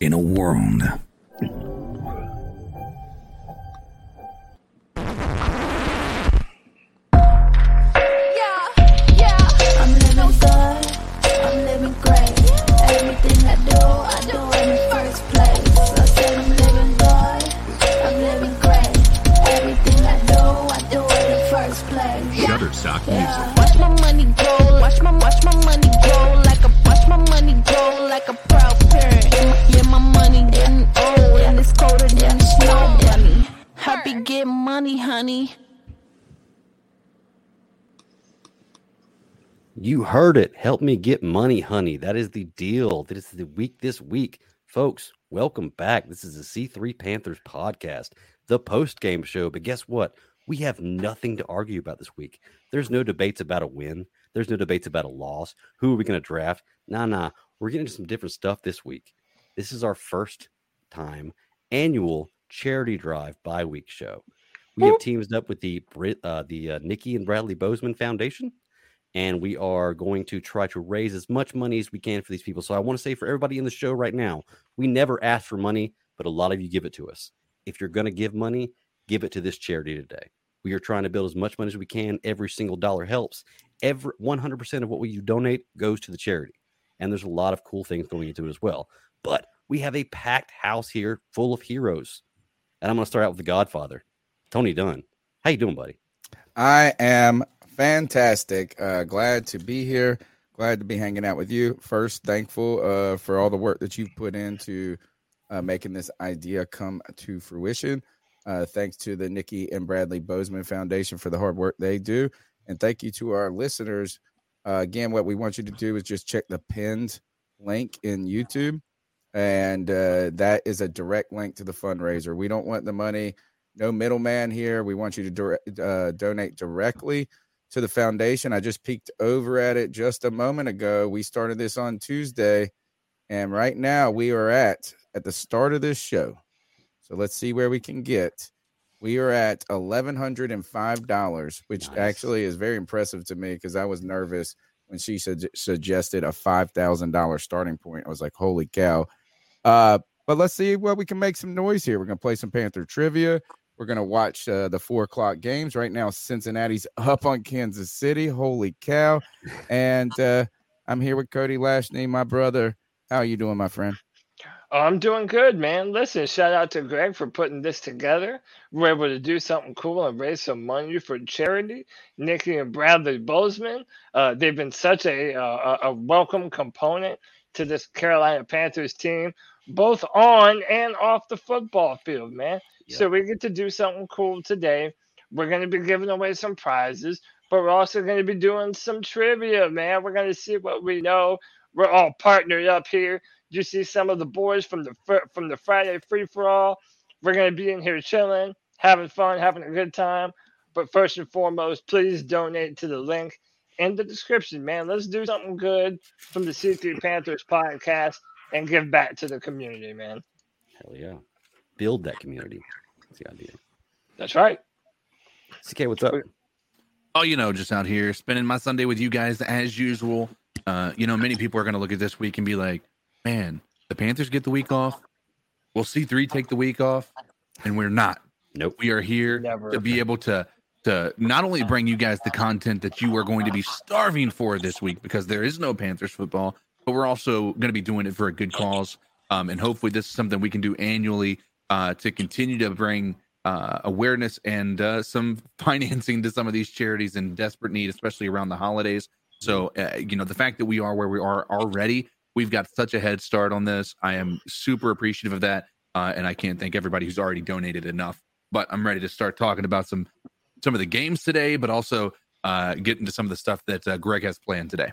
in a world Yeah, yeah. I'm living fun, I'm living great. Everything I do, I do in the first place. I said I'm living good, I'm living great. Everything I do, I do in the first place. Shutterstock Music. Watch my money grow, watch my watch my money grow like a watch my money grow like a proud parent. Yeah, my, yeah, my money getting old and it's colder than the snow bunny. I be getting money, honey. You heard it. Help me get money, honey. That is the deal. That is the week this week. Folks, welcome back. This is the C3 Panthers podcast, the post game show. But guess what? We have nothing to argue about this week. There's no debates about a win, there's no debates about a loss. Who are we going to draft? Nah, nah. We're getting into some different stuff this week. This is our first time annual charity drive bye week show. We have teamed up with the Brit, uh, the uh, Nikki and Bradley Bozeman Foundation and we are going to try to raise as much money as we can for these people. So I want to say for everybody in the show right now, we never ask for money, but a lot of you give it to us. If you're going to give money, give it to this charity today. We are trying to build as much money as we can. Every single dollar helps. Every 100% of what you donate goes to the charity. And there's a lot of cool things going into it as well. But we have a packed house here full of heroes. And I'm going to start out with the Godfather, Tony Dunn. How you doing, buddy? I am fantastic. Uh, glad to be here. Glad to be hanging out with you. First, thankful uh, for all the work that you've put into uh, making this idea come to fruition. Uh, thanks to the Nikki and Bradley Bozeman Foundation for the hard work they do. And thank you to our listeners. Uh, again, what we want you to do is just check the pinned link in YouTube. And uh, that is a direct link to the fundraiser. We don't want the money, no middleman here. We want you to direct, uh, donate directly to the foundation. I just peeked over at it just a moment ago. We started this on Tuesday, and right now we are at at the start of this show. So let's see where we can get. We are at eleven hundred and five dollars, which Nice. actually is very impressive to me because I was nervous when she sug- suggested a five thousand dollar starting point. I was like, "Holy cow!" Uh, but let's see what we can make some noise here. We're gonna play some Panther trivia. We're going to watch uh, the four o'clock games right now. Cincinnati's up on Kansas City. Holy cow! And uh, I'm here with Cody Lashney, my brother. How are you doing, my friend? Oh, I'm doing good, man. Listen, shout out to Greg for putting this together. We're able to do something cool and raise some money for charity. Nikki and Bradley Bozeman, uh, they've been such a, uh, a a welcome component to this Carolina Panthers team, both on and off the football field, man. So we get to do something cool today. We're going to be giving away some prizes, but we're also going to be doing some trivia, man. We're going to see what we know. We're all partnered up here. You see some of the boys from the fir- from the Friday free for all. We're going to be in here chilling, having fun, having a good time. But first and foremost, please donate to the link in the description, man. Let's do something good from the C3 Panthers podcast and give back to the community, man. Hell yeah. Build that community. That's the idea. That's right. CK, what's up? Oh, you know, just out here spending my Sunday with you guys as usual. Uh, you know, many people are going to look at this week and be like, man, the Panthers get the week off. Will C3 take the week off? And we're not. Nope. We are here Never. to be able to to not only bring you guys the content that you are going to be starving for this week because there is no Panthers football, but we're also going to be doing it for a good cause. Um, and hopefully, this is something we can do annually uh, to continue to bring uh, awareness and uh, some financing to some of these charities in desperate need, especially around the holidays. So, uh, you know, the fact that we are where we are already, we've got such a head start on this. I am super appreciative of that. Uh, and I can't thank everybody who's already donated enough. But I'm ready to start talking about some some of the games today, but also uh, get into some of the stuff that uh, Greg has planned today.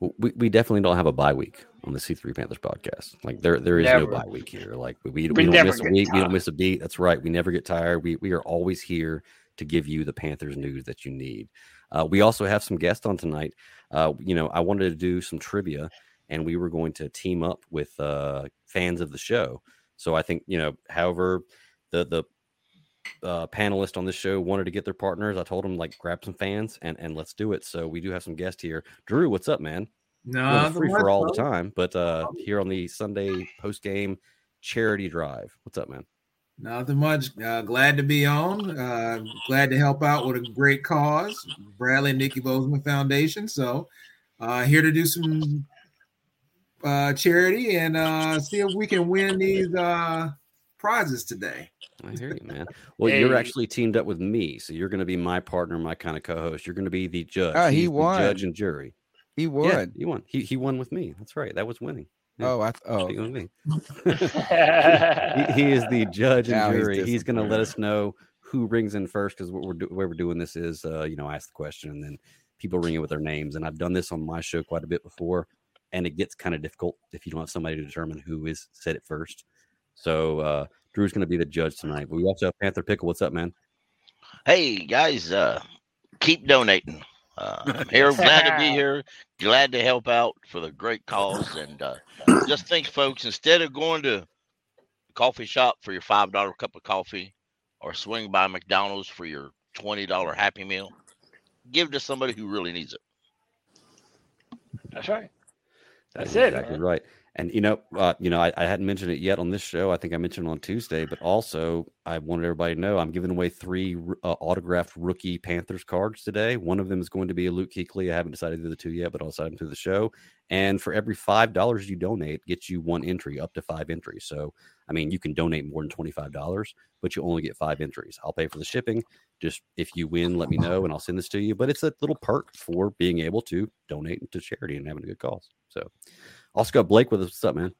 Well, we, we definitely don't have a bye week on the C3 Panthers podcast. Like there there is Never. no bye week here. Like we, we, We we don't never miss a get week, we tired. don't miss a beat. That's right. We never get tired. We we are always here to give you the Panthers news that you need. Uh, we also have some guests on tonight. Uh, you know, I wanted to do some trivia, and we were going to team up with uh, fans of the show. So I think you know, however, the the uh, panelist on this show wanted to get their partners. I told them like grab some fans and and let's do it. So we do have some guests here. Drew, what's up, man? We're No, free for all the time, but uh here on the Sunday post game charity drive. What's up, man? Nothing much. Uh, glad to be on. Uh, glad to help out with a great cause, Bradley and Nikki Bozeman Foundation. So, uh, here to do some uh, charity and uh, see if we can win these uh, prizes today. I hear you, man. Well, you're Hey. actually teamed up with me, so you're going to be my partner, my kind of co-host. You're going to be the judge. Oh, he He's the won. judge and jury. He Yeah, would. he won. He he won with me. That's right. That was winning. yeah. Oh, I th- oh. Speaking of me. he, he he is the judge and Now he's jury. He's, going to let disappointed. us know who rings in first because what we're do- way we're doing this is, uh, you know, I ask the question and then people ring in with their names. And I've done this on my show quite a bit before, and it gets kind of difficult if you don't have somebody to determine who is said it first. So uh, Drew's going to be the judge tonight. But we also have Panther Pickle. What's up, man? hey guys uh keep donating uh, I'm here glad to be here glad to help out for the great cause and uh just think folks instead of going to the coffee shop for your five dollar cup of coffee or swing by mcdonald's for your twenty dollar happy meal give to somebody who really needs it That's right. That is That's it, exactly man. right. And you know, uh, you know, I, I hadn't mentioned it yet on this show. I think I mentioned it on Tuesday, but also I wanted everybody to know I'm giving away three r- uh, autographed rookie Panthers cards today. One of them is going to be a Luke Kuechly. I haven't decided the other two yet, but I'll decide them through the show. And for every five dollars you donate, gets you one entry, up to five entries. So, I mean, you can donate more than twenty five dollars, but you only get five entries. I'll pay for the shipping. Just if you win, let me know, and I'll send this to you. But it's a little perk for being able to donate to charity and having a good cause. So. Also got Blake with us. What's up, man?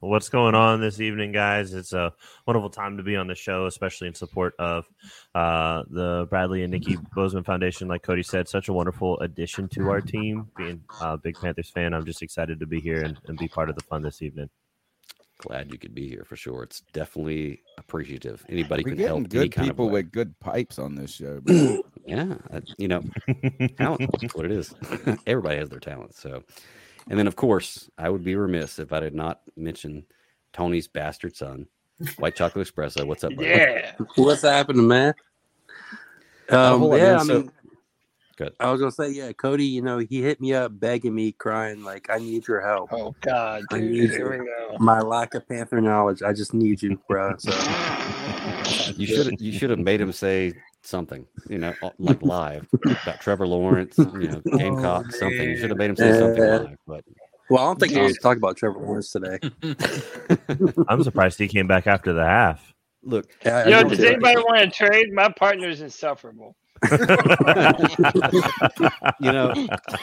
What's going on this evening, guys? It's a wonderful time to be on the show, especially in support of uh, the Bradley and Nikki Bozeman Foundation. Like Cody said, such a wonderful addition to our team. Being a big Panthers fan, I'm just excited to be here and, and be part of the fun this evening. Glad you could be here for sure. It's definitely appreciative. Anybody We're can getting help. any good kind of people way. with good pipes on this show. bro. yeah, I- you know, talent. That's what it is. Everybody has their talent. So, and then of course, I would be remiss if I did not mention Tony's bastard son, White Chocolate Espresso. What's up, buddy? Yeah. What's happening, man? Uh, Um, hold on, yeah, man. I So- mean, Go ahead. I was gonna say, yeah, Cody. You know, he hit me up, begging me, crying like, "I need your help. Oh God, I dude. need Here you. we go. My lack of Panther knowledge, I just need you, bro." So You should you should have made him say something, you know, uh, like live about Trevor Lawrence, you know, Oh, Gamecock, something. You should have made him say something Yeah. live, but well, I don't think I was talk about Trevor Lawrence today. I'm surprised he came back after the half. look, Yeah, I Yo, don't does think- anybody want to trade? My partner's insufferable. you know,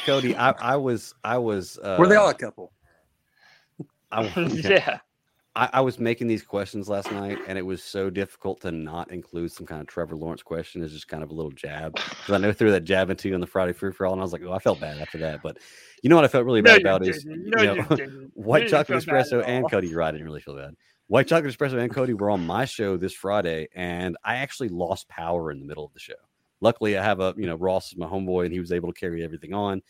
Cody, I, I was, I was, uh, Were they all a couple? I, yeah. I, I was making these questions last night, and it was so difficult to not include some kind of Trevor Lawrence question. It's just kind of a little jab because I know threw that jab into you on the Friday free for all, and I was like, oh, I felt bad after that. But you know what I felt really No, bad you about is didn't. No, you know, you didn't. White You didn't Chocolate feel bad at Espresso and all. Cody. You're right. I didn't really feel bad. White Chocolate Espresso and Cody were on my show this Friday, and I actually lost power in the middle of the show. Luckily, I have a you know Ross is my homeboy, and he was able to carry everything on.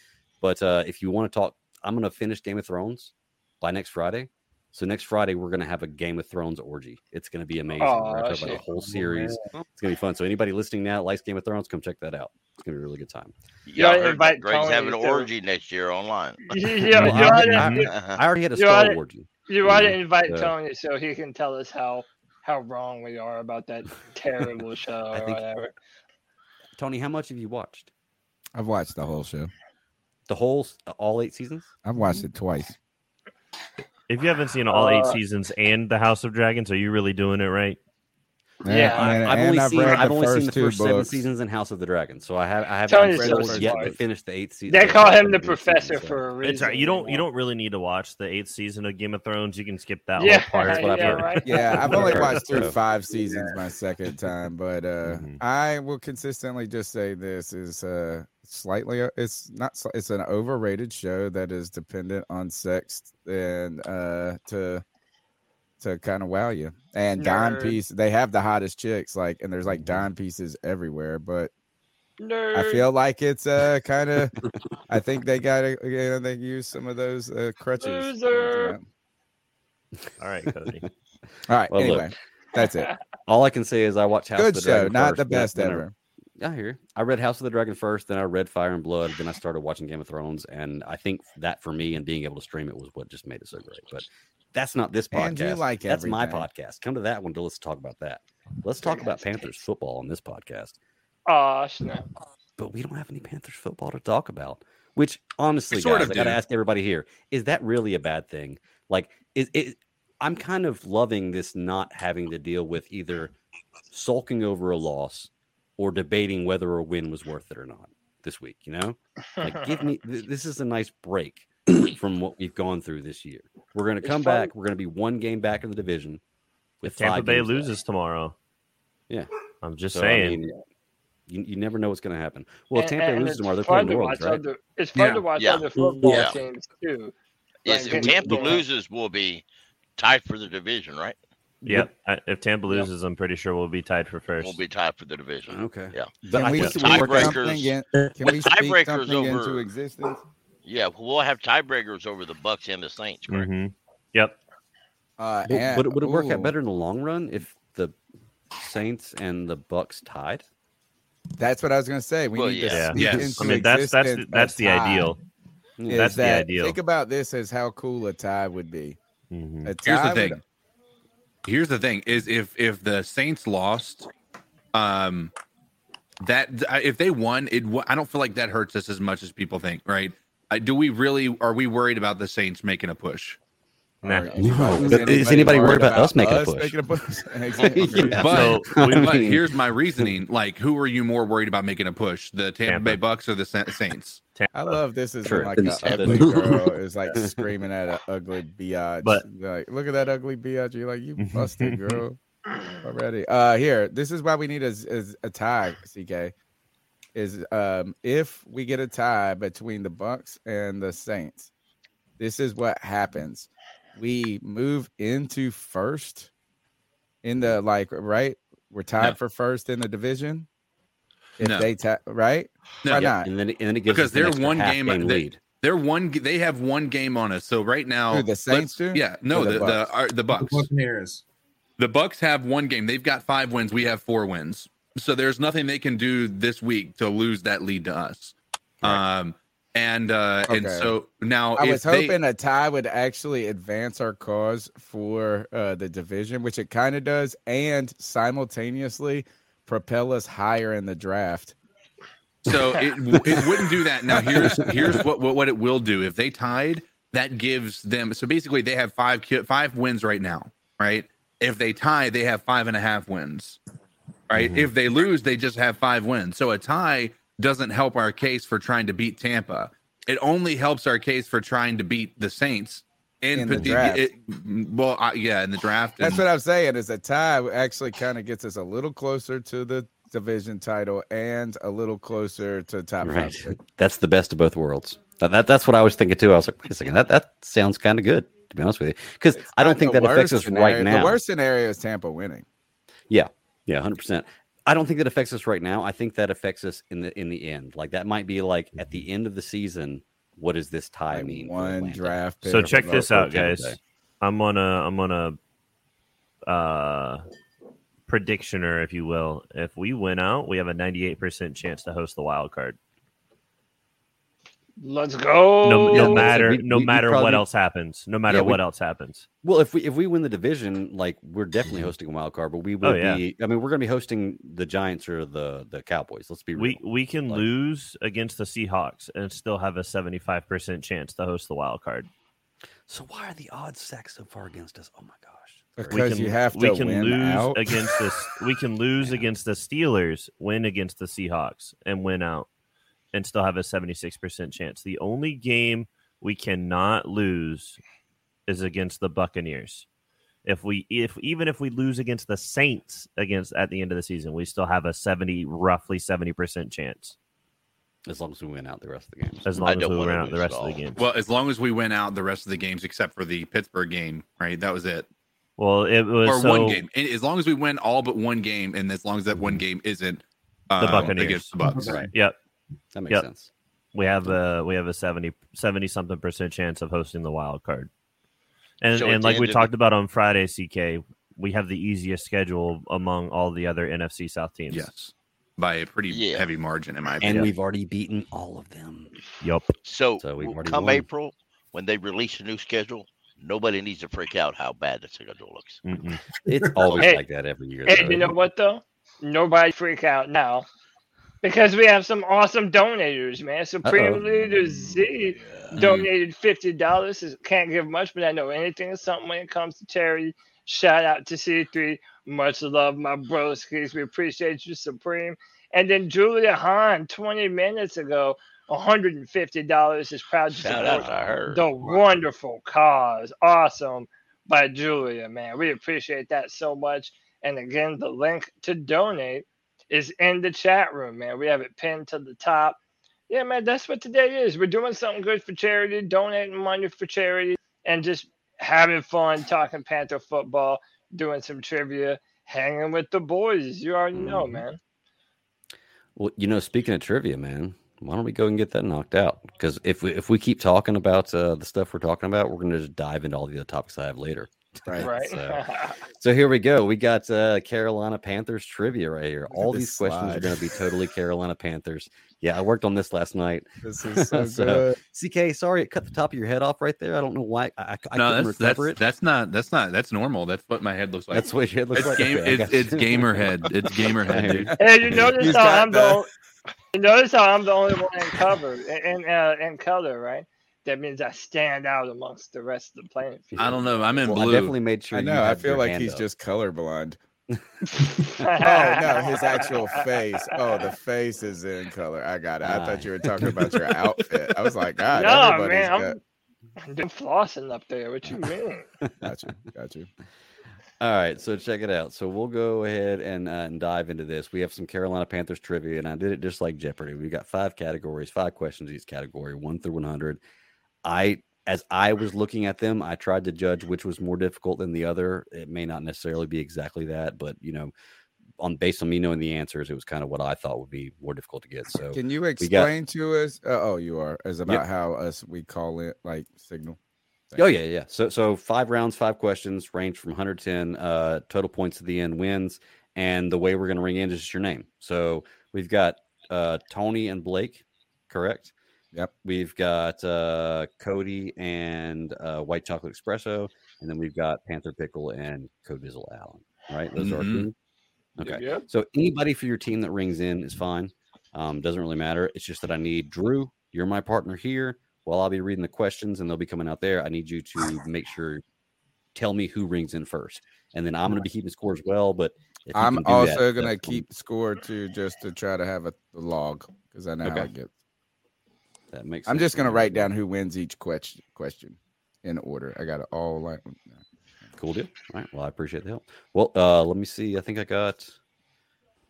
But uh, if you want to talk I'm gonna finish Game of Thrones by next Friday. So next Friday we're gonna have a Game of Thrones orgy. It's gonna be amazing. Aw, we're gonna talk about the shit. whole series. It's gonna be fun. So anybody listening now that likes Game of Thrones, come check that out. It's gonna be a really good time. Y'all Y'all heard invite that Greg's Tony having an to- orgy next year online. You, you, Well, you ought I, to, I already had a you Star oughta- orgy. you ought to Mhm. invite Uh, Tony so he can tell us how how wrong we are about that terrible show I or think- whatever. Tony, how much have you watched? I've watched the whole show. The whole s- all eight seasons? I've watched it twice. If you haven't seen all eight Uh, seasons and the House of Dragons, are you really doing it right? Yeah, And- and- I've only and I've seen read I've only seen the two first seven books. seasons in House of the Dragon, so I have I haven't Tony's I'm so still yet to smart. finish the eighth season. They so call I him haven't the finished professor season, so- for a reason. It's all right. You don't you know. don't really need to watch the eighth season of Game of Thrones. You can skip that Yeah, whole part. That's what I've yeah, heard. right. Yeah, I've only Yeah. watched through So- five seasons my second time, but uh Mhm. I will consistently just say this is uh slightly it's not sli- it's an overrated show that is dependent on sex and uh to to kind of wow you. And dime Nerd. piece they have the hottest chicks like and there's like Mm-hmm. dime pieces everywhere, but Nerd. I feel like it's uh kind of I think they got to you know they use some of those uh, crutches. Loser. All right, Cody. All right, Well, look. anyway. That's it. All I can say is I watched House of Good the show, Dragon. not first, the then- best then I- ever. I hear. I read House of the Dragon first, then I read Fire and Blood, then I started watching Game of Thrones, and I think that for me and being able to stream it was what just made it so great. But that's not this podcast. And you like that's my everything. podcast. Come to that one to let's talk about that. Let's talk about Panthers football on this podcast. Aw, snap. but we don't have any Panthers football to talk about. Which honestly, Sort guys, of I gotta do. ask everybody here: Is that really a bad thing? Like, is it? I'm kind of loving this not having to deal with either sulking over a loss or debating whether a win was worth it or not this week. You know, like give me th- this is a nice break from what we've gone through this year. We're gonna It's come fun. back. We're gonna be one game back in the division. If With Tampa five Bay games left. loses tomorrow, Yeah. I'm just So, I saying. mean, you, you never know what's going to happen. Well, if And- Tampa and loses it's tomorrow, they're fun playing to New Orleans, watch right? other- It's fun Yeah, to watch yeah. other football Yeah. teams too. Yes, Like, if they- Tampa yeah. loses, we'll be tied for the division, right? Yep. I, if Tampa loses, I'm pretty sure we'll be tied for first. We'll be tied for the division. Okay. Yeah. But I Can we think speak the tiebreakers- something in- Can we tiebreakers speak something into over- existence? Yeah, we'll have tiebreakers over the Bucks and the Saints, correct? Mhm. Yep. Uh, Would- and- would, it- would it work ooh, out better in the long run if the Saints and the Bucks tied? That's what I was going to say. We Well, need yeah. to Yeah. speak Yes. into I mean, that's that's existence that's a the tie. ideal. Yeah. Is That's the that- ideal. Think about this as how cool a tie would be. Mhm. A Here's tie the would- thing. Here's the thing: is if if the Saints lost, um, that if they won, it wa- I don't feel like that hurts us as much as people think, right? Uh, do we really? Are we worried about the Saints making a push? Nah. Or But is anybody worried about us making a push? making a push? Exactly. Yeah. But, So, we but mean- here's my reasoning: like, who are you more worried about making a push? The Tampa, Tampa. Bay Bucks or the Sa- Saints? I love this. Is Sure. when, like Then an stop ugly it. girl is like screaming at an ugly biatch. But- like, look at that ugly biatch. You're like, you busted girl already. Uh, here, this is why we need a, is a tie. CK is um if we get a tie between the Bucks and the Saints, this is what happens. We move into first in the like right. We're tied No. for first in the division. If No. they tie right, No. why Yeah, not? And then, and then it gives Because us an they're extra one half game- game they- lead. They're one. g- They have one game on us. So right now, Who, the let's- Saints do? Yeah, no, Or the the the Bucks? are- the Bucks. Buccaneers. The Bucks have one game. They've got five wins. We have four wins. So there's nothing they can do this week to lose that lead to us. Um, and uh, and Okay. so now I Oh, if was they- hoping a tie would actually advance our cause for uh, the division, which it kind of does, and simultaneously propel us higher in the draft. so it it wouldn't do that. Now here's here's what, what what it will do if they tied. That gives them so basically they have five ki- five wins right now, right? If they tie, they have five and a half wins, right? Mm-hmm. If they lose, they just have five wins. So a tie doesn't help our case for trying to beat Tampa. It only helps our case for trying to beat the Saints and In the put the- draft. it- well, I, yeah, in the draft. That's and- what I'm saying. Is a tie actually kind of gets us a little closer to the division title and a little closer to top Right. five. That's the best of both worlds. That, that- that's what I was thinking too. I was like, wait a second, that, that sounds kind of good, to be honest with you. Because I don't think The that affects worst us scenario- right now. The worst scenario is Tampa winning. Yeah, yeah, hundred percent. I don't think that affects us right now. I think that affects us in the in the end. Like that might be like at the end of the season, what does this tie mean? for One Atlanta? draft. So pick check for- this for out, Tampa guys. Bay. I'm on a I'm on a uh predictioner, if you will. If we win out, we have a 98 percent chance to host the wild card. Let's go. No, Yeah, no we- matter we- no we matter what probably- else happens. No matter Yeah, we- what else happens. Well, if we if we win the division, like we're definitely hosting a wild card, but we will Oh, yeah. be. I mean, we're going to be hosting the Giants or the the Cowboys. Let's be real. We we can Like- lose against the Seahawks and still have a 75 percent chance to host the wild card. so why are the odds stacked so far against us? Oh my gosh! It's Because crazy. we can, you have we to can win lose out. against this. We can lose against the Steelers, win against the Seahawks, and win out, and still have a seventy-six percent chance. The only game we cannot lose is against the Buccaneers. If we, if even if we lose against the Saints against at the end of the season, we still have a seventy, roughly seventy percent chance as long as we win out the rest of the games. as I long as don't we wanna run out the lose rest at of the all. games. Well, as long as we win out the rest of the games except for the Pittsburgh game, right? That was it. Well, it was Or so, one game. And As long as we win all but one game, and as long as that one game isn't um, Buccaneers. against the Bucks. Right. Yep, That makes Yep. sense. we have a we have a 70 70 something percent chance of hosting the wild card and So at and the like end we of talked about on friday ck we have the easiest schedule among all the other nfc south teams Yes, by a pretty Yeah. heavy margin, in my And opinion. we've already beaten all of them. yep So, So we've w- already come won. April, when they release a new schedule, nobody needs to freak out how bad the schedule looks. Mm-mm. It's always Hey, like that every year. Hey, though. you know what though? Nobody freak out now. Because we have some awesome donators, man. Supreme Uh-oh. Leader Z donated fifty dollars. Can't give much, but I know anything is something when it comes to charity. Shout out to C3. Much love, my broskies. We appreciate you, Supreme. And then Julia Hahn, 20 minutes ago, $150 is proud to Shout support out to her. the wonderful cause. Awesome by Julia, man. We appreciate that so much. And again, the link to donate is in the chat room, man. We have it pinned to the top. Yeah, man, that's what today is. We're doing something good for charity, donating money for charity, and just having fun, talking Panther football, doing some trivia, hanging with the boys. You already know, Mm-hmm. Mhm. man. Well, you know, speaking of trivia, man, why don't we go and get that knocked out? Because if we if we keep talking about uh, the stuff we're talking about, we're going to just dive into all the other topics I have later. Right. Right? So, so here we go. We got uh, Carolina Panthers trivia right here. Look at All this these questions are slide. going to be totally Carolina Panthers. Yeah, I worked on this last night. This is so So- good. CK, sorry, it cut the top of your head off right there. I don't know why. I, I, I no, couldn't that's that's, recover it. that's not that's not that's normal. That's what my head looks like. That's what your head looks it's like. game. Okay, I It's, got it's you. gamer head. It's gamer head, dude. Hey, you notice He's how got I'm the, the- on- you notice how I'm the only one in cover in uh, in color, right? That means I stand out amongst the rest of the playing field. I don't know. I'm in Well, I blue. definitely made sure. I you know. I had feel your like hand he's up. just colorblind. Oh no, his actual face. Oh, the face is in color. I got it. I Ah. thought you were talking about your outfit. I was like, God, no, everybody's man, I'm, I'm doing flossing up there. What you mean? got. Got you. Got you. All right, so check it out. So we'll go ahead and, uh, and dive into this. We have some Carolina Panthers trivia, and I did it just like Jeopardy. We've got five categories, five questions each category, one through one hundred. I, as I was looking at them, I tried to judge which was more difficult than the other. It may not necessarily be exactly that, but you know, on based on me knowing the answers, it was kind of what I thought would be more difficult to get. So Can you got- explain to us? Uh, oh, you are as about Yep. how us we call it like signal. Oh yeah, yeah. So so five rounds, five questions, range from 110 uh, total points at the end wins, and the way we're going to ring in is just your name. So we've got uh, Tony and Blake, correct? Yep. We've got uh, Cody and uh, White Chocolate Espresso, and then we've got Panther Pickle and Codizzle Allen. Right? Those are our Mhm. team. Okay. Yep. So anybody for your team that rings in is fine. Um, doesn't really matter. It's just that I need Drew. You're my partner here. Well, I'll be reading the questions and they'll be coming out there. I need you to make sure tell me who rings in first, and then I'm going to be keeping score as well. But if you I'm can do that, also gonna that's cool. keep score too, just to try to have a log because I know how Okay. it gets. That makes. I'm sense just to gonna me. write down who wins each question question in order. I got it all like Cool deal. All right. Well, I appreciate the help. Well, uh, let me see. I think I got.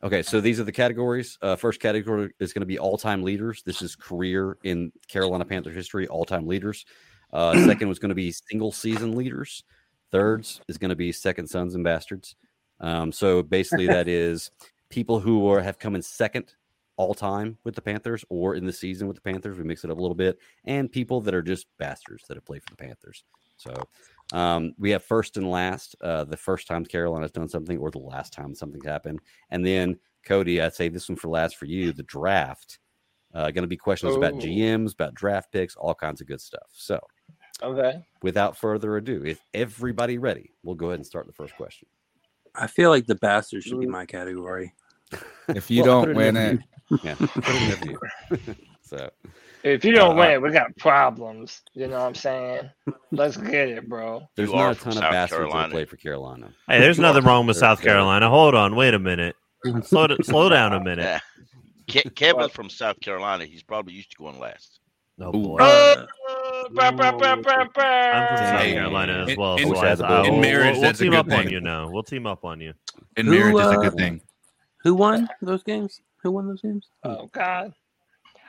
Okay, so these are the categories. Uh, first category is going to be all-time leaders. This is career in Carolina Panther history, all-time leaders. Uh, second was going to be single-season leaders. Thirds is going to be second sons and bastards. Um, so basically, that is people who are, have come in second all time with the Panthers or in the season with the Panthers. We mix it up a little bit, and people that are just bastards that have played for the Panthers. So um, we have first and last, uh, the first time Carolina's done something or the last time something's happened. And then, Cody, I'd say this one for last for you the draft. Uh, Going to be questions about Ooh. GMs, about draft picks, all kinds of good stuff. So Okay. without further ado, is everybody ready? We'll go ahead and start the first question. I feel like the bastards should Mm. be my category. If you Well, put don't it in win the it, view. Yeah, put it in the view. so If you don't Uh, win, we got problems. You know what I'm saying? Let's get it, bro. Oh, there's You not are a from ton of South bastards that Carolina. play for Carolina. Hey, there's nothing wrong with There South we go. Carolina. Hold on, wait a minute. Slow, d- slow down a minute. Yeah. Ke- Kevin's from South Carolina. He's probably used to going last. Oh Ooh. boy, Uh, brah, brah, brah, brah, I'm from brah. South Hey, Carolina as in- well. in- so I- in I- we'll, marriage, we'll that's a team good up on thing. you now. We'll team up on you. And Who, marriage is a uh, good thing. Who won those games? Who won those games? Uh, Oh God.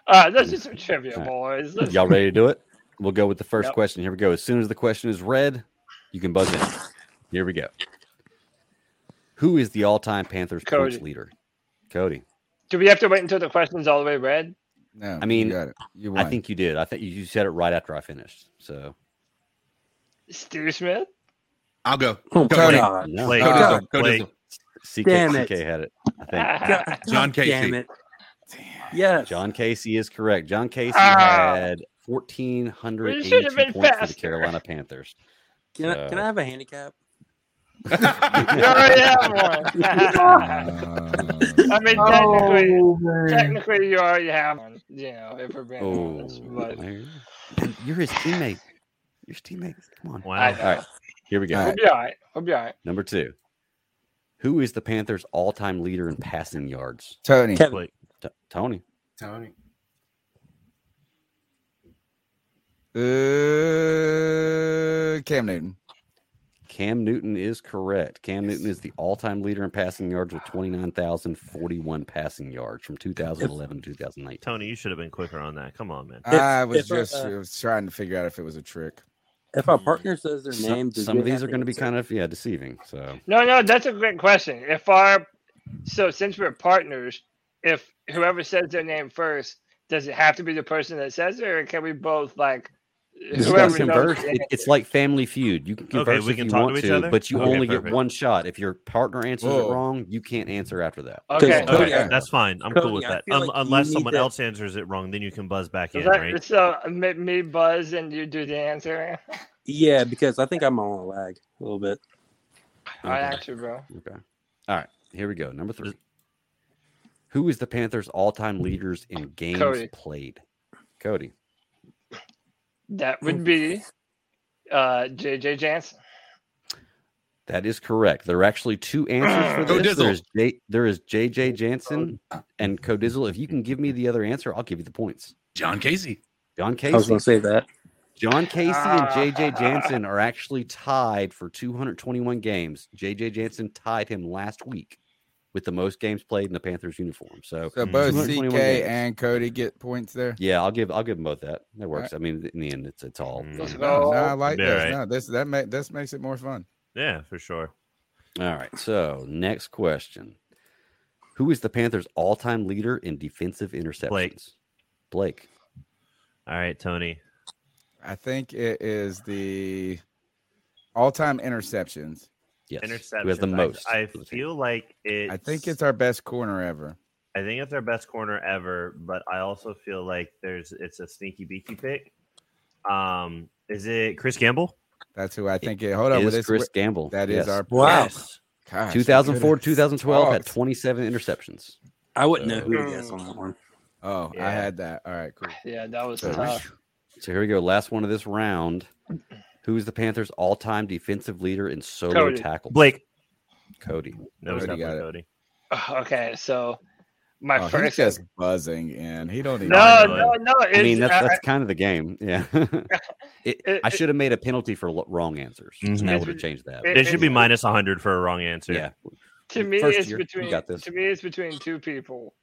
All right, let's do some trivia, boys. Let's Y'all ready to do it? We'll go with the first Yep. question. Here we go. As soon as the question is read, you can buzz in. Here we go. Who is the all-time Panthers Cody. points leader? Cody. Do we have to wait until the question's all the way read? no, I mean, you got it. You I won. think you did. I think you- you said it right after I finished. So Steve Smith? I'll go. Oh, Cody. God. no. Blake, God. Cody, Cody, Blake, CK, Damn it. CK had it. I think. Ah, John Casey. Damn it. Yes. John Casey is correct. John Casey Ah. had fourteen hundred We eighty should have been points for the faster. Carolina Panthers. Can, I, can I have a handicap? you already have one. I Uh, mean, Oh, technically, technically, you already have one. You know, if we're being Oh, honest, but you're his teammate. Your teammate. Come on. Wow. I All right, know. here we go. All We'll right. be all right. We'll be all right. Number two. Who is the Panthers' all-time leader in passing yards? Tony, Kevin. Blake. T- Tony. Tony. uh, Cam Newton. Cam Newton is correct. Cam Newton is the all-time leader in passing yards with 29,041 passing yards from 2011 to 2019. Tony, you should have been quicker on that. Come on, man. If- I was if, uh, just I was trying to figure out if it was a trick. If our partner says their Some, name, do some they of these have are going to be answer? kind of yeah deceiving. So No, no, that's a great question. If our so since we're partners, if whoever says their name first, does it have to be the person that says it, or can we both like You whoever can knows the converse. name? It, it's like Family Feud. You can converse we if can you talk to want each to, other? but you Okay, only get perfect. one shot. If your partner answers Whoa. it wrong, you can't answer after that. Okay, Cody, Cody, I- That's fine. I'm cool Cody, with I that. feel Un- like you unless need someone to- else answers it wrong, then you can buzz back So in, that- right? So me, me buzz and you do the answer. Yeah, because I think I'm on a lag a little bit. All right, Okay. actually, bro. Okay. All right. Here we go. Number three. Who is the Panthers' all-time leaders in games Cody. played? Cody. That would be uh JJ Jansen. That is correct. There are actually two answers for Go this. Dizzle. There is J, there is JJ Jansen and Codizzle. If you can give me the other answer, I'll give you the points. John Casey. John I was Casey. going to say that. John Casey and JJ Jansen are actually tied for 221 games. JJ Jansen tied him last week with the most games played in the Panthers uniform. So So Mhm. both 221 CK games. and Cody get points there. yeah, I'll give I'll give them both that. That works. I mean, in the end, it's it's all. Mm. All Let's No, go. I like Yeah, this. right. No, this that ma- this makes it more fun. Yeah, for sure. right. So next question: Who is the Panthers' all-time leader in defensive interceptions? Blake. All right, Tony. I think it is the all-time interceptions. Yes. Interceptions. Who has the I- most? I, for the feel like it. I think it's our best corner ever. I think it's our best corner ever, but I also feel like there's it's a sneaky beaky pick. Um, is it Chris Gamble? That's who I think it. Hold Panthers. on, It with is this Chris Gamble. that is Yes. our Wow. gosh, we 2004 could've 2012 had talked. 27 interceptions. I wouldn't So- know who to guess on that one. Oh, I Yeah. had that. All right, cool. Yeah, that was So- tough. So here we go. Last one of this round. Who is the Panthers' all-time defensive leader in solo Cody. tackles? Blake. Cody. No, it's Already definitely got Cody. Okay, so my Oh, he's first. just buzzing in. He don't even. no, know no, no. It's, I mean, that's, I- that's kind of the game. Yeah. It- It- I should have made a penalty for lo- wrong answers. Mhm. And I It's would have been- changed that. it- It should be minus 100 for a wrong answer. yeah. to me First it's year, you between got this. to me it's between two people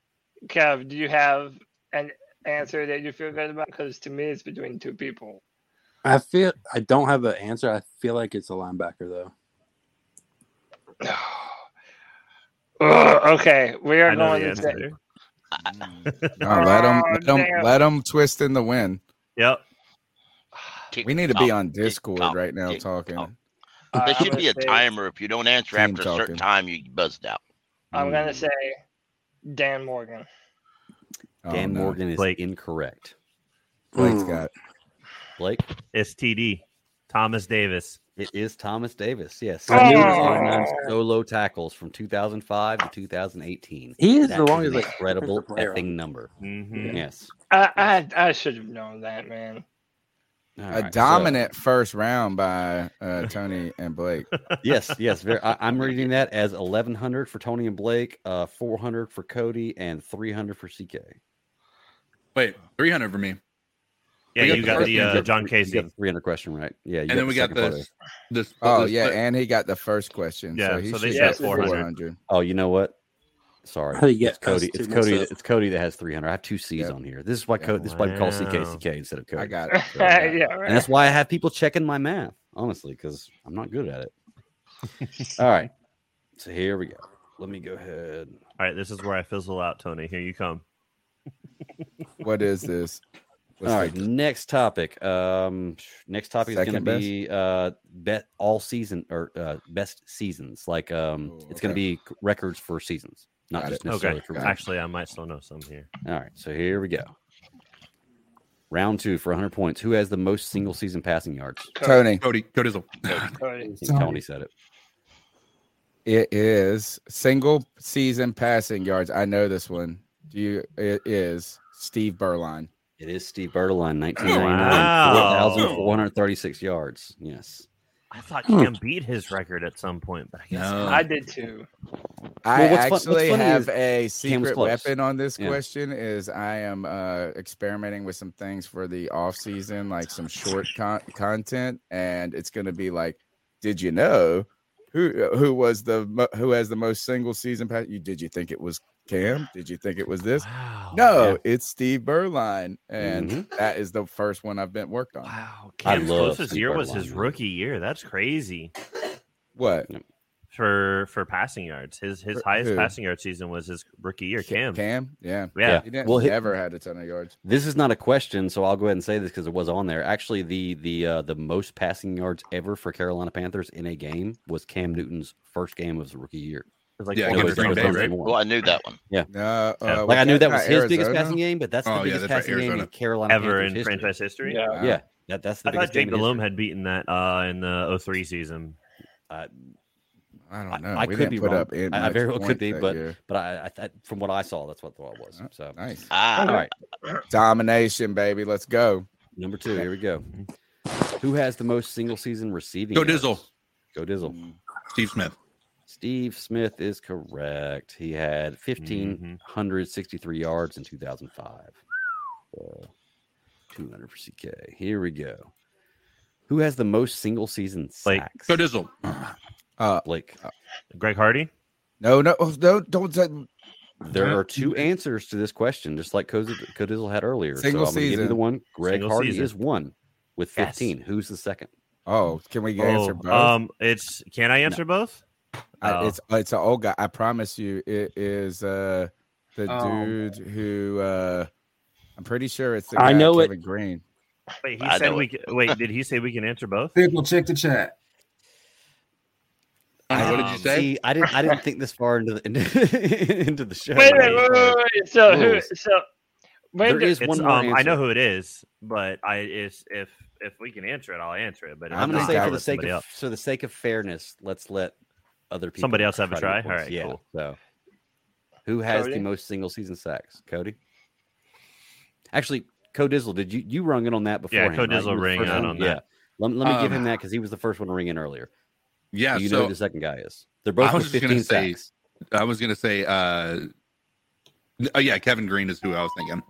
kev do you have an answer that you feel good about because to me it's between two people I feel I don't have an answer. I feel like it's a linebacker though. Ugh, okay we I are know going the to answer. say No, let them, Oh, let them, damn. let them twist in the wind. Yep. We need to be on Discord right now talking. Uh, There I'm should gonna be a say- timer. If you don't answer Team after a certain talking. time, you buzzed out. I'm gonna Mm. say Dan Morgan. Oh, Dan no. Morgan is Blake. incorrect. Hmm. Blake's got. Blake, STD. Thomas Davis. it is Thomas Davis. Yes, I knew it was going oh. solo tackles from 2005 to 2018. He is That the is longest an like incredible defensive player on- effing number. Mm-hmm. Mhm. Yes, I I, I should have known that, man. All A right, so- dominant first round by uh, Tony and Blake. yes, yes. Very, I, I'm reading that as 1100 for Tony and Blake, uh, 400 for Cody, and 300 for CK. Wait, 300 for me. Yeah, We you got the got first the one. uh, John You got Casey. the 300 question right. Yeah, you and then we got second part of this. it. this Oh this- yeah, and he got the first question. Yeah, so, he so they should said get 400. 400. Oh, you know what? Sorry, How do you get it's Cody. us two It's mixed Cody. up? It's Cody that has 300. I have two C's Yeah. on here. This is why. Yeah. Cody, this is why we call CK Wow. CK instead of Cody. I got it. So, yeah. yeah, right. And that's why I have people checking my math, honestly, because I'm not good at it. All right. So here we go. Let me go ahead. All right, this is where I fizzle out, Tony. Here you come. What is this? What's all right. the- Next topic. Um, next topic is Second going to best? be uh, bet all season or uh, best seasons. Like um, Oh, it's going to be c- records for seasons, not Got just it. necessarily Okay. for Got it. Actually, I might still know some here. All right, so here we go. Round two for 100 points. Who has the most single season passing yards? Tony, Cody, Cody's Cody. I think Tony. Tony said it. it is single season passing yards. I know this one. Do you? It is Steve Berline. It is Steve Bertaline, 1999, Wow. 4,436 yards. Yes. I thought Hmm. Cam beat his record at some point, but I guess No. not. I did too. I Well, what's fun- what's actually funny have is a secret close. weapon on this Yeah. question. Is I am uh, experimenting with some things for the off season, like some short con- content, and it's going to be like, did you know who who was the mo- who has the most single season pass? You did you think it was Cam? Did you think it was this? Wow. No, it's Steve Berline, and Mhm. that is the first one I've been worked on. Wow. I Cam's love closest Steve year was his Bertaline. rookie year. That's crazy. What For for passing yards. His his For highest who? passing yard season was his rookie year, Cam. Cam? Yeah, Yeah. he didn't, Well, hi- never had a ton of yards. This is not a question, so I'll go ahead and say this because it was on there. Actually, the the uh, the most passing yards ever for Carolina Panthers in a game was Cam Newton's first game of his rookie year. It was like Yeah, four against yards Green or Bay, something. right? Well, I knew that one. No, uh, Yeah. well, Like I knew that's that was not his biggest Arizona. passing game, but that's Oh, the yeah, biggest that's right, passing game in Arizona. Carolina Ever Panthers in history. franchise history? Yeah. Wow. Yeah, that, that's the I thought biggest Jake game in history. Delhomme had beaten that uh, in the 03 season. Uh, I I- don't know. I we could didn't be put wrong. up in. I- I much very well could points be, that but- year. But I, I th- from what I saw, that's what the thought it was. So, nice all Ah, right, domination, baby. Let's go. number two. Here we go. Who has the most single season receiving? Go yards? Dizzle. Go Dizzle. Mm-hmm. Steve Smith. Steve Smith is correct. He had fifteen Mm-hmm. Mhm. hundred sixty-three yards in two thousand five. So, Two hundred for CK. Here we go. Who has the most single season Blake. sacks? Go Dizzle. Uh, Blake. Greg Hardy? no, no, oh, no. Don't say There are two answers to this question, just like Coz- Codizzle had earlier. Single so I'm gonna give you the season. one. Greg Single Hardy season. is one with Yes. 15. Who's the second? Oh, can we answer Oh, both? Um, it's can I answer both? I, oh. it's it's an old guy. I promise you, it is uh the Oh, man. dude who uh I'm pretty sure it's the I guy, know it. Kevin Green. Wait, he I said know we. Can, wait, did he say we can answer both? People, check the chat. Uh, what did you Um, say? See, I didn't. I didn't think this far into the into, into the show. Wait, wait, wait, wait, wait. So who? Rules. So wait. There a- is It's, one um, more I know answer. who it is, but I is if if we can answer it, I'll answer it. But if I'm going not, to say I'll for the let sake somebody of else. for the sake of fairness, let's let other people. Somebody else have a to get try? All points. right, yeah. cool. So, who has the Cody? most single season sacks? Cody. Actually, Codizzle, did you you rung in on that before? Yeah, Codizzle rang out on Yeah. that. Let, let me give him Um, that because he was the first one to ring in earlier. Yeah. Do you know so who the second guy is. They're both was with just gonna 15 say- sacks. I was gonna say. uh Oh yeah, Kevin Green is who I was thinking.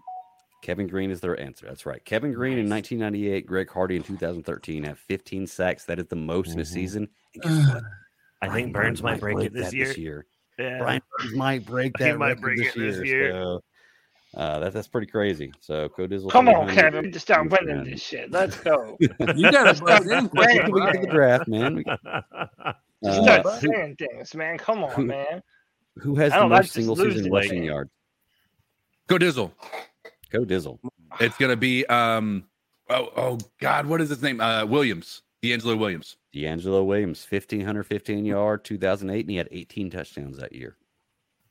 Kevin Green is their answer. That's right. Kevin Green in 1998, Greg Hardy in 2013 have 15 sacks. That is the most in a Mhm. season. And guess what? I Brian think Burns might break it this that year. Yeah. Brian Burns might break He that. might record break this it this year. year. So, uh, that, that's pretty crazy. So Codizzle. Come on, 300. Kevin. We just start Who's winning winning? this shit. Let's go. You gotta buzz in quick. Damn, We can do the man. draft, man. We can- Just uh, start who, saying things, man. Come who- on, man. who has I the don't like most just single season losing, rushing like- yards? Go Dizzle. Go Dizzle. It's gonna be um oh oh god, what is his name? Uh Williams. D'Angelo Williams. D'Angelo Williams, 1,515 yard, 2008, and he had 18 touchdowns that year.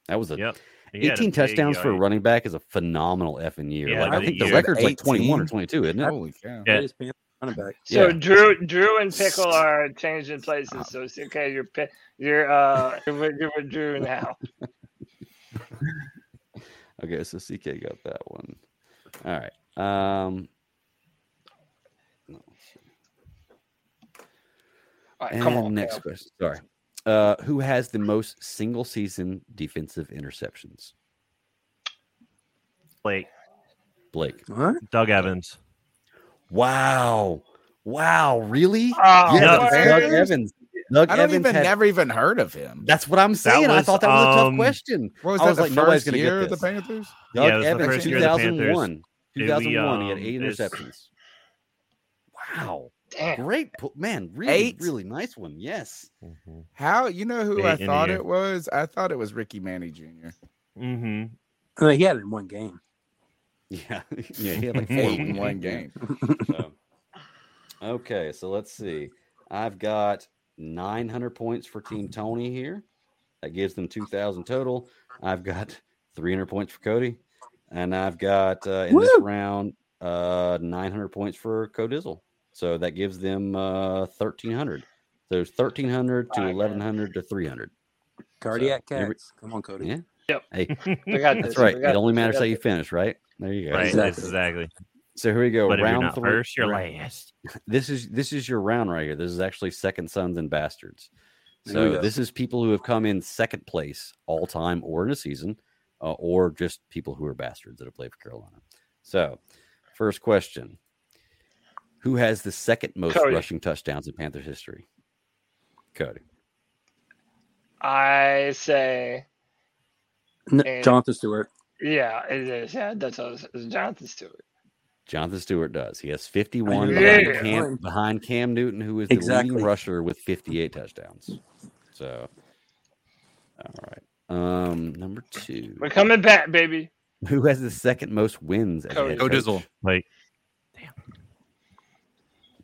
That was a Yep. He had a 18 big touchdowns for a yard. running back is a phenomenal effing year. Yeah, like I I think think the you- record's like 18. 21 or 22, isn't it? Holy cow. Yeah. Greatest Panther running back. So Yeah. Drew, Drew and Pickle are changing places. So it's okay. You're Pi- you're uh you're with, you're with Drew now. Okay, so CK got that one. All right. Um, no, let's see. All right, and come on. next Phil. question. Sorry. Uh, who has the most single season defensive interceptions? Blake, Blake. What? Doug Evans. Wow. Wow. Really? Oh, Yeah, Yes, word. Doug Evans. Doug I don't Evans even had- never even heard of him. That's what I'm saying. I was, thought that was a tough um, question. What was I that was the like, nobody's first gonna year get of the this. Panthers? Doug Yeah, it was the Evans, first year of the Panthers. uh, 2001. Did we, 2001, he had um, eight is- interceptions. Wow. Damn. Great. pu- Man, really, Eight? really nice one. Yes. How you know who Eight I Mm-hmm. in a thought year. it was? I thought it was Ricky Manny Jr. Mm-hmm. I mean, he had it in one game. Yeah. yeah. He had like four Eight of in them. one game. So, okay, so let's see. I've got 900 points for Team Tony here. That gives them 2,000 total. I've got 300 points for Cody, and I've got uh, in this Woo! round uh, 900 points for Codizzle. So that gives them uh, 1,300. So it's 1,300 to 1,100 to 300. Cardiac every- cats. Come on, Cody. Yeah. Hey, We got that's this, right. we got It only this, we matters got how you this. finish, right? There you go. Right. Exactly. Exactly. exactly. So here we go. But if round you're not three. first, you're round- last. this is this is your round right here. This is actually second sons and bastards. There we So go. this is people who have come in second place all time or in a season, uh, or just people who are bastards that have played for Carolina. So, first question: Who has the second most Cody. rushing touchdowns in Panthers history? Cody. I say N- Jonathan Stewart. yeah. It is. Yeah, that's what it's, it's Jonathan Stewart. Jonathan Stewart does. He has 51 Yeah. behind, Cam, Fine. behind Cam Newton, who is the Exactly. leading rusher with 58 touchdowns. So, all right. Um, number two. We're coming back, baby. Who has the second most wins? As a Cody. head Go coach? Dizzle. Like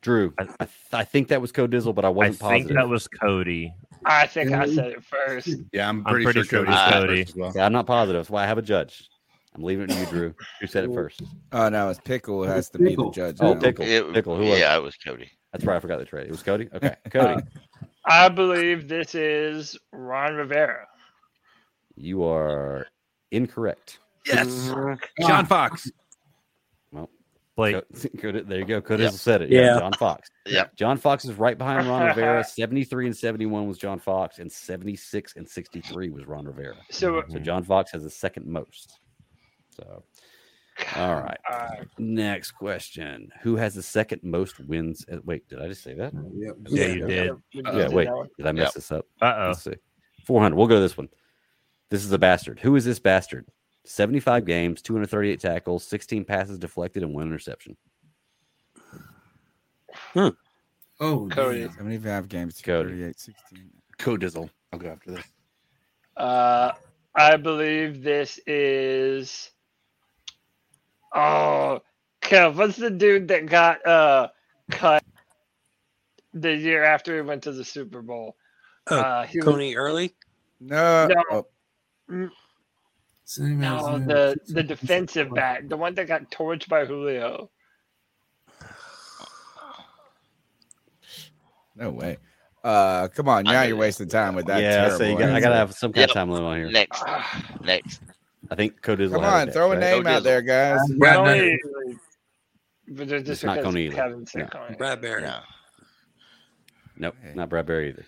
Drew. I, I- th- I think that was Code Dizzle, but I I wasn't think positive. that was Cody. I think I said it first. Yeah, I'm I'm pretty, pretty sure sure Cody's it's got Cody. first as well. Yeah, I'm not positive. That's why I have a judge. I'm leaving it to you, Drew. Who said it first? Oh no, it's Pickle. It It's has to be the Pickle. judge. Oh, now. Pickle. It- Pickle. Who was yeah, it? I was Cody. That's right. I forgot the trade. It was Cody? Okay. Cody, I believe this is Ron Rivera. you are incorrect. Yes. Uh, John Fox. Blake. Co- Code- there you go. Code Dizzle said it. Yeah. John Fox. Yep. John Fox is right behind Ron Rivera. 73 and 71 was John Fox, and 76 and 63 was Ron Rivera. So So John Fox has the second most. So, all right. uh, Next question: Who has the second most wins? At, wait, did I just say that? Yep. Yeah, you did. we yeah, did Uh, wait. that one. Did I mess Yep. this up? Uh oh. Let's see. Four hundred. We'll go to this one. This is a bastard. Who is this bastard? Seventy-five games, two hundred thirty-eight tackles, sixteen passes deflected, and one interception. Oh, Cody. damn. 75 games, Cody. 38, 16. Code Dizzle. I'll go after this. Uh, I believe this is. Oh, Kev, what's the dude that got uh cut the year after he went to the Super Bowl? Oh, uh, he was, Coney uh, Early. No. No. Mm, oh, Same as, no, uh, the the defensive back, the one that got torched by Julio. no way. Uh, come on. Now you're wasting time with that. yeah, terrible so you got, I answer. gotta have some kind of Yep. time limit on here. Next, next. I think Code is. Come on, throw a name out there, guys. Brad Not Nunn- only- but just It's not because Coney either. Kevin said No. Coney. Bradbury. No. Nope, not Bradbury either.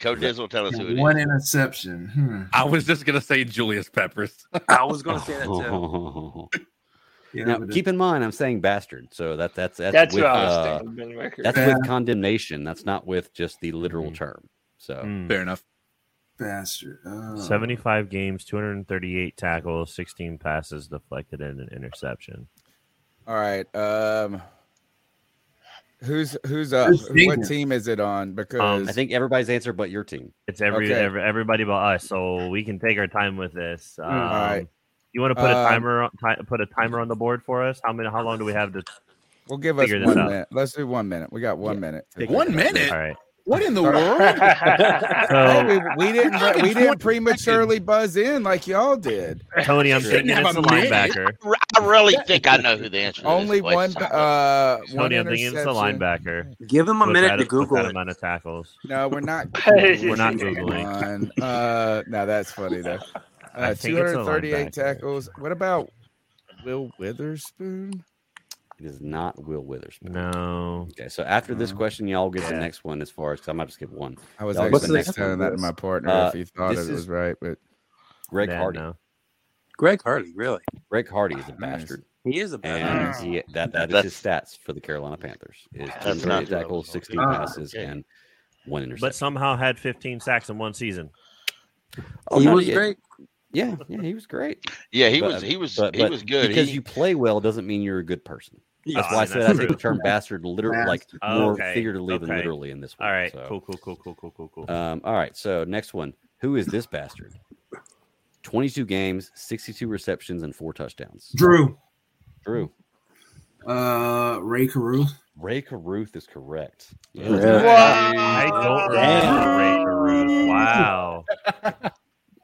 Code Dizzle, tell us who it one is. interception. Hmm. I was just gonna say Julius Peppers. I was going to say that too. Yeah, now, but keep in mind, I'm saying bastard, so that that's that's, That's with, what I was uh, thinking. Ben Wicker. That's Yeah. with condemnation. That's not with just the literal term. So Mm. Fair enough. bastard. Oh. 75 games, 238 tackles, 16 passes deflected, and an interception. All right. Um, who's who's up? Who's what thinking? team is it Um, on? Because I think everybody's answer but your team. It's every, Okay. every everybody but us, so we can take our time with this. Um, All Mm, right. You want to put a Um, timer on, ti- put a timer on the board for us? How many? How long do we have to? We'll give us Figure this one out. minute. Let's do one minute. We got one minute. figure One this out? minute? All right. What in the world? So- we, we didn't we didn't prematurely buzz in like y'all did. Tony, I'm thinking have it's a a minute. linebacker. R- I really think I know who the answer Only is. Wait, one stop it. uh one Tony, I'm thinking it's a interception. linebacker. Give him a with minute that- to with Google that it. amount of tackles. No, we're not. We're not Come Googling. on. Uh, no, that's funny though. I Uh, think it's a 238 linebacker. tackles. What about Will Witherspoon? It is not Will Witherspoon. No. Okay, so after this No. question, y'all get the Yeah. next one as far as 'cause I'm about to skip one. I was No, what's actually the next next telling one, that to Wes? my partner Uh, if he thought it this was is- right, but Greg Yeah, Hardy. no. Greg Hardy, really? Greg Hardy is a Ah, Nice. bastard, He is a bad. and he, that that is That's- his stats for the Carolina Panthers: is That's not 238 tackles, 16 Ah, passes, okay. and one But interception. somehow had 15 sacks in one season. Oh, he no, was great. Yeah, yeah, he was great. Yeah, he But- was he was But, he but was good. because he, you play well doesn't mean you're a good person. That's Oh, why I and said I that's think the true. term bastard literally Bastard. like Oh, more okay, figuratively than okay. literally in this one. All right. so. Cool, cool, cool, cool, cool, cool, cool. Um, all right. So next one. Who is this bastard? 22 games, 62 receptions, and four touchdowns. Drew, Drew. uh, Ray Caruth. Ray Caruth is correct. Yeah. I don't Damn. remember Ray Caruth. Wow.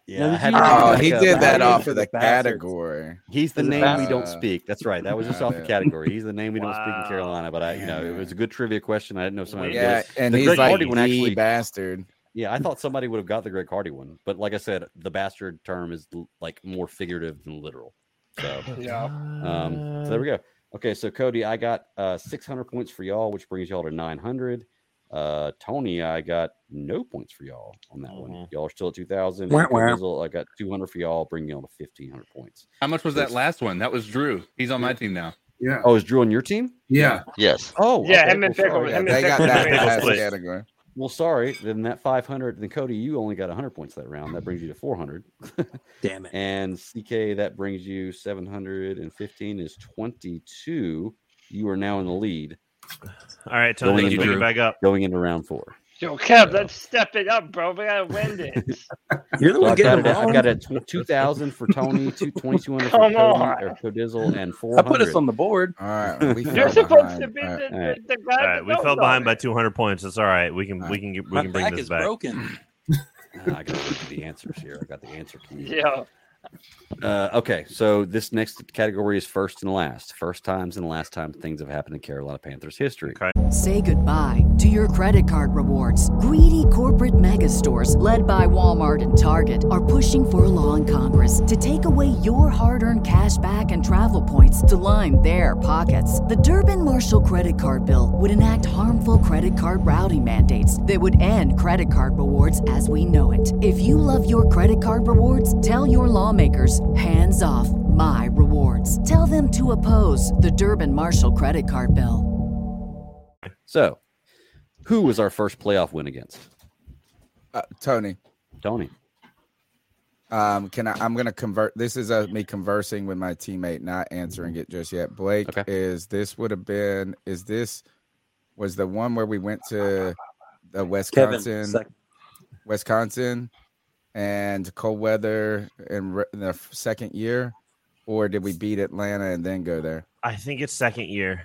Yeah, I had to go oh, back he up. did that I off had of to the go back. category. He's the He's a name we bastard. don't speak. That's right. That was just Got off the it. category. He's the name we don't speak in Wow. Carolina. But I, you know, it was a good trivia question. I didn't know somebody. would get Yeah, it. and The he's Greg like Hardy one the actually- bastard. Yeah, I thought somebody would have got the Greg Hardy one, but like I said, the bastard term is l- like more figurative than literal. So, Yeah. um, so there we go. Okay, so Cody, I got uh, 600 points for y'all, which brings y'all to 900. Uh, Tony, I got no points for y'all on that one. Mhm. Y'all are still at 2,000. Wah, And wah. Dizzle, I got 200 for y'all, bringing y'all to 1,500 points. How much was that last one? That was Drew. He's on my team now. Yeah, Oh, is Drew on your team? yeah. yes. Oh, Yeah, okay, him and well, Pickle. sorry. Yeah, Him they and got Pickle- that Pickle last split. category. Well, sorry. Then that 500, then Cody, you only got 100 points that round. That brings you to 400. Damn it. And CK, that brings you 715 is 22. You are now in the lead All right, Going Tony, in you Drew. it back up. going into round four. Yo, Kev, let's step it up, bro. We gotta win this. You're the So one I've, got it, getting it at- I've wrong. got it at tw- 2,000 for Tony, two- 2,200 for Come Cody, on. or Codizzle, and I put 400. us on the board. All right, we You're fell supposed to behind. be All right. the, all right. the, the guy. All right, that we fell knows behind all by 200 points. That's all right. We can All we can get- we My can bring back this is back. broken. Ah, I got to look at the answers here. I got the answer this. key. Yo, Uh, okay, so this next category is first and last. First times and last time things have happened in Carolina Panthers history. Say goodbye to your credit card rewards. Greedy corporate mega stores, led by Walmart and Target, are pushing for a law in Congress to take away your hard earned cash back and travel points to line their pockets. The Durbin Marshall credit card bill would enact harmful credit card routing mandates that would end credit card rewards as we know it. If you love your credit card rewards, tell your lawmakers hands off my rewards. Tell them to oppose the Durbin Marshall credit card bill. So, who was our first playoff win against? Uh, Tony, Tony. um, can I? I'm gonna convert. This is uh, me conversing with my teammate, not answering it just yet. Blake Okay. is this would have been? Is this was the one where we went to the Kevin, Wisconsin, second. Wisconsin, and cold weather in, re- in the f- second year, or did we beat Atlanta and then go there? I think it's second year.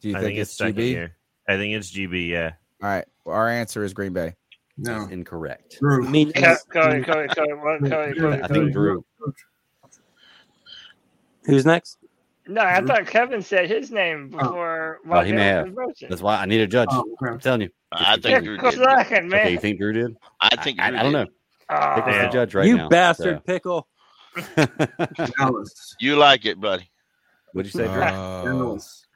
Do you I think, it's second GB? year. I think it's GB. Yeah. All right, well, our answer is Green Bay. No, Incorrect. I Drew. mean, Kev, Cody, Cody, Cody, Cody, Cody, Cody, I Cody. think Drew. who's next? No, Mm-hmm. I thought Kevin said his name before. Oh, he may have. That's why I need a judge. Oh, crap. I'm telling you. I It's think Yeah, Drew good did. looking, man. Okay, you think Drew did? I think I, Drew I don't did. know. Oh, Pickle's the judge right you now. bastard, pickle. so. Dallas. You like it, buddy. What'd you say? Drew? Uh, Dallas.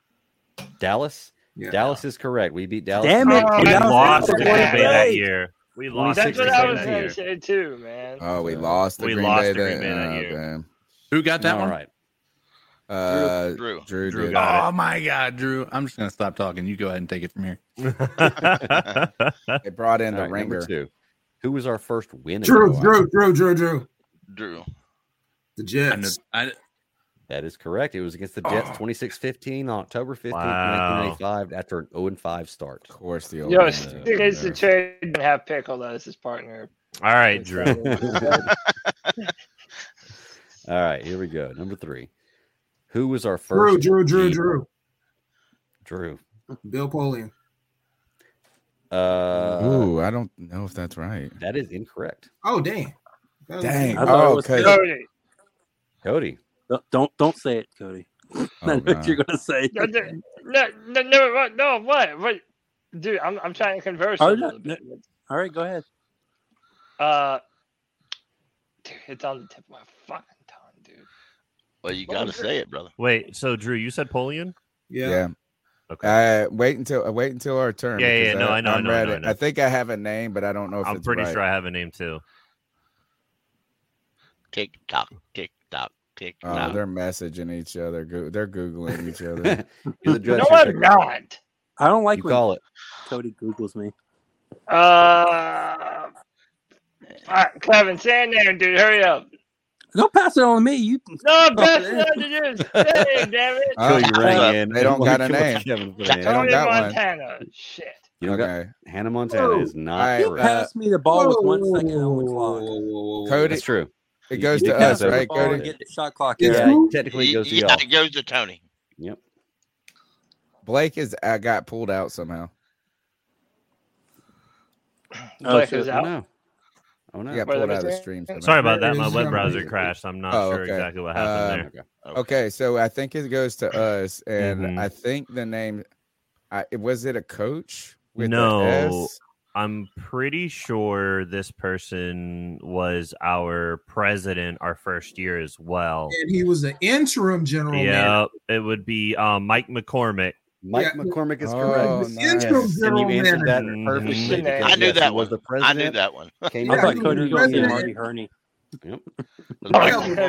Dallas. Yeah. Dallas is correct. We beat Dallas. Damn it, Oh, We that was lost the to one Green Bay that- that year. We lost to That's Green what Bay I was that gonna year. say too, man. Oh, we lost. The We Green lost Bay to Green Bay then? that Oh, year. damn. Who got that All one? right. Uh, Drew. Drew, Drew did. got it. Oh my God, Drew! I'm just gonna stop talking. You go ahead and take it from here. They brought in All the right, ringer. number two. Who was our first win? Drew, against? Drew, Drew, Drew, Drew. Drew. The I know, Jets. I, That is correct. It was against the Jets Oh. 26 15 on October 15th, Wow. 1995, after an 0 5 start. Of course, the old Yo, man it's is it's the there. trade and have Pickle as his partner. All right, Drew. All All right, here we go. Number three. Who was our Drew, first? Drew, Drew, evil- Drew. Drew. Bill Polian. Uh, Ooh, I don't know if that's right. That is incorrect. Oh, damn. That was- Dang. I thought it Oh, was okay. Cody. Cody. Don't- Don't don't say it, Cody. I Oh, know what you're God. gonna say. No, no, no, no, no, what- no, what? What? Dude, I'm, I'm trying to converse. a Oh, little no, bit. All right, go ahead. Uh, dude, it's on the tip of my fucking tongue, dude. Well, you got to say it, brother. Wait, so Drew, you said Polian? Yeah. Yeah. Okay. Uh, wait until uh, wait until our turn. Yeah, yeah, because no, I know, I I'm know, I ready. know, I know. I think I have a name, but I don't know if I'm it's pretty right. sure I have a name too. Tick tock, tick tock, tick Oh, tock. they're messaging each other. Go- they're googling each You're other. the judge. no, here, I'm Tucker. not. I don't like You when call it. Cody Googles me. Uh, fuck, Kevin, stand there, dude. Hurry up. Don't pass it on to me. You No, best not to do. Hey, damn it. Oh, Cody rang in. They don't got a Come on, name. Kevin, put They it in. don't Tony got one. Montana. Shit. You don't got okay. Hannah Montana is not All right, he uh, correct. passed me the ball with one second on the Whoa, clock. whoa, whoa, whoa, whoa. Cody, That's true. It You- goes you to did us, pass it. right, The ball and Cody? get the shot clock Yeah. out. Yeah, it technically Yeah, goes to yeah, y'all. it goes to Tony. Yep. Blake is uh, got pulled out somehow. Blake so- is Oh, out. no. Oh no. He got Wait, pulled let me out of the see. stream. somehow. Sorry about that. My It's web not browser really- crashed. I'm not Oh, sure okay. exactly what happened Um, there. Okay. Okay, so I think it goes to us, and Mhm. I think the name, I, it- was it a coach? With a No. S? I'm pretty sure this person was our president our first year as well. And he was an interim general manager. Yeah, it would be um, Mike McCormick. Mike Yeah. McCormick is Oh, correct. nice. Yes, Interim And general you answered that manager. perfectly. Mhm. because, I knew yes, that he one. Was the I president? knew that one. Came I Yeah, thought he in. Cody was going to be Marty president. Herney. Mike Yeah.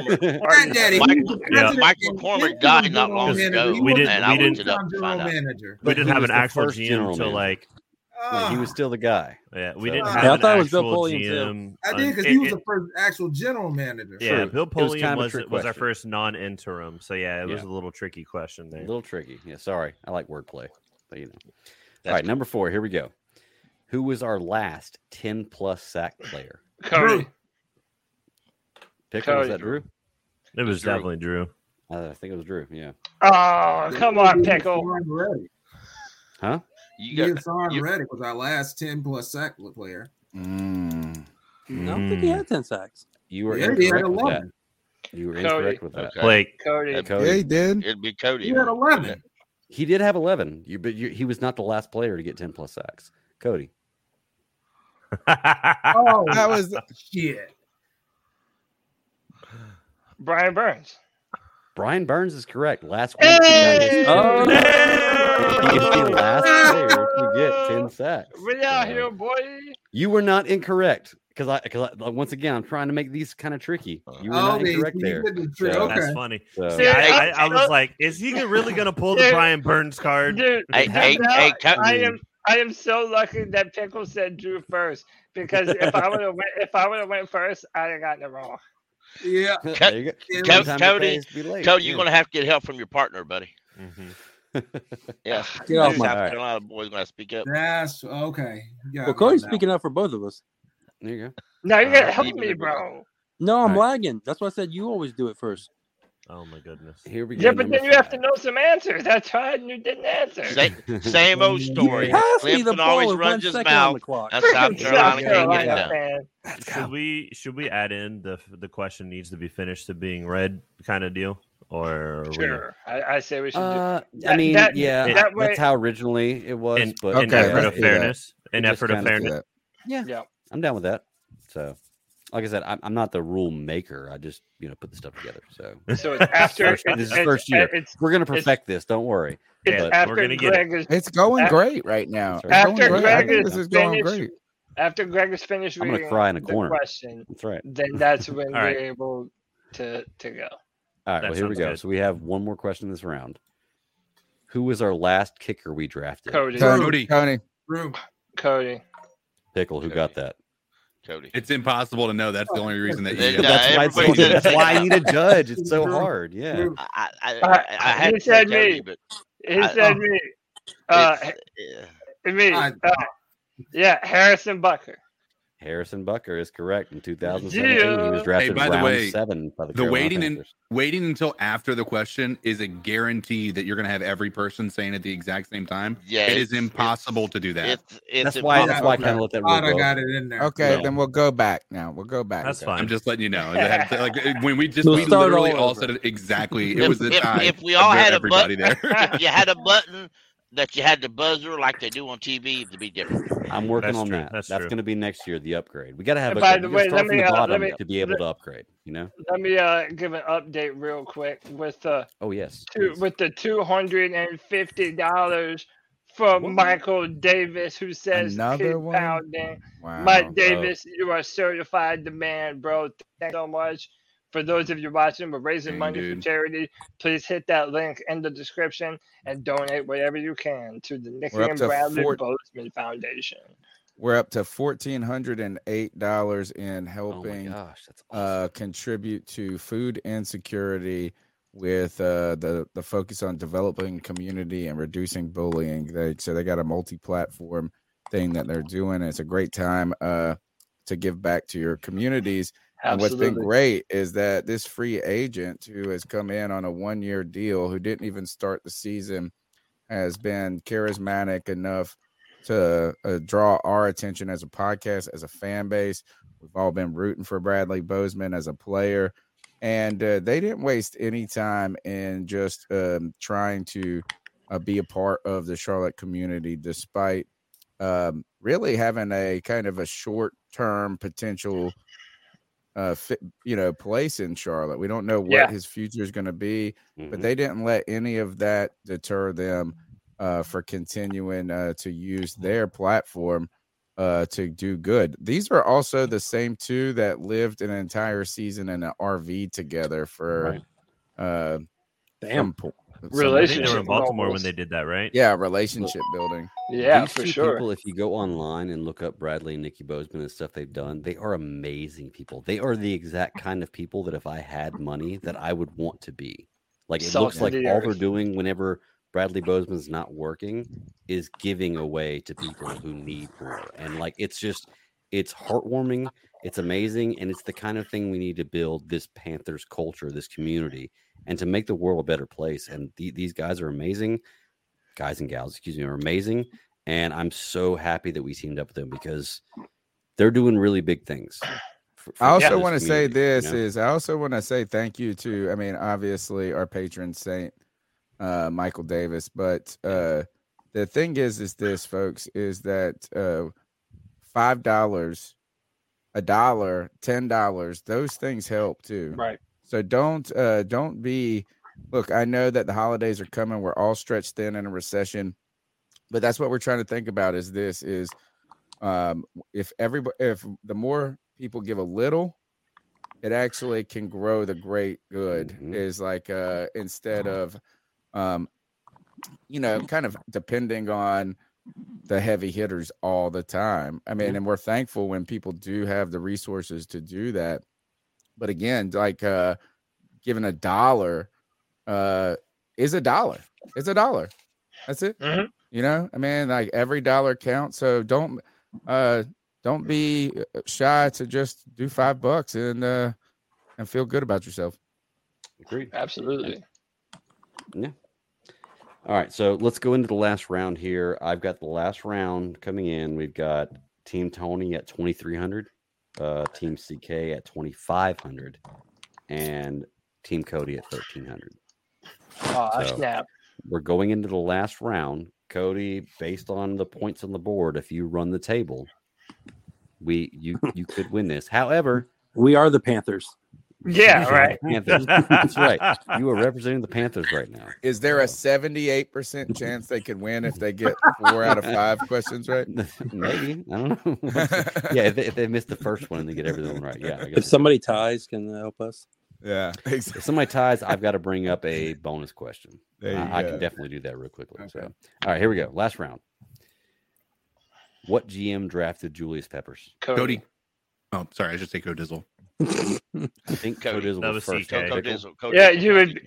McCormick. Granddaddy, he Mike- was the yeah. president Mike and McCormick interim died not general long manager. ago, He was and the I looked it full-time up to general find out. manager. we But didn't he have was an the actual first GM general until manager. like Like, he was still the guy. yeah, we So- didn't Yeah, have I an thought it was Bill actual Polian, too. GM. I did un- because it- he was it- the first actual general manager. yeah, True. Bill It was kind Polian of a was trick was, our question. first non-interim. So yeah, it was Yeah. a little tricky question A there. little tricky. Yeah, sorry. I like wordplay, but you know. All That's right, number four. Here we go. Who was our last ten plus sack player? Cody. Pick was Cody. that Drew? Uh, It was Drew. definitely Drew. I think it was Drew. Yeah. Oh, come on, Pickle. Pickle. Huh? You got Yassan you- Reddick was our last 10 plus sack player. Mm. Mm-hmm. I don't think he Mm. had ten sacks. You were Yeah, he had incorrect with that. 11. You were Cody. incorrect with that. Okay. Blake, Cody. Cody. Yeah, he did. it'd be Cody. He had 11. He did have eleven. You, but you, he was not the last player to get ten plus sacks. Cody. Oh, That was shit. Brian Burns. Brian Burns is correct. Last week. he got Hey! his- Oh, he is the last player to get ten sacks. We out So, here, boy. You were not incorrect because I because I, once again I'm trying to make these kind of tricky. You were Oh, not they- incorrect he there. did the trick. So okay. that's funny. So, See, Dude, I, I, I- I was like, is he really gonna pull the Dude. Brian Burns card? Dude, Hey, hey, that's hey, how- Cody. I am I am so lucky that Pickle said Drew first because if I would have went if I would have went first, I'd have gotten it wrong. Yeah. there you go. it Cody- was- Sometimes it Cody- pays to be late. Cody, you're Yeah. gonna have to get help from your partner, buddy. Mhm. Yeah, Get off South my- Carolina boys gonna speak up. That's okay. Yeah, Well, Cody's speaking up for both of us. There you go. No, you Uh, gotta help even me, if- bro. No, I'm Right. lagging. That's why I said you always do it first. Oh my goodness. Here we go. Yeah, but number then you have to five. know some answers. I tried and you didn't answer. Same, same old story. Pass me the Clemson ball always with one runs his second on mouth. the clock. That's South Freaking South Carolina can't get it Carolina done. fan. Should we should we add in the the question needs to be finished to being read kind of deal or are we- Sure, I, I say we should Uh, I That- mean, that- yeah, that I- way- that's how originally it was. in, but in Okay, effort let's of do that. fairness? In We just effort of kinda do fairness. yeah. yeah, do. Yeah, I'm down with that. So, like I said, I'm, I'm not the rule maker. I just you know put the stuff together. So so it's after First- it's, this is it's- first year. It's, we're gonna It's- perfect this. Don't worry. it's Yeah, we're after gonna get Greg is It's going Af- great right now. It's After going great. I Greg think is this is going finished- great. after Greg is finished I'm gonna reading cry in a the corner. question. That's right. Then that's when All right. we're able to to go. All right. That Well, here we sounds go. good. So we have one more question this round. Who was our last kicker we drafted? Cody, So- Tony, Cody. Tony, Drew. Cody, Pickle. Who got that? Cody. It's impossible to know. That's the only reason that It you. does. That's why, it's so- everybody that's said- why I need a judge. It's so Drew. hard. Yeah. Drew. I, I, I, Uh, I had you to say said Cody, me. but he I- said oh. me. Uh, eh, it's- yeah. me. I- uh, yeah, Harrison Bucker. Harrison Bucker is correct. In 2017, he was drafted Hey, by the round way, seven by the, the Carolina waiting and Panthers. waiting until after the question is a guarantee that you're going to have every person saying at the exact same time. Yeah, it it's- is impossible to do that. It's, it's That's why. impossible. That's why I kind of let that Glad I rule go. got it in there. Okay, No. then we'll go back now. We'll go back. That's Okay. fine. I'm just letting you know. I had to- like when we just We'll we start literally all all over. said it exactly. If- It was a if- tie. if we all of had a everybody there. if you had a button that you had to buzzer like they do on TV, it'd be different. I'm working That's on true. that. That's That's, true. going to be next year. The upgrade. We got to have. And A, by we the gotta way, let start from me, the uh, let bottom me- to be able let- to upgrade. You know. Let me uh, give an update real quick with uh, Oh yes. two, please. with the two hundred and fifty dollars from What? Michael Davis, who says Another keep one? pounding. Wow. Mike Davis, you are certified demand, bro. Thanks so much. For those of you watching, we're raising Dang, money dude. for charity. Please hit that link in the description and donate whatever you can to the Nicky We're up and to Bradley four- Bozeman Foundation. We're up to fourteen hundred and eight dollars in Oh my helping gosh, that's awesome. uh, contribute to food insecurity with uh, the the focus on developing community and reducing bullying. They so they got a multi platform thing that they're doing. It's a great time uh, to give back to your communities. And what's been great is that this free agent who has come in on a one year deal, who didn't even start the season, has been charismatic enough to uh, draw our attention as a podcast, as a fan base. We've all been rooting for Bradley Bozeman as a player. And uh, they didn't waste any time in just um, trying to uh, be a part of the Charlotte community, despite um, really having a kind of a short term potential uh, fit, you know, place in Charlotte. We don't know what Yeah. his future is going to be, but Mhm. they didn't let any of that deter them uh, for continuing uh, to use their platform uh, to do good. These are also the same two that lived an entire season in an RV together for Right. uh, some Damn. po- some- I think they were Relationship in Baltimore when levels. they did that, right? yeah, relationship building. Yeah, These for two sure. People, if you go online and look up Bradley and Nikki Bozeman and stuff they've done, they are amazing people. They are the exact kind of people that if I had money, that I would want to be. Like it Salt looks like of the all they're earth. doing whenever Bradley Bozeman's not working is giving away to people who need more. And like it's just it's heartwarming, it's amazing, and it's the kind of thing we need to build this Panthers culture, this community, and to make the world a better place. And the- these guys are amazing. Guys and gals, excuse me, are amazing. And I'm so happy that we teamed up with them because they're doing really big things. for- for I also this want to say community, you this know? is I also want to say thank you to I mean obviously our patron saint uh Michael Davis but uh the thing is is this folks is that uh five dollars a dollar ten dollars those things help too Right. so don't uh don't be look, I know that the holidays are coming. We're all stretched thin in a recession. But that's what we're trying to think about is this is um if everybody if the more people give a little, it actually can grow the great good Mhm. is like uh instead of um you know kind of depending on the heavy hitters all the time. I mean, and we're thankful when people do have the resources to do that. But again, like uh giving a dollar uh is a dollar. It's a dollar. That's it. Mhm. You know, I mean, like every dollar counts. So don't uh don't be uh, shy to just do five bucks and uh and feel good about yourself. Agreed. Absolutely. All right, so let's go into the last round here. I've got the last round coming in. We've got Team Tony at 2300, uh, Team CK at 2500, and Team Cody at 1300. Oh, I So- snap. We're going into the last round. Cody, based on the points on the board, if you run the table, we you you could win this. However, We are the Panthers. Yeah, right. Panthers. That's right. You are representing the Panthers right now. Is there Oh. a seventy-eight percent chance they could win if they get four out of five questions right? Maybe I don't know. yeah, if they, if they miss the first one and they get everything right, yeah. I If guess. somebody ties, can they help us? yeah, If exactly. somebody ties, I've got to bring up a bonus question. There you I, I go. can definitely do that real quickly. So, Okay. all right, here we go. Last round. What GM drafted Julius Peppers? Cody. Oh, sorry. I should say Codizzle. I think Cody. Cody was, That was first. CK. right? Coco Pickle. Dizzle, Coco Yeah, Dizzle. you would-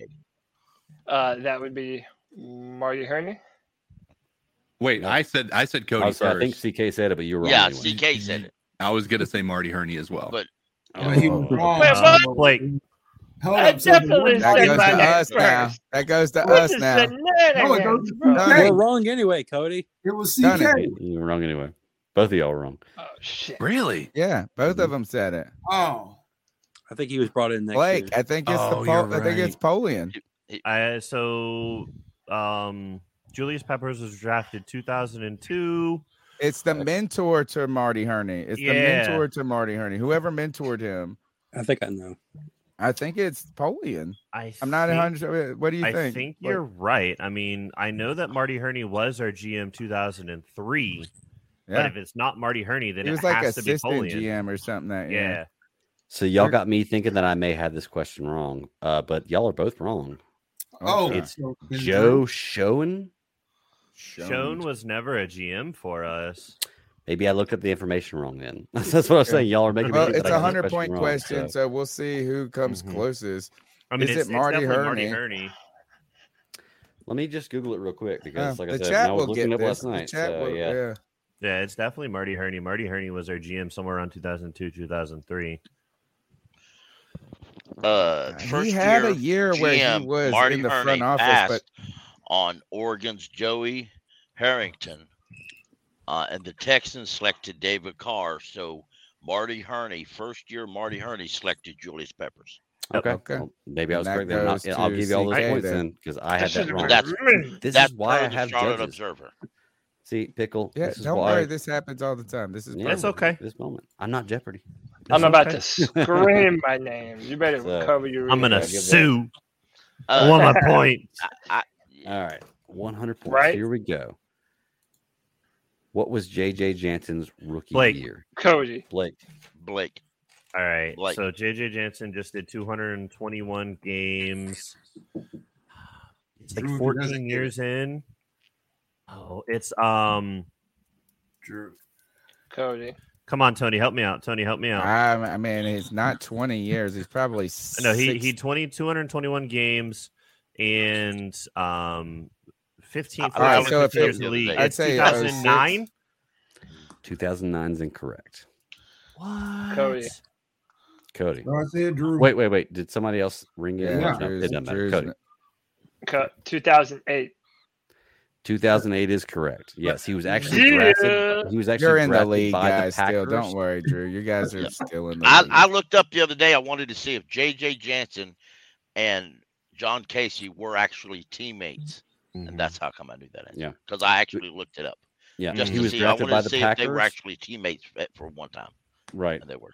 Uh, that would be Marty Herney. Wait, No. I said I said Cody I, was- I first. think CK said it, but you were wrong. Yeah, anyway. CK said it. I was gonna say Marty Herney as well. But Oh, But he was wrong. Wait, what? So- Blake. Hold I up. so the definitely one- That Say goes to my name us now. first. That goes to What us is Oh, now. No, it shenanigans, goes to bro? CK. We're wrong anyway, Cody. It was Done it. CK. You're wrong anyway. Both of y'all are wrong. Oh, shit. Really? Yeah, both of them said it. Oh, I think he was brought in Mm. next Blake, year. I think it's Oh, the you're Pol- I think it's Polian. I, so um, Julius Peppers was drafted 2002. It's the mentor to Marty Herney. It's the Yeah. mentor to Marty Herney. Whoever mentored him, I think I know. I think it's Polian. I I'm not a think- hundred. What do you I think? think, Blake? you're right. I mean, I know that Marty Herney was our GM 2003, but Yeah. if it's not Marty Herney, then He it was like has to be assistant Polian. GM or something that year. Yeah. So y'all You're- got me thinking that I may have this question wrong, uh, but y'all are both wrong. oh, Okay. It's so- Joe Schoen. Schoen was never a GM for us. Maybe I looked up the information wrong. Then that's what I'm saying. Y'all are making. me Well, think that it's I got a this hundred point wrong, question, so- so we'll see who comes Mhm. closest. I mean, Is it's, it it's Marty definitely Marty Herney? Herney. Let me just Google it real quick because, Yeah, like I Oh, Um, the said, chat I was will get looking up this. last The night. chat so, will- yeah. yeah. Yeah, it's definitely Marty Herney. Marty Herney was our GM somewhere around 2002, 2003. uh, He first had year, a year where he GM was Marty in the Herney front office, passed but- on Oregon's Joey Harrington, uh, and the Texans selected David Carr. So Marty Herney, first year Marty Herney selected Julius Peppers. Okay. Okay. Well, maybe I And was that correct there. and I'll, goes and I'll to give you all those CK points then. then because I had that should've wrong. been That's- written. This That's is why per I the have Charlotte judges. Observer. See, pickle. Yeah, this is don't why worry. This happens all the time. This is Yeah, That's okay. This moment, I'm not Jeopardy. I'm That's about okay. to scream my name. You better So, recover your. I'm going Yeah, to give that- sue. I Uh, want my point. All right, 100 points. Right? Here we go. What was JJ Jansen's rookie Blake. year? Cody. Blake. Blake. All right. Like- so JJ Jansen just did 221 games. It's like Drew, if he 14 doesn't get years in. Oh, it's um. Drew. Cody. Come on, Tony, help me out. Tony, help me out. I, I mean, it's not 20 years. He's probably no, he he 60. 20, 221 games and um 15 All right, for so if 15 it- years in the league. I'd It's say uh, 2009. 06. 2009 is incorrect. What? Cody. Cody. No, I said Drew. Wait, wait, wait. Did somebody else ring in? Yeah, No, it Drew's- doesn't matter. Drew's- Cody. Co- 2008. 2008 is correct. Yes, he was actually Yeah. drafted. He was actually You're in the drafted league, by guys. the Still, don't Packers. worry, Drew. You guys are still in the I, league. I looked up the other day. I wanted to see if J.J. Jansen and John Casey were actually teammates, Mhm. and that's how come I knew that. Mm-hmm. Yeah. because I actually looked it up Yeah, just he to was see. I drafted wanted by to the see if they were Packers. actually teammates at- for one time, Right, and they were.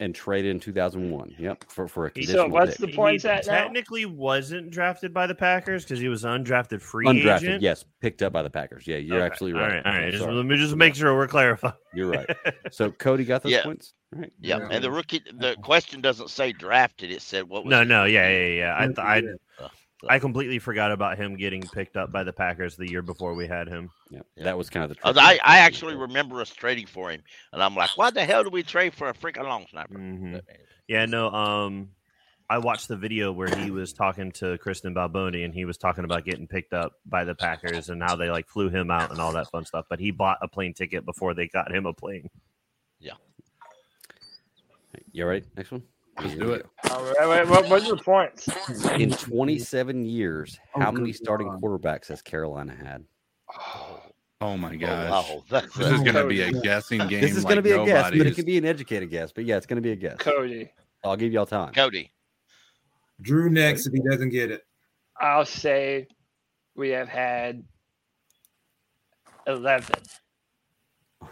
and traded in 2001. Yep, for for a So conditional what's pick. the points he at now? technically wasn't drafted by the Packers because he was undrafted free undrafted? agent. Yes, picked up by the Packers. Yeah, you're Okay, absolutely right. All right, all right. Just, Sorry, let me just make sure we're clarified. You're right. So Cody got those Yeah. points. All right. Yeah, Yeah. and the rookie. The question doesn't say drafted. It said what was. No, his no, rookie yeah, year. yeah, yeah. I, Yeah, I, yeah. Uh, I completely forgot about him getting picked up by the Packers the year before we had him. Yeah, Yeah. that was kind of the. 'Cause tricky I, one. I actually remember us trading for him, and I'm like, why the hell do we trade for a freaking long sniper? Mhm. But Yeah, no. Um, I watched the video where he was talking to Kristen Balboni, and he was talking about getting picked up by the Packers and how they like flew him out and all that fun stuff. But he bought a plane ticket before they got him a plane. You all right? Next one. Let's Here do we it. go. All right, wait, what, what's your points? In 27 years, Oh, how good many starting God. quarterbacks has Carolina had? Oh my gosh. Wow, that's This is a- gonna be a guessing game. This is like going to be a guess, but it nobody's. could be an educated guess. But yeah, it's going to be a guess. Cody. I'll give y'all time. Cody. Drew next if he doesn't get it. I'll say we have had 11.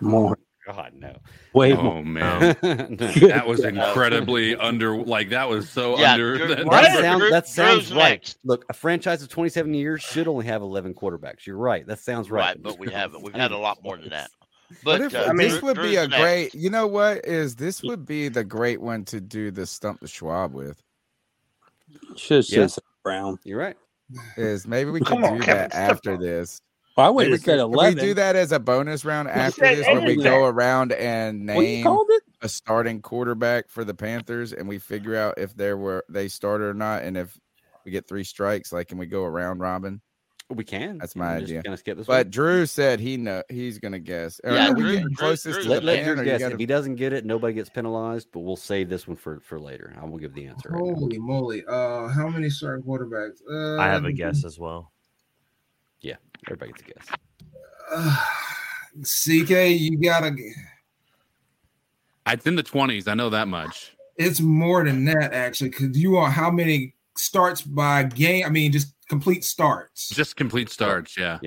More. God no. Way more. Oh man. No. That was incredibly under. Like that was so Yeah, under. Drew- that- What? That Drew- sounds that sounds Drew's right. next. Look, a franchise of 27 years should only have 11 quarterbacks. You're right. That sounds Right, right. but we haven't. We've had a lot more than that. But, if, uh, this Drew- would be Drew's a next. great. You know what is this would be the great one to do the stump the Schwab with Should have Yeah. said Brown. You're right. is maybe we Come could on, do Kevin, that step after up. this. Well, I would Maybe have said can we 11. do that as a bonus round after said this, where we go anything. around and Well, you name called it. a starting quarterback for the Panthers and we figure out if there were they started or not, and if we get three strikes, like can we go around robin? We can. That's my We're just idea. Gonna skip this But one. Drew said he know he's gonna guess. Or Yeah, are we Drew- getting Drew- closest to Drew- the Let, let pan, or Drew you guess. gotta- If he doesn't get it, nobody gets penalized. But we'll save this one for for later. I will give the answer. Right now. Holy moly! Uh, how many starting quarterbacks? Uh, I have a guess as well. Everybody gets a guess. CK, Uh, you gotta. It's in the twenties. I know that much. It's more than that actually, because you are how many starts by game? I mean, just complete starts. Just complete starts. Yeah.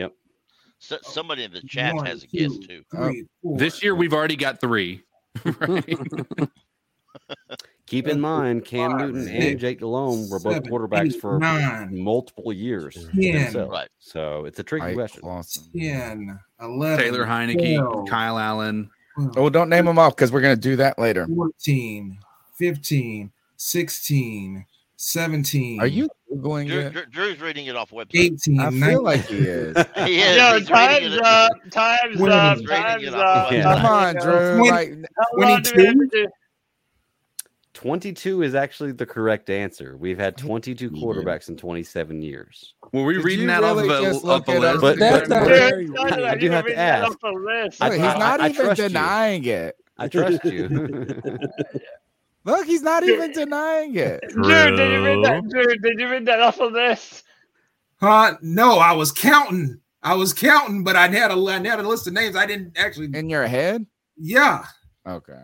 So, somebody in the chat One, has a guess two, too. three, four. This year we've already got three. right? Keep in mind, Cam Five, Newton six, and Jake DeLone were both seven, quarterbacks eight, for nine, multiple years. ten, themselves. Right. So it's a tricky Mike question. Clawson. 10, 11, Taylor Heineke, twelve, Kyle Allen. twelve, Oh, don't name them off because we're gonna do that later. 14, 15, 16, 17. Are you googling Drew, it? Drew, Drew's reading it off website. 18, I 19. feel like he is. He is, Yo, he's reading Uh, time's it- up. Time's Wait a up. minute. Time's Wait a up. minute. Come on, Time's up. Drew. When- Like, How long do we have to do? 22 is actually the correct answer. We've had 22 quarterbacks in 27 years. Were we Oh, Did reading you that really off just of a, off look a it up? list? But- That's but- not but- very Dude, I- no, no, I no, do you can have to read that ask. off the list. I- Look, he's I- not I even trust you. denying it. I trust you. Look, he's not even denying it. Drew, did you read that? Drew, did you read that off of this? Huh? No, I was counting. I was counting, but I had a, I had a list of names. I didn't actually. In your head? Yeah. Okay.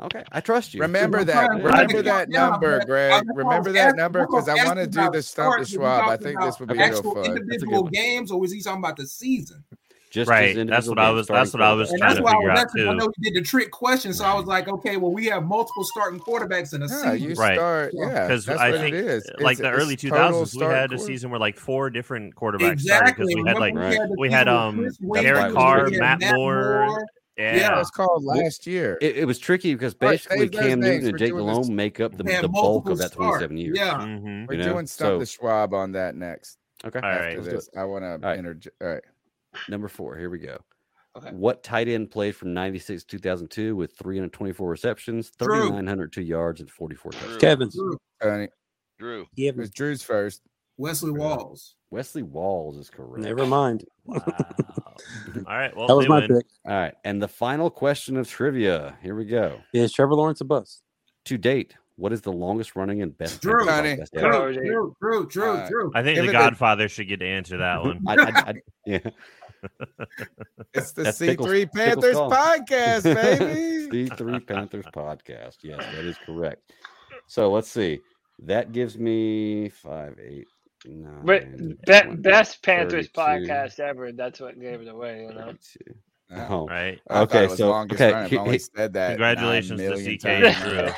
okay, I trust you. Remember Right. that. Remember that Yeah, number, but Greg. I'm- Remember I'm that asking- number I'm because I asking want to do about the stump to starts. Are you Schwab. I talking think this would be about real actual fun. individual one. games, or was he talking about the season? Just Right, as that's what individual I was- starting that's what I quarterbacks. was And trying that's to why I figure was out, asking. I too. know you did the trick question, so I was like, okay, well, we have multiple starting quarterbacks in a Yeah, season. you Right. start. Yeah, Because because I think, uh, it is. like It's- the it's early two total thousands, we start had a quarter- season where like four different quarterbacks started exactly. because we had like Remember Right. the we season had, with um, Chris Derek Wade, we Carr, had Matt Moore. yeah, Yeah, it was called last year. It, it was tricky because Well, save basically those Cam names Newton for and Jake doing this. Mm-hmm. Delhomme make up the, They had the bulk multiple of that start. 27 years. Yeah. Mhm. We're you know, doing stump so- the Schwab on that next. Okay. All let's right. After do this, it. I want to right. interject. All right. Number four. Here we go. Okay. What tight end played from 96 to 2002 with 324 receptions, Drew. 3,902 yards, and 44 touchdowns? Drew, Kevin's. Tony, Drew. it was Drew's first. Wesley Walls. Wesley Walls is correct. Never mind. Wow. All right. Well, that was they my win. pick. All right. And the final question of trivia. Here we go. Is Trevor Lawrence a bust? To date, what is the longest running and best? Drew, Panthers honey. podcast ever? Drew, Drew, Drew, Drew, Uh, Drew. I think Give the it the- Godfather should get to answer that one. I, I, I, yeah. It's the That's C3 Pickles- Panthers Pickles call. podcast, baby. The Three Panthers podcast. Yes, that is correct. So let's see. That gives me five, eight, nine. But be- 20, best Panthers 32. podcast ever. That's what gave it away. You know. 32. Oh, Oh, Right. I thought Okay, it was so- longest okay, run. I've he- only he- said that. Congratulations to 9 million CK times. and Drew.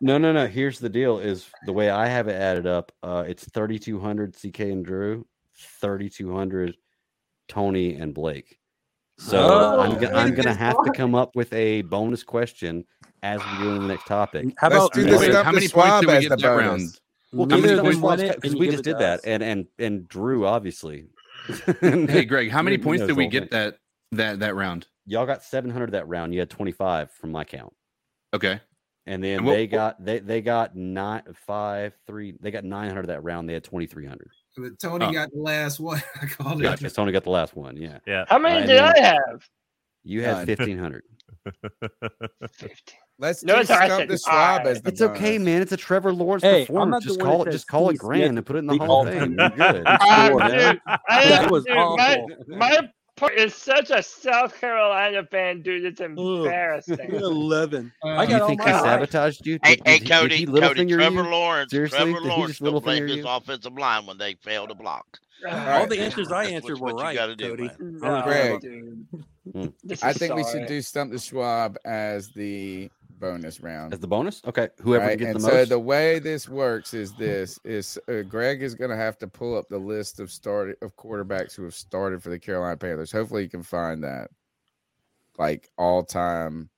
No, no, no. Here's the deal: is the way I have it added up. Uh, it's thirty two hundred CK and Drew, thirty two hundred Tony and Blake. So I'm, go- Oh, I'm okay. gonna have to come up with a bonus question as we go into the next topic. How Let's about do you this know, Wait, stuff how to many Schwab points did we as get the that round? bonus. Well, neither neither of of them won it, because and we you just give it did to that, us. and and and Drew obviously. Hey, Greg, how many He points knows did we all get that that that round? Y'all got seven hundred that round. You had twenty five from my count. Okay. And then And what- they got they they got nine five three they got nine hundred that round. They had twenty three hundred. But Tony Oh. got the last one. I called Yeah, it. because Tony got the last one. Yeah, Yeah. How many I did mean- I have? you None. had fifteen hundred. Fifteen. Let's No, do it's all right. stump the It's Schwab all as the It's okay, bonus. man. It's a Trevor Lawrence Hey, I'm performance. not the Just one call that it. says Just call it cease grand yet. and put it in the The Hall of Fame. ultimate. You're good. Ah, Four, dude, I, That was dude, my, awful. my part is such a South Carolina fan, dude. It's embarrassing. Eleven. Uh, I Do got you all think my he God. sabotaged you? Hey, hey, he- Cody, he little Cody, finger you? Trevor Lawrence, Seriously? Trevor Did he Lawrence just little still blamed finger his you? offensive line when they failed to block. all the answers I That's answered what were you right, gotta do, Cody. Um, man. No, Greg. dude. Hmm. This I is think we should sorry. do stump the Schwab as the bonus round. As the bonus, okay. Whoever right? gets and the so most. the way this works is this is uh, Greg is going to have to pull up the list of started of quarterbacks who have started for the Carolina Panthers. Hopefully, you can find that like all time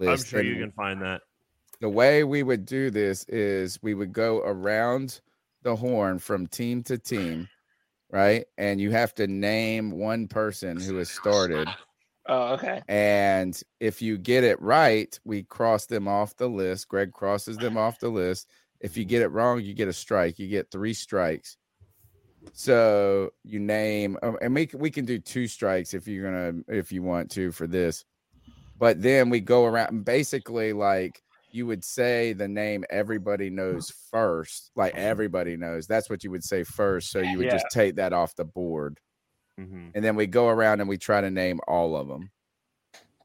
I'm list. sure you And can find that. The way we would do this is we would go around the horn from team to team, right? And you have to name one person who has started. Oh, okay. And if you get it right, we cross them off the list. Greg crosses them off the list. If you get it wrong, you get a strike. You get three strikes. So you name, um, and we c- we can do two strikes if you're gonna if you want to for this, but then we go around basically like you would say the name everybody knows first, like everybody knows. That's what you would say first. So you would just take that off the board, Mm-hmm. Mhm. and then we go around and we try to name all of them.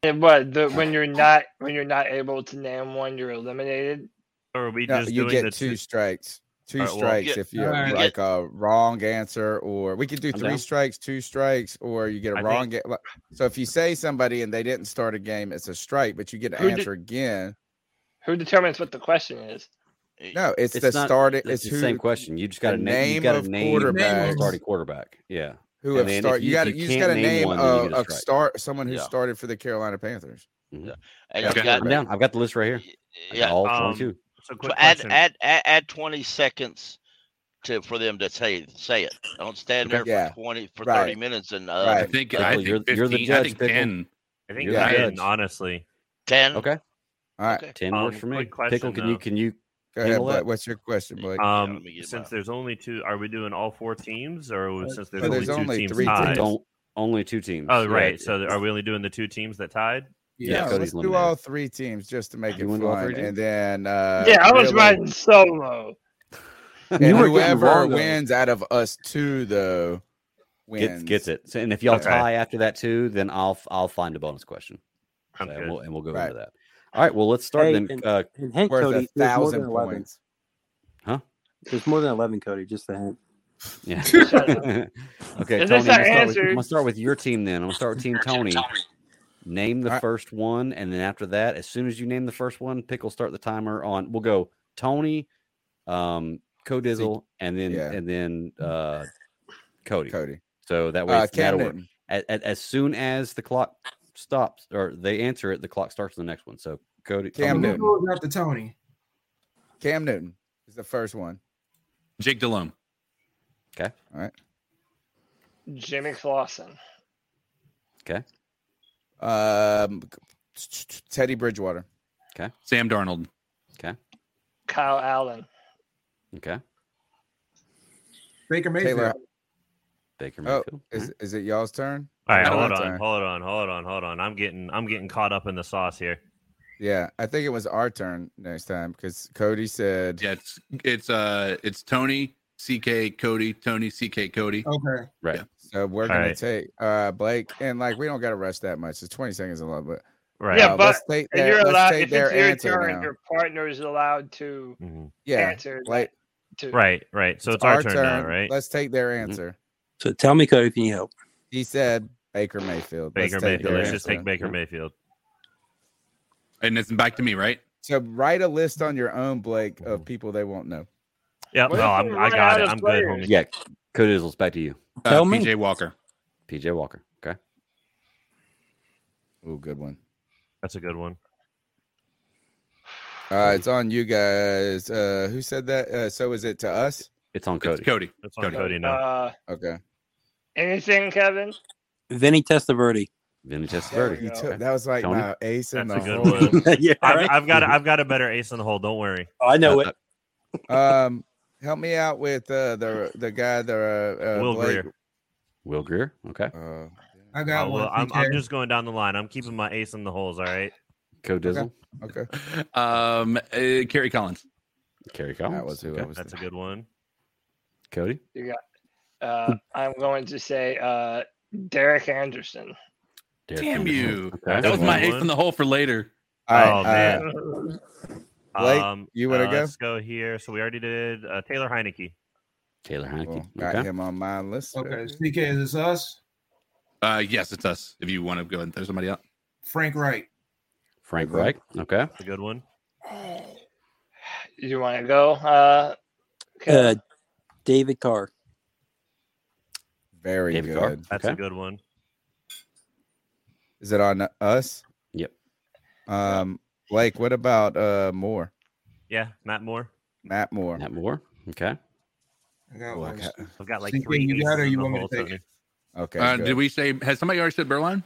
And what the when you're not when you're not able to name one, you're eliminated. Or are we No, just you doing get the two two- strikes. Two Alright, well, strikes yeah, if you have alright. like a wrong answer, or we could do I'm three down. strikes, two strikes, or you get a I wrong. Ga- like- so if you say somebody and they didn't start a game, it's a strike, but you get an Who did- answer again. Who determines what the question is? No, it's, It's the not- start. It's, It's the who same question. You just the got to name. You name got of to name quarterbacks. the starting quarterback. Yeah, who and have then if started. you- You got to if you you just can't got to name name one, a, then you get a a strike. Mm-hmm. start someone who Yeah. started for the Carolina Panthers. And Okay. you got, I'm down. I've got the list right here. I got yeah. all Um, 22. So quick So add, question. add add add twenty seconds to for them to say say it. Don't stand there for Yeah. twenty for Right. thirty minutes and uh, I Right. think Pickle, I think you're- 15, you're the I judge, think Pickle. 10, I think you're the nine, judge. honestly. ten. Okay, All right, Okay. ten Um, words for me. quick question, Pickle, can you though. can you? go ahead. Handle Blake. that. What's your question, Blake? Um, let me get since mine. there's only two, are we doing all four teams, or since there's, So only, there's two only teams three tied? teams. Don't only two teams. Oh, Yeah, right. it's- So are we only doing the two teams that tied? Yeah, Yeah, Cody's let's do eliminated. all three teams just to make You it wanna do all three fun, teams? and then uh, yeah, I was really- riding solo. You And were getting whoever wrong, though. wins out of us two, though, gets, wins. gets it. So, and if y'all Okay. tie after that too, then I'll I'll find a bonus question. I'm So, good. and, we'll, and we'll go Right. into that. All right. Well, let's start Hey, then. and- Uh, And hint, Worth Cody, a there's more thousand than 11. points. There's more than 11, Cody, just a hint. yeah. Shut up. okay, Is Tony. I'm this our gonna, start with, I'm answer? gonna start with your team then. I'm gonna start with Team Tony. Name the All right. first one, and then after that, as soon as you name the first one, Pickle start the timer on. We'll go Tony, um, Codizzle, and then yeah. and then uh, Cody. Cody. So that way, Uh, it's that'll Cam work. Newton. as, as soon as the clock stops or they answer it, the clock starts the next one. So Cody, Cam Tony- Who Newton. goes after Tony? Cam Newton is the first one. Jake Delhomme. Jimmy Clausen. Um, Teddy Bridgewater. Sam Darnold. Kyle Allen. Okay, Baker Mayfield. Taylor. Baker Oh, Mayfield. Is, is it y'all's turn? All right, No, hold that's all on, right. hold on, hold on, hold on. I'm getting, I'm getting caught up in the sauce here. Yeah, I think it was our turn next time because Cody said Yeah, it's it's uh it's Tony CK Cody Tony CK Cody. Okay. Right. Yeah. so. We're All gonna right. take uh Blake and like we don't gotta rush that much. It's twenty seconds a lot, but Right. Yeah, uh, but- let's take And their, you're let's allowed take if their it's your answer turn, now. your partner is allowed to Mhm. Yeah, answer. that Blake. too. Right. Right. So it's, our, turn, now, right? Let's take their Mhm. answer. So tell me, Cody, if you need help. He said Baker Mayfield. Baker take Mayfield. their Let's just answer. take Baker Mayfield. And it's back to me, right? So write a list on your own, Blake, of people they won't know. Yeah. What No, if I'm, we I run got out it. of I'm good, players? homie. Yeah, Codizzle's back to you. Uh, Tell me. PJ Walker. PJ Walker. Okay, Oh, good one. That's a good one. Uh, it's on you guys. Uh, who said that? Uh, so is it to us? it's on Cody. Cody. It's Cody. That's on Cody. Cody now. Uh, Okay. anything, Kevin? Vinny Testaverde. There we Vinny You Testaverde. go. took, that was like Tony? my ace in That's the a hole. good one. yeah, I've, right? I've got, a, I've got a better ace in the hole. Don't worry. Oh, I know it. Um, help me out with uh, the the guy the uh, uh, Will Blake. Greer. Will Greer. Okay, Uh, I Uh, got one. well, I'm, I'm PK. just going down the line. I'm keeping my ace in the holes. All right. Codizzle. okay, Um, uh, Kerry Collins. Kerry Collins. that was who I okay. was. That's a thinking. good one. Cody. Uh, I'm going to say uh, Derek Anderson. Derek Damn Henderson. you. Okay. That was my Good ace one. in the hole for later. All right, Oh, uh, man. uh, Blake, um, you wanna uh, go? Let's go here. So we already did uh, Taylor Heineke. Taylor well, Heineke. got okay. him on my list. Okay. CK, is this us? Uh, yes, it's us. If you want to go and throw somebody out. Frank Wright. Frank Good one. Reich. Okay. That's a good one. You want to go? Uh, Kevin? Uh, David Carr. Very David Carr. good. That's Okay. a good one. Is it on us? Yep. Um, Blake, what about uh Moore? Yeah, Matt Moore. Matt Moore. Matt Moore. Okay. I got Well, I one. got- I've got like Sneak three. in, you got aces it, or you in the want me to hole, take Tony. Okay. Uh, good. did we say? Has somebody already said Berline?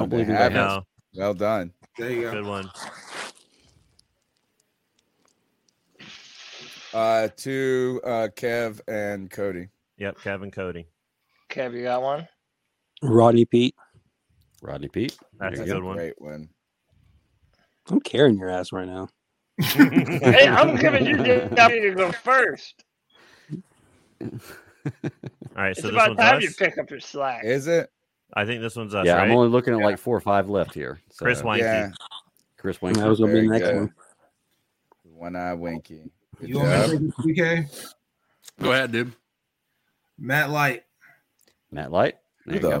don't they believe we haven't. have- No, Well done. There you go. good one. Uh, to uh, Kev and Cody. Yep, Kevin Cody. Kev, you got one? Rodney Pete. Rodney Pete. That's There a you good one. Great one. I'm carrying your ass right now. hey, I'm giving you the opportunity to go first. All right, It's so this about one's time you us. pick up your slack. Is it? I think this one's us, yeah, right? I'm only looking at like four or five left here. So, Chris Weinke. Yeah. Chris And Wayne. that was gonna be the Very next good. one. One eye winky. Good You want me to job. take this, PK? Go ahead, dude. Matt Light. Matt Light. There you Who the go.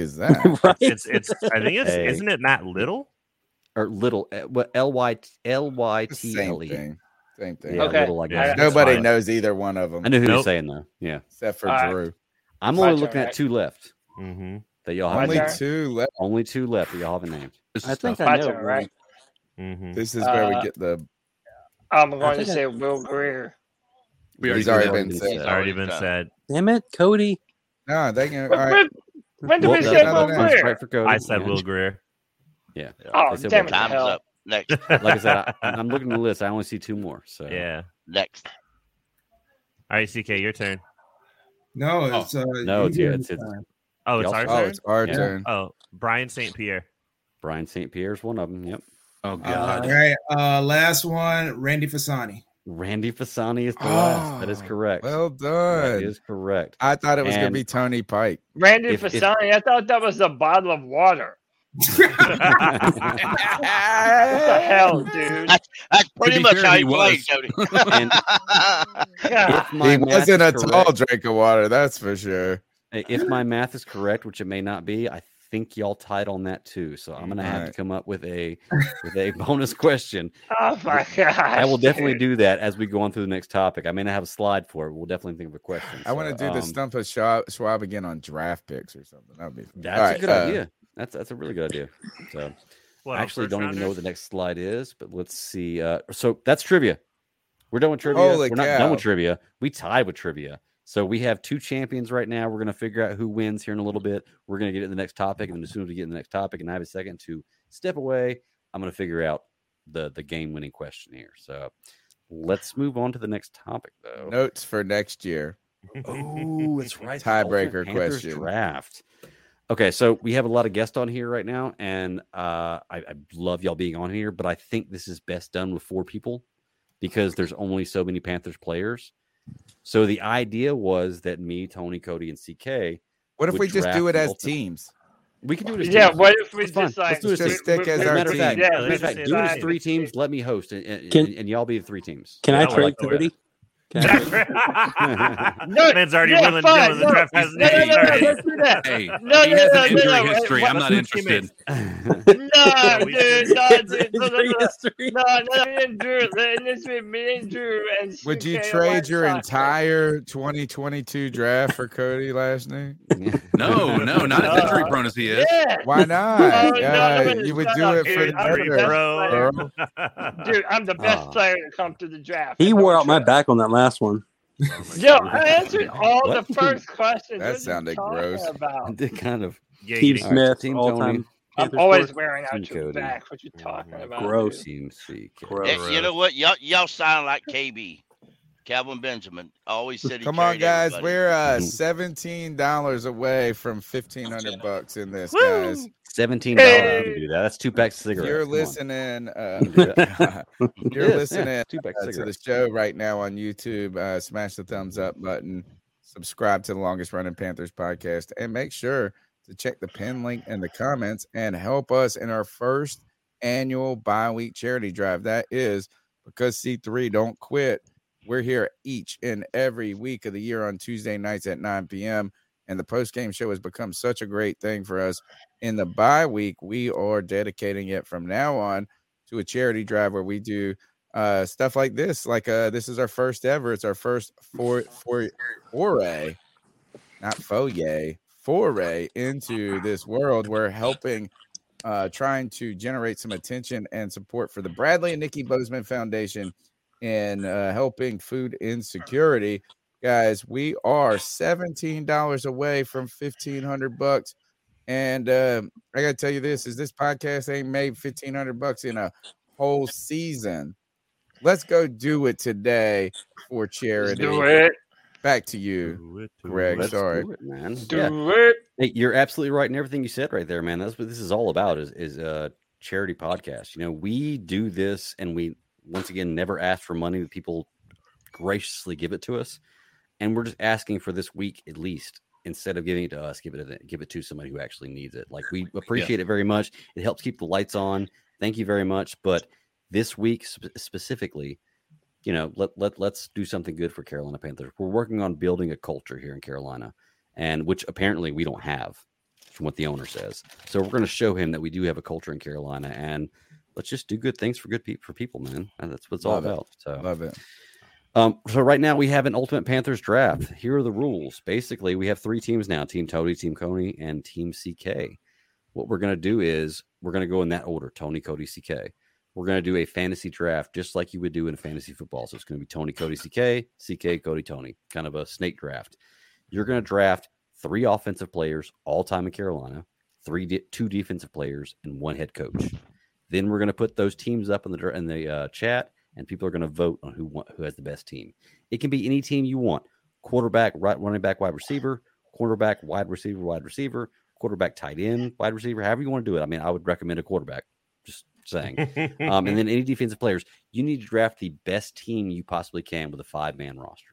is that? right? It's it's. I think it's. Hey. Isn't it Matt Little? Or little eh, what L Y L Y It's T the same L E. thing. Same thing. Yeah, Okay. little like Yeah. that. That's Nobody fine. knows either one of them I knew who you're Nope. saying though. Yeah. except for All right. Drew. I'm My only turn, looking at right? two left Mm-hmm. that y'all My haven't Only turn. named. two left. Only two left that y'all haven't named. This is I think tough. I My know. turn, one. right? Mm-hmm. This is where we Uh, get the. I'm I going to think say Will Greer. we He's did already that. been said. It's Already already been done. said. Damn it, Cody. No, they can. All When, right. when did Well we done. say Well Will done. That's Greer? right for Cody. I said Yeah. Will Greer. Oh, They said damn Will it. Greer. Time's hell. up. Next, Like I said, I, I'm looking at the list. I only see two more. So yeah. next. All right, CK, your turn. No, Oh. it's uh, No, it's, yeah, you- it's, it's Oh, it's Y'all- our Oh, turn. it's our Yeah. turn. Oh, Brian St. Pierre. Brian St. Pierre's one of them. Yep. Oh All god. right, uh, last one, Randy Fasani. Randy Fasani is the last. That is Oh, correct. Well that done. is correct. I thought it was going And- to be Tony Pike. Randy If- if- Fasani, I thought that was a bottle of water. What the hell, dude? That's pretty be much fair, how he you played, was. Jody. And- God. If my he math wasn't a is tall correct- drink of water, that's for sure. Hey, If my math is correct, which it may not be, I think y'all tied on that too. So I'm gonna have to Alright. come up with a with a bonus question. Oh my god! I will definitely do that as we go on through the next topic. I may not have a slide for it. We'll definitely think of a question. I want So, to do the um, stump of Schwab, Schwab again on draft picks or something. That'd be fun. That's All a right, good uh, idea. That's that's a really good idea. So What, I on actually first don't even know what rounders? the next slide is, but let's see. Uh, so that's trivia. We're done with trivia. Holy We're not done with cow. trivia. We tied with trivia. So we have two champions right now. We're going to figure out who wins here in a little bit. We're going to get in the next topic, and then as soon as we get in the next topic, and I have a second to step away, I'm going to figure out the the game winning question here. So let's move on to the next topic, though. Notes for next year. Oh, that's right. the alternate Tiebreaker Panthers question. Draft. Okay, so we have a lot of guests on here right now, and uh, I, I love y'all being on here, but I think this is best done with four people because there's only so many Panthers players. So the idea was that me, Tony, Cody, and CK, What if Would we just draft do it the as ultimate- teams? we can do it as Yeah, teams. what if we It's fine. just like Let's do it as Let's just stick as our Matter of fact, team. Yeah, Matter of let's fact, just do it as decide. three teams. Let me host, and, and, Can- and, and y'all be the three teams. Can I That trade worked. Cody? Can I trade- No, Man's already yeah, willing fine, to the no, draft hasn't No, no, even no, no, started. let's do that. Hey, he no, has no, an no, no, injury no, history. what- I'm not interested. No, We dude, should- no, It's dude, no, no, injury no. history. No, no, me and Drew, this would me and Drew and Would you CK trade your Whiteside. entire 2022 draft for Cody last night? No, no, not as Uh, injury prone as he is. Yeah. Why not? Oh, no, Yeah, no, no, you would shut do up, it for Dude, the I'm hurry, the best murder. bro. player. Earl. Dude, I'm the best Ah. player to come to the draft. He Don't wore out my trip. back on that last one. Yo, I answered all What? the first questions. That What are you sounded talking gross. About? kind of. Yeah, Steve getting- All right, Smith, Team all Tony. time. Oh. I'm Panthers always forward. wearing Team out your Cody. back. What you talking about? Gross. dude? Team CK. Gross. Eh, You know what? Y'all, y'all sound like KB, Calvin Benjamin. Always said he Come on, carried guys. everybody. We're uh, Mhm. seventeen dollars away from fifteen hundred bucks in this, Woo! guys. Seventeen dollars. Hey! You can do that. That's two packs of If cigarettes. you're Come on. listening. Uh, You can do that. if you're Yes, yeah, listening Two packs uh, of to the cigarettes. show right now on YouTube. Uh, smash the thumbs up button. Subscribe to the longest running Panthers podcast, and make sure to check the pin link in the comments and help us in our first annual bi week charity drive. That is because C3 don't quit. We're here each and every week of the year on Tuesday nights at 9 p.m. And the post game show has become such a great thing for us. In the bye week, we are dedicating it from now on to a charity drive where we do uh, stuff like this. Like uh, this is our first ever. It's our first for for foray, not foyer, foray into this world. We're helping, uh, trying to generate some attention and support for the Bradley and Nikki Bozeman Foundation in uh, helping food insecurity. Guys, we are seventeen dollars away from fifteen hundred bucks. And uh, I gotta tell you this: is this podcast ain't made fifteen hundred bucks in a whole season? Let's go do it today for charity. Do it. Back to you, Greg. Let's Sorry. do it, man. Do Yeah. it. Hey, you're absolutely right in everything you said right there, man. That's what this is all about is is a charity podcast. You know, we do this and we once again never ask for money. People graciously give it to us. And we're just asking for this week at least. Instead of giving it to us, give it to, give it to somebody who actually needs it. Like we appreciate it very much. It helps keep the lights on. Thank you very much. But this week sp- specifically, you know, let, let let's do something good for Carolina Panthers. We're working on building a culture here in Carolina and which apparently we don't have from what the owner says. So we're going to show him that we do have a culture in Carolina and let's just do good things for good people for people, man. And that's what it's all Love it. about. So Love it. um so right now we have an ultimate Panthers draft. Here are the rules. Basically, we have three teams now, Team Tony, Team Coney, and Team CK. What we're going to do is we're going to go in that order, Tony, Cody, CK. We're going to do a fantasy draft just like you would do in fantasy football. So it's going to be Tony, Cody, CK, CK, Cody, Tony, kind of a snake draft you're going to draft three offensive players all time in Carolina, three de- two defensive players, and one head coach. Then we're going to put those teams up in the dra- in the uh, chat, and people are going to vote on who wa- who has the best team. It can be any team you want: quarterback, right, running back, wide receiver, quarterback, wide receiver, wide receiver, quarterback, tight end, wide receiver. However you want to do it. I mean, I would recommend a quarterback. Just saying um, and then any defensive players. You need to draft the best team you possibly can with a five man roster,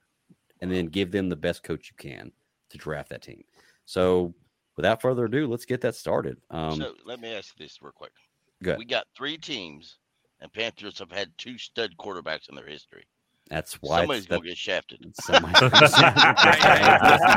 and then give them the best coach you can to draft that team. So, without further ado, let's get that started. Um, so let me ask you this real quick. go ahead. We got three teams, and Panthers have had two stud quarterbacks in their history. that's why Somebody's it's the- gonna get shafted. somebody- Listen,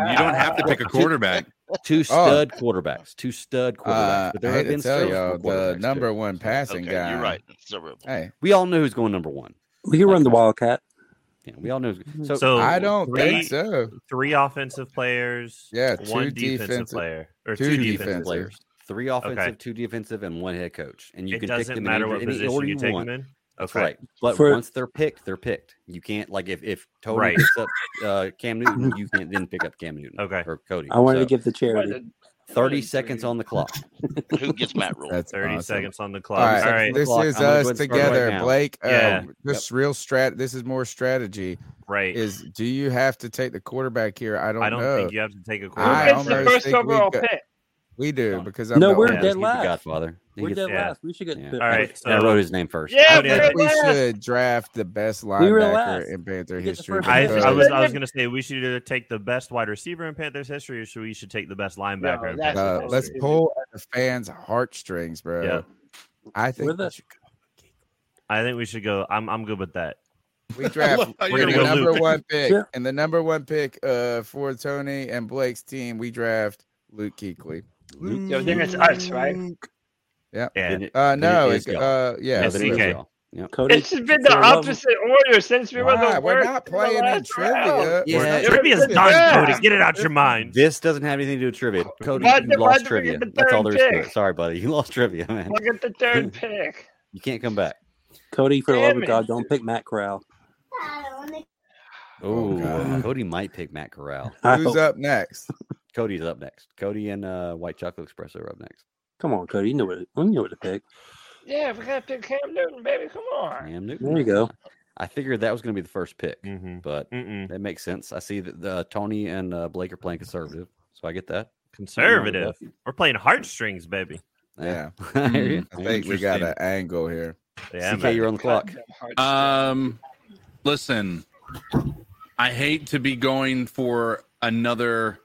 you don't have to pick a quarterback. Oh, two stud quarterbacks, two stud quarterbacks. Oh. Uh, but I there hate have to been tell several you, the quarterbacks, too. number one passing okay, guy. you're right. So, Hey, We all know who's going number one. We can run the Wildcat. Mm-hmm. Yeah, we all know. who's- So, So I don't three, think so. Three offensive players. Yeah, one two defensive, defensive- player or two two, defensive defensive, players. players. three offensive, two defensive, and one head coach. And you it can pick doesn't them matter in what any, any position order you, you take want. them in. That's Okay. right. But For- once they're picked, they're picked. You can't like if if Tony Right. picks up uh, Cam Newton, you can't then pick up Cam Newton. Okay. Or Cody. I wanted So, to give the charity. thirty seconds on the clock. who gets Matt Rule? That's 30 awesome. seconds on the All clock. right, All right. this Clock. is I'm gonna go us ahead and start right together, now. Blake. Uh, Yeah. This real strat. This is more strategy. Right. Is do you have to take the quarterback here? I don't, I don't know. think you have to take a I quarterback. it's the almost first think we overall got- pick. we do because I'm No, the we're oldest. dead He's the last. Godfather. He We're gets- dead yeah. last. We should get. Yeah. the- All right. I wrote So his name first. Yeah, I did. we're They're we last. should draft the best We were linebacker last. in Panther We get the history. first I, pick. because- I was I was gonna say we should either take the best wide receiver in Panthers history, or should we should take the best linebacker. in that's- Panthers Uh, Absolutely. let's history. pull at the fans' heartstrings, bro. Yeah. I think We're the- we should- I think we should go. I'm I'm good with that. we draft how we're you're the gonna go number Luke. one pick, Yeah. and the number one pick uh, for Tony and Blake's team, we draft Luke Kuechly. Luke, Yo, then it's us, right? Yeah. then it- Uh, then no, it it, is y'all. uh, yeah, No, It's then it is CK. y'all. Yep. Cody, It's been it's the our love- opposite order since we were Why? the We're worst not in the playing in last round. trivia. Yeah. We're- Trivia is done, Yeah. Cody. Get it out your mind. This doesn't have anything to do with trivia. Cody, Why did- you why lost did we get trivia. the That's all there third is to it. pick? Sorry, buddy. You lost trivia, man. Look at the third pick. You can't come back. Cody, for the love Damn of it. God, don't pick Matt Corral. Oh, Oh, God. Cody might pick Matt Corral. I Who's hope- up next? Cody's up next. Cody and uh, White Chocolate Espresso are up next. Come on, Cody. You know what? You know what to pick. Yeah, we gotta pick Cam Newton, baby. Come on. Cam Newton. There you go. I figured that was going to be the first pick, Mm-hmm. but Mm-mm. that makes sense. I see that the Tony and uh, Blake are playing conservative, so I get that. Conservative. We're playing heartstrings, baby. Yeah. I hear you. I think we got an Interesting. angle here. Hmm. Yeah, CK, man. you're on the clock. Um, listen, I hate to be going for another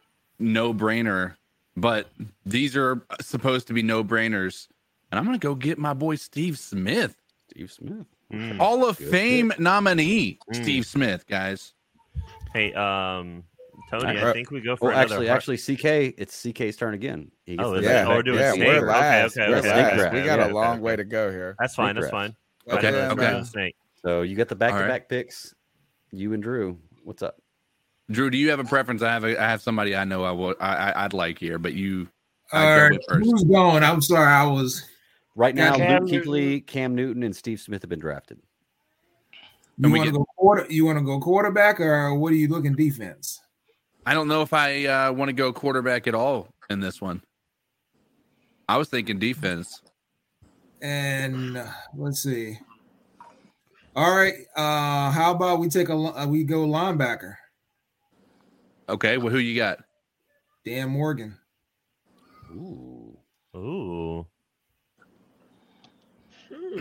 no-brainer, but these are supposed to be no-brainers, and I'm gonna go get my boy Steve Smith, Steve Smith. Mm. Hall of Good Fame nominee, Mm. Steve Smith, guys. Hey, um, Tony, Uh, I think we go for Oh, another. actually, heart- actually, CK, it's CK's turn again. He Oh, the is next it? Oh, we're pick. doing yeah, snake. we're Okay, last. okay, we're okay, last. okay, we okay, got a okay, long okay. way to go here. that's fine. That's Congrats. fine. Let Okay, them, let's okay. go uh, with snake. So you got the back-to-back Alright. picks. You and Drew. What's up? Drew, do you have a preference? I have a, I have somebody I know I would I, I I'd like here, but you I'd All go right, with first. who's going? I'm sorry, I was. Right Yeah, now, Cam Luke Kuechly, Cam Newton, and Steve Smith have been drafted. You And we want to get- go quarter? You want to go quarterback, or what are you looking defense? I don't know if I uh, want to go quarterback at all in this one. I was thinking defense. And uh, let's see. All right. Uh, how about we take a li- uh, we go linebacker? Okay, well, who you got? Dan Morgan. Ooh. Ooh. Mm.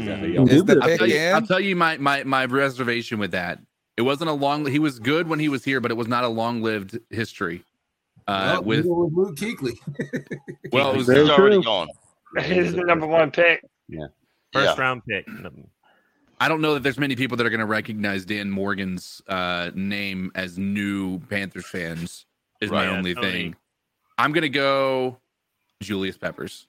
Is that who Hmm. y'all- Is the I'll pick tell you, I'll in? tell you my, my my reservation with that. It wasn't a long. He was good when he was here, but it was not a long-lived history. Uh, Well, with we go with Luke Kuechly. well, it was It's Very already true. gone. He's the number one pick. First yeah. round pick. I don't know that there's many people that are going to recognize Dan Morgan's uh, name as new Panthers fans. Is Right. my only Tony. thing. I'm going to go Julius Peppers.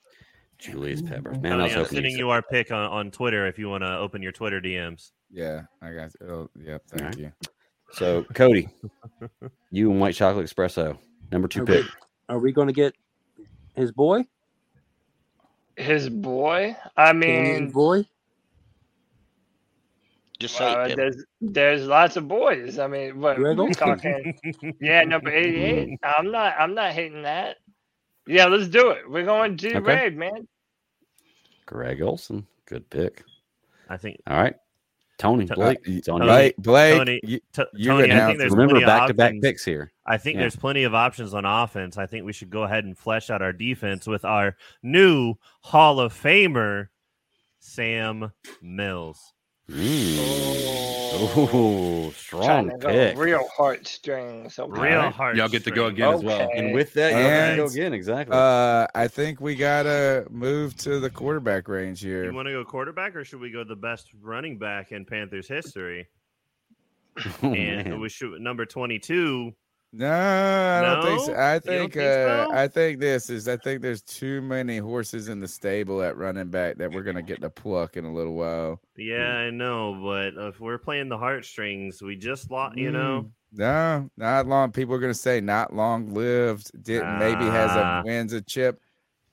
Julius Mm-hmm. Peppers. Man, I Tony, was I'm hoping sending you'd you our pick on, on Twitter if you want to open your Twitter DMs. Yeah, I got. Oh, yep. Thank Alright. you. So, Cody, you and White Chocolate Espresso, number two Okay. pick. Are we going to get his boy? His boy. I Canyon's mean, boy? Just say uh, it. Kevin. there's there's lots of boys. I mean, what Griggle? we're talking? yeah, number eighty-eight. I'm not. I'm not hating that. Yeah, let's do it. We're going G Okay. Raid, man. Greg Olson. Good pick. I think All right. Tony, To- Blake, it's on you. Blake, Blake, uh, Tony, you- T- you Tony, I announced- think there's Remember plenty of back to back options. picks here. I think Yeah. there's plenty of options on offense. I think we should go ahead and flesh out our defense with our new Hall of Famer, Sam Mills. Mm. Oh, Trying strong to go pick. real heartstrings. Okay. Real Alright. hard. Y'all get to go again as well. Okay. And with that, you go And- again. Exactly. uh, I think we gotta move to the quarterback range here. You want to go quarterback, or should we go the best running back in Panthers history? Oh, and man. we should number twenty-two. No, I don't think so. No? I You don't think, think uh, so? I think this is. I think there's too many horses in the stable at running back that we're gonna get to pluck in a little while. Yeah, I know, but if we're playing the heartstrings, we just lost. You Mm. know, No, not long. People are gonna say not long lived. Didn't maybe has a Ah. wins a chip.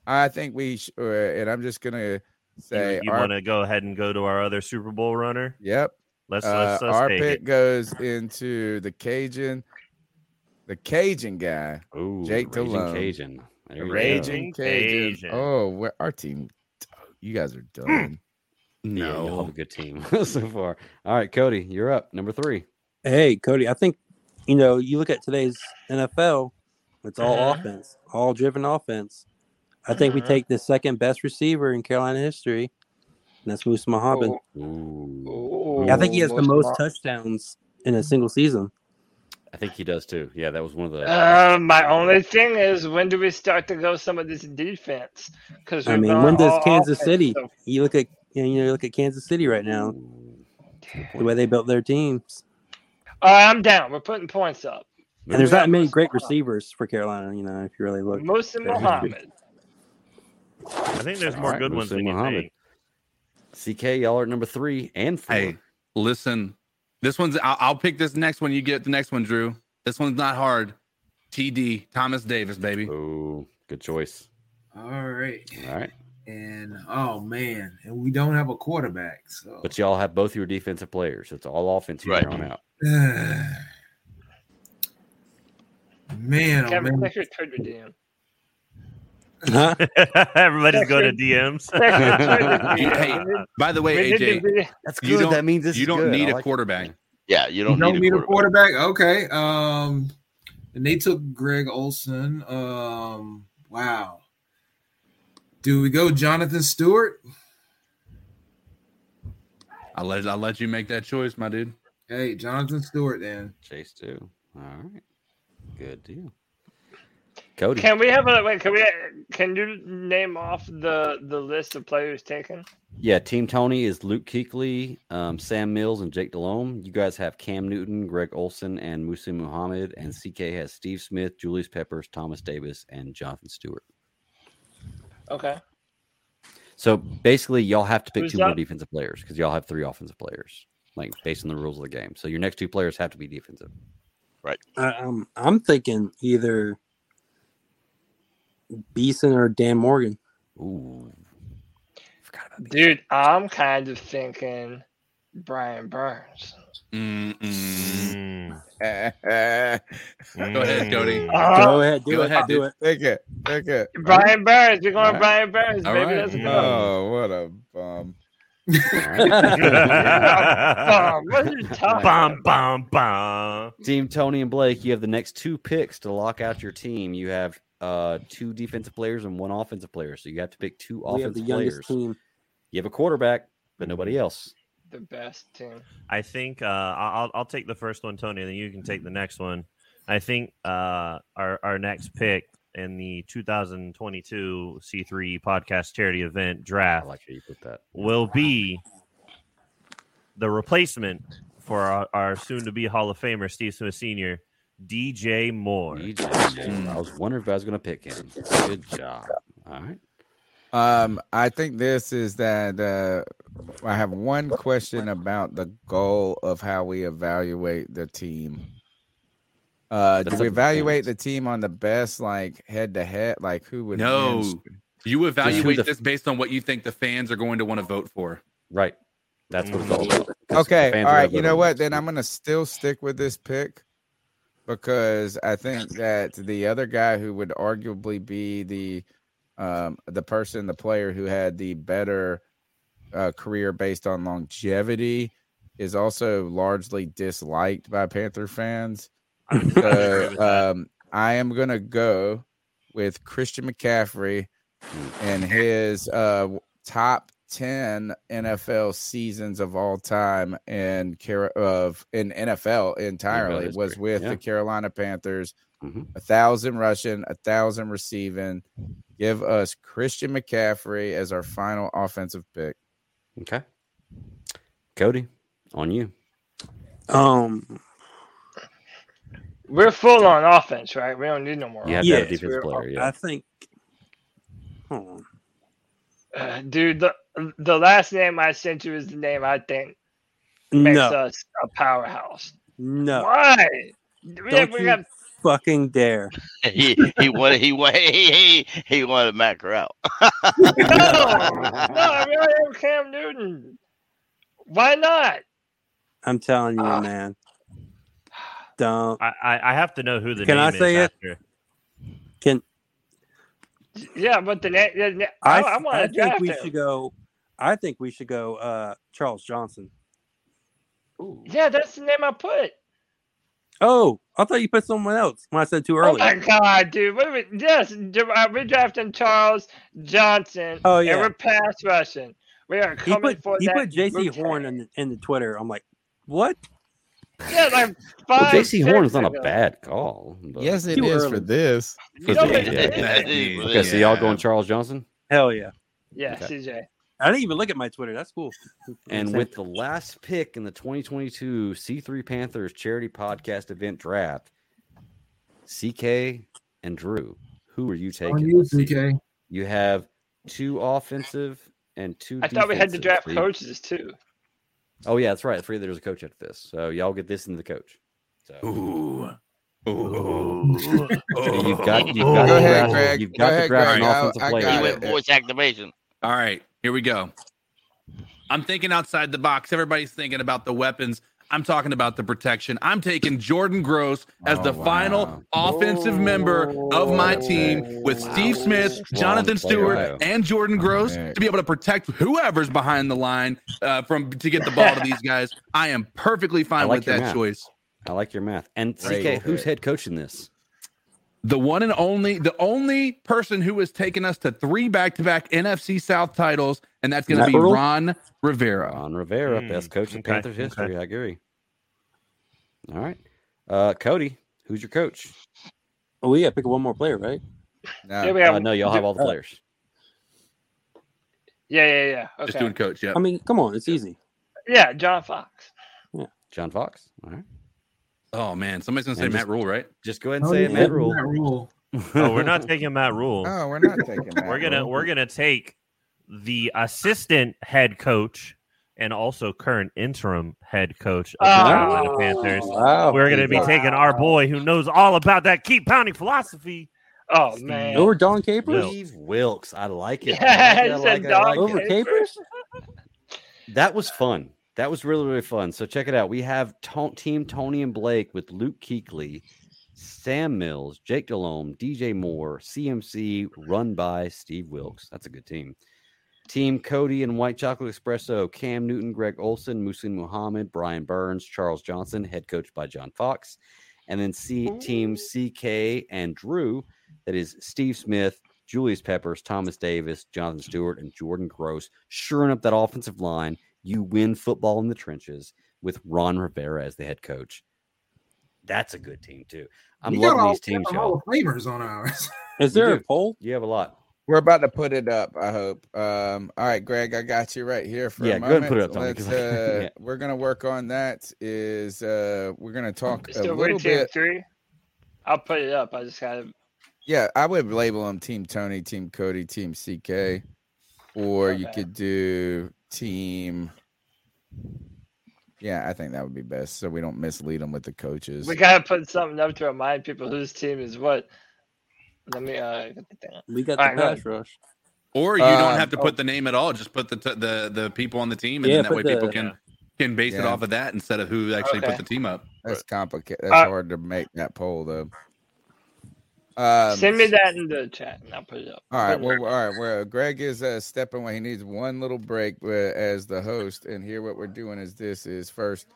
I think we sh- uh, and I'm just gonna say you, you our- want to go ahead and go to our other Super Bowl runner? yep. Let's Uh, let's, let's our take pick it. goes into the Cajun, the Cajun guy, Ooh, Jake Raging DeLone. Cajun. There you go. Raging Cajun. Cajun. Oh, we're- our team. You guys are done. Yeah, y'all have a No, good team so far. All right, Cody, you're up. Number three. Hey, Cody, I think, you know, you look at today's NFL, it's all Uh-huh. offense, all driven offense. I think we Uh-huh. take the second best receiver in Carolina history, and that's Moose Mahabin. Ooh. Ooh, I think he has the Moose most Maw- touchdowns in a single season. I think he does too. Yeah, that was one of the. Uh, my only thing is, when do we start to go some of this defense? Because I mean, when does Kansas City? You look at you, know, you look at Kansas City right now, Ooh. the way they built their teams, I'm down. We're putting points up. and there's not many Moose great Mahabin. receivers for Carolina. You know, if you really look, Musa Muhammad. I think there's All more right, good ones Muslim than you Muhammad. think. CK, y'all are at number three and four. Hey, listen. This one's. I'll, I'll pick this next one. You get the next one, Drew. This one's not hard. TD Thomas Davis, baby. Ooh, Oh, good choice. All right. All right. And oh man, and we don't have a quarterback. So But y'all have both your defensive players. It's all offense from Right. here on out. man, oh Kevin, man. check your Twitter DM. huh? Everybody's going to DMs. Check your Twitter DM. Hey, by the way, We did AJ, the video. That's You good. don't- That means this you is don't good. need I a like it. quarterback. Yeah, you don't, You don't need a quarterback. quarterback. Okay. Um, and they took Greg Olson. Um, wow. Do we go Jonathan Stewart? I'll let I'll let you make that choice, my dude. Hey, Jonathan Stewart. Then Chase too. All right. Good deal. Cody. Can we have a wait? Can we? Can you name off the the list of players taken? Yeah, Team Tony is Luke Kuechly, um, Sam Mills, and Jake Delhomme. You guys have Cam Newton, Greg Olson, and Musa Muhammad. And CK has Steve Smith, Julius Peppers, Thomas Davis, and Jonathan Stewart. Okay. So basically, y'all have to pick Who's two more that? defensive players because y'all have three offensive players, like based on the rules of the game. So your next two players have to be defensive. I, um, I'm thinking either Beason or Dan Morgan. Ooh. Dude, I'm kind of thinking Brian Burns. Mm-mm. Mm, Go ahead, Go ahead, Cody. Uh, go ahead, do go it, ahead, do it. Take it. Take it. Brian Burns. We're going Brian Alright. Burns. All Baby, right. let's go. Mm. Oh, what a bum. Bum, what are you talking Bum, bum, bum. Team Tony and Blake, you have the next two picks to lock out your team. You have uh two defensive players and one offensive player. So you have to pick two we have the offensive youngest players. team. You have a quarterback, but Mm-hmm. nobody else. Oh. The best team. I think uh, I- I'll I'll take the first one, Tony, and then you can take Mm-hmm. the next one. I think uh, our our next pick in the 2022 C3 podcast charity event I draft like how you put that. will be the replacement for our, our soon-to-be Hall of Famer Steve Smith Sr. DJ Moore. Hmm. DJ Moore. I was wondering if I was going to pick him. Good job. All right. Um, I think this is that uh, I have one question about the goal of how we evaluate the team. Uh, do That's we up to the evaluate fans. the team on the best, like head to head, like who would? win? No. You evaluate the- this based on what you think the fans are going to want to vote for. Right. That's what it's all about. That's- the Okay, fans all are right. gonna You know vote. what? Then I'm gonna still stick with this pick because I think that the other guy who would arguably be the um, the person, the player who had the better uh, career based on longevity is also largely disliked by Panther fans. I would agree with So that. um, I am gonna go with Christian McCaffrey and his uh, top ten NFL seasons of all time in care of in NFL entirely history, was with yeah. the Carolina Panthers. Mhm. A thousand rushing, a thousand receiving. Give us Christian McCaffrey as our final offensive pick. Okay. Cody, on you. Um, We're full on offense, right? We don't need no more. You have offense. to have Yes, a defensive we're- player. I Yeah. think. Hold on. Uh, dude, the the last name I sent you is the name I think makes No, us a powerhouse. no, Why? We have, Don't we you- have fucking dare. he he wanted he wanted he he, he wanted Mac out. no, no, I really have Cam Newton. Why not? I'm telling you, Ah. man. Don't. I, I I have to know who the Can I name say is it? after. Can Yeah, but the name. The, na- I, I? I, I want to think draft we him. should go. I think we should go. Uh, Charles Johnson. Yeah, that's the name I put. Oh, I thought you put someone else when I said too Oh early. my god, dude! What are we, yes, do- uh, we're drafting Charles Johnson. Oh, and yeah. we're pass rushing. We are he coming put for he that. put J.C. routine. Horn in the, in the Twitter. I'm like, what? Yeah, like five. Well, JC Horn is six not a ago. bad call. But... Yes, it Too is for early. this. You know, Yeah, but- yeah, yeah. Okay, so y'all Yeah. going Charles Johnson? Hell Oh, yeah! Yeah, Okay. CJ. I didn't even look at my Twitter. That's cool. And Same. with the last pick in the 2022 C3 Panthers charity podcast event draft, CK and Drew, who are you taking? On you, Let's see. CK. You have two offensive and two. I thought we had to defensive. draft Three- coaches too. Oh yeah, that's right. Three. There's a coach after this, so y'all get this in the coach. So Ooh. you've got you've got Go to ahead, draft- Greg. you've Go got to draft ahead, Greg. an I- offensive I player. got He it. went voice activation. All right, here we go. I'm thinking outside the box. Everybody's thinking about the weapons. I'm talking about the protection. I'm taking Jordan Gross as Oh, the wow. final offensive member of my team with Wow. Steve Smith, Oh, Strong Jonathan player, Stewart, Ohio. and Jordan Gross Nick. to be able to protect whoever's behind the line uh, from to get the ball to these guys. I am perfectly fine like with your that map. choice. I like your math. And Great CK, who's pick. head coach in this? the one and only, the only person who has taken us to three back-to-back NFC South titles, and that's going to Matt be Rule? Ron Rivera. Ron Rivera, Hmm, best coach in okay, Panthers okay. history. I agree. All right. Uh, Cody, who's your coach? Oh yeah, pick one more player, right? No. yeah, we have, Uh, no, y'all have all the uh, players. yeah, yeah, yeah. Okay. Just doing coach, yeah. I mean, come on, it's easy. yeah, John Fox. John Fox. All right. oh man, somebody's going to say And Matt just- Rule, right? Just go ahead and Oh, say yeah, it, Matt Matt Rule. Rule. Oh, we're not taking Matt Rule. Oh, we're not taking that. we're gonna Rule. we're gonna take the assistant head coach and also current interim head coach of the Ah. Oh. Carolina Panthers. Wow. We're gonna be wow. taking our boy who knows all about that keep pounding philosophy. Oh Steve. man. over Don Capers. Steve Wilkes. I like it. Yeah, I he like it, I said like it, I like Don it. Over Capers. That was fun. That was really, really fun. So check it out. We have to- Team Tony and Blake with Luke Keekley, Sam Mills, Jake Delhomme, DJ Moore, CMC, run by Steve Wilkes. That's a good team. Team Cody and White Chocolate Espresso, Cam Newton, Greg Olson, Musin Muhammad, Brian Burns, Charles Johnson, head coach by John Fox. And then C Team CK and Drew, that is Steve Smith, Julius Peppers, Thomas Davis, Jonathan Stewart, and Jordan Gross. Shoring up that offensive line, you win football in the trenches with Ron Rivera as the head coach. That's a good team too. I'm We got loving all- these teams, we got all y'all. the flavors on ours. Is You there a do. poll? You have a lot. We're about to put it up. I hope. Um, all right, Greg, I got you right here for Yeah, a go ahead moment. and put it up, Tommy, Let's, 'cause I- uh, yeah. We're gonna work on that. Is uh, we're gonna talk a Still little with team bit. three. I'll put it up. I just gotta Yeah, I would label them Team Tony, Team Cody, Team CK, or you Okay. could do Team. Yeah, I think that would be best, so we don't mislead them with the coaches. we gotta put something up to remind people whose team is what. Let me uh get the thing up. We got All the right, go ahead. pass rush. Or you Um, don't have to put the name at all. Just put the t- the the people on the team, and Yeah, then that put way the- people can can base it Yeah. off of that instead of who actually Okay. put the team up. That's complicated. That's Uh, hard to make that poll though. Um, Send me that in the chat and I'll put it up. All right, Put it well, up. all right. Well, Greg is uh, stepping away. He needs one little break uh, as the host. And here, what we're doing is this: is first,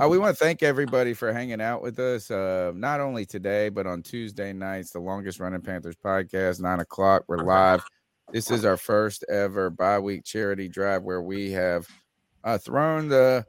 uh, we want to thank everybody for hanging out with us, uh, not only today but on Tuesday nights, the longest running Panthers podcast, nine o'clock. We're live. This is our first ever bi-week charity drive where we have uh, thrown the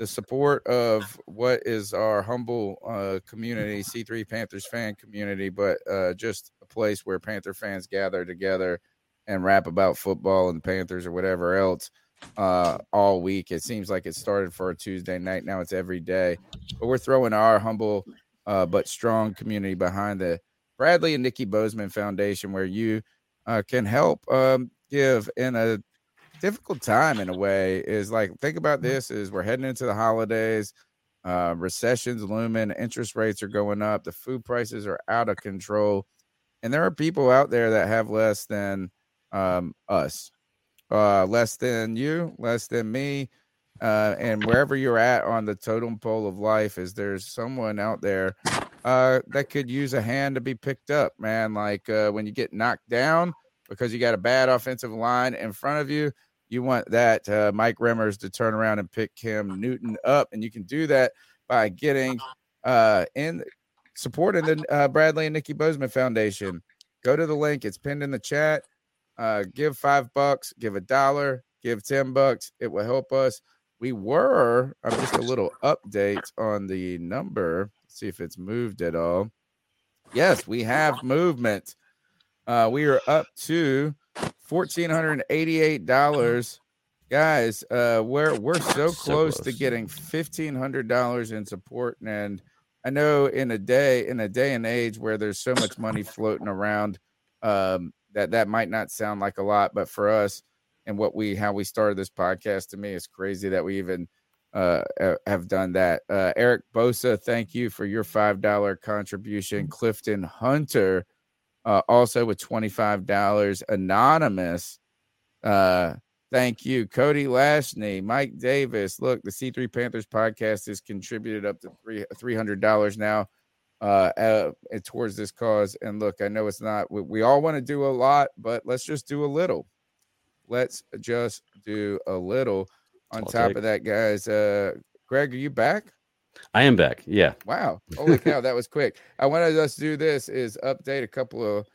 the support of what is our humble uh, community, C3 Panthers fan community, but uh, just a place where Panther fans gather together and rap about football and Panthers or whatever else uh, all week. It seems like it started for a Tuesday night. Now it's every day. But we're throwing our humble uh, but strong community behind the Bradley and Nikki Bozeman Foundation, where you uh, can help um, give in a difficult time in a way is like think about this is we're heading into the holidays uh recessions looming interest rates are going up the food prices are out of control and there are people out there that have less than um us uh less than you less than me uh and wherever you're at on the totem pole of life is there's someone out there uh that could use a hand to be picked up man like uh when you get knocked down because you got a bad offensive line in front of you. You want that uh, Mike Remmers to turn around and pick Cam Newton up, and you can do that by getting uh, in supporting the uh, Bradley and Nikki Bozeman Foundation. Go to the link; it's pinned in the chat. Uh, give five bucks, give a dollar, give ten bucks. It will help us. We were uh, just a little update on the number. See if it's moved at all. Yes, we have movement. Uh, we are up to fourteen hundred and eighty-eight dollars, guys. Uh, we're we're so, close, to close. getting fifteen hundred dollars in support, and I know in a day in a day and age where there's so much money floating around, um, that that might not sound like a lot, but for us and what we how we started this podcast, to me, it's crazy that we even uh uh, have done that uh eric bosa thank you for your five dollar contribution clifton hunter uh, also with $25 anonymous uh, thank you cody lashney mike davis look the c3 panthers podcast has contributed up to three, $300 now uh, uh, and towards this cause and look i know it's not we, we all want to do a lot but let's just do a little let's just do a little on I'll top take of that guys uh, greg are you back I am back. Yeah. Wow. Holy cow, that was quick. I wanted us to do this is update a couple of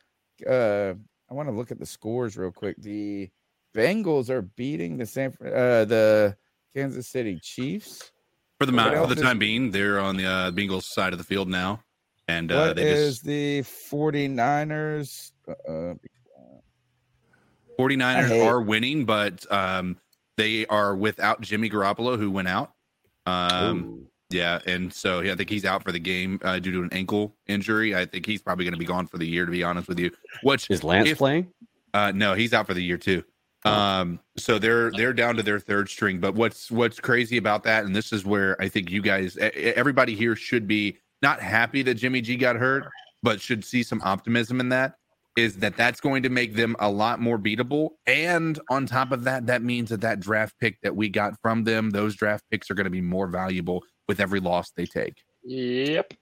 uh I want to look at the scores real quick. The Bengals are beating the San Fran- uh the Kansas City Chiefs. For the What mo- for else the is- time being, they're on the uh, Bengals side of the field now, and What uh, is they just the 49ers? Uh, 49ers I hate- are winning, but um, they are without Jimmy Garoppolo, who went out. Um, Ooh. yeah, and so yeah, I think he's out for the game uh, due to an ankle injury. I think he's probably going to be gone for the year, to be honest with you. Which is Lance if- playing? Uh, no, he's out for the year too. Um, so they're they're down to their third string. But what's what's crazy about that, and this is where I think you guys, e- e- everybody here, should be not happy that Jimmy G got hurt, but should see some optimism in that. Is that that's going to make them a lot more beatable, and on top of that, that means that that draft pick that we got from them, those draft picks are going to be more valuable with every loss they take. Yep.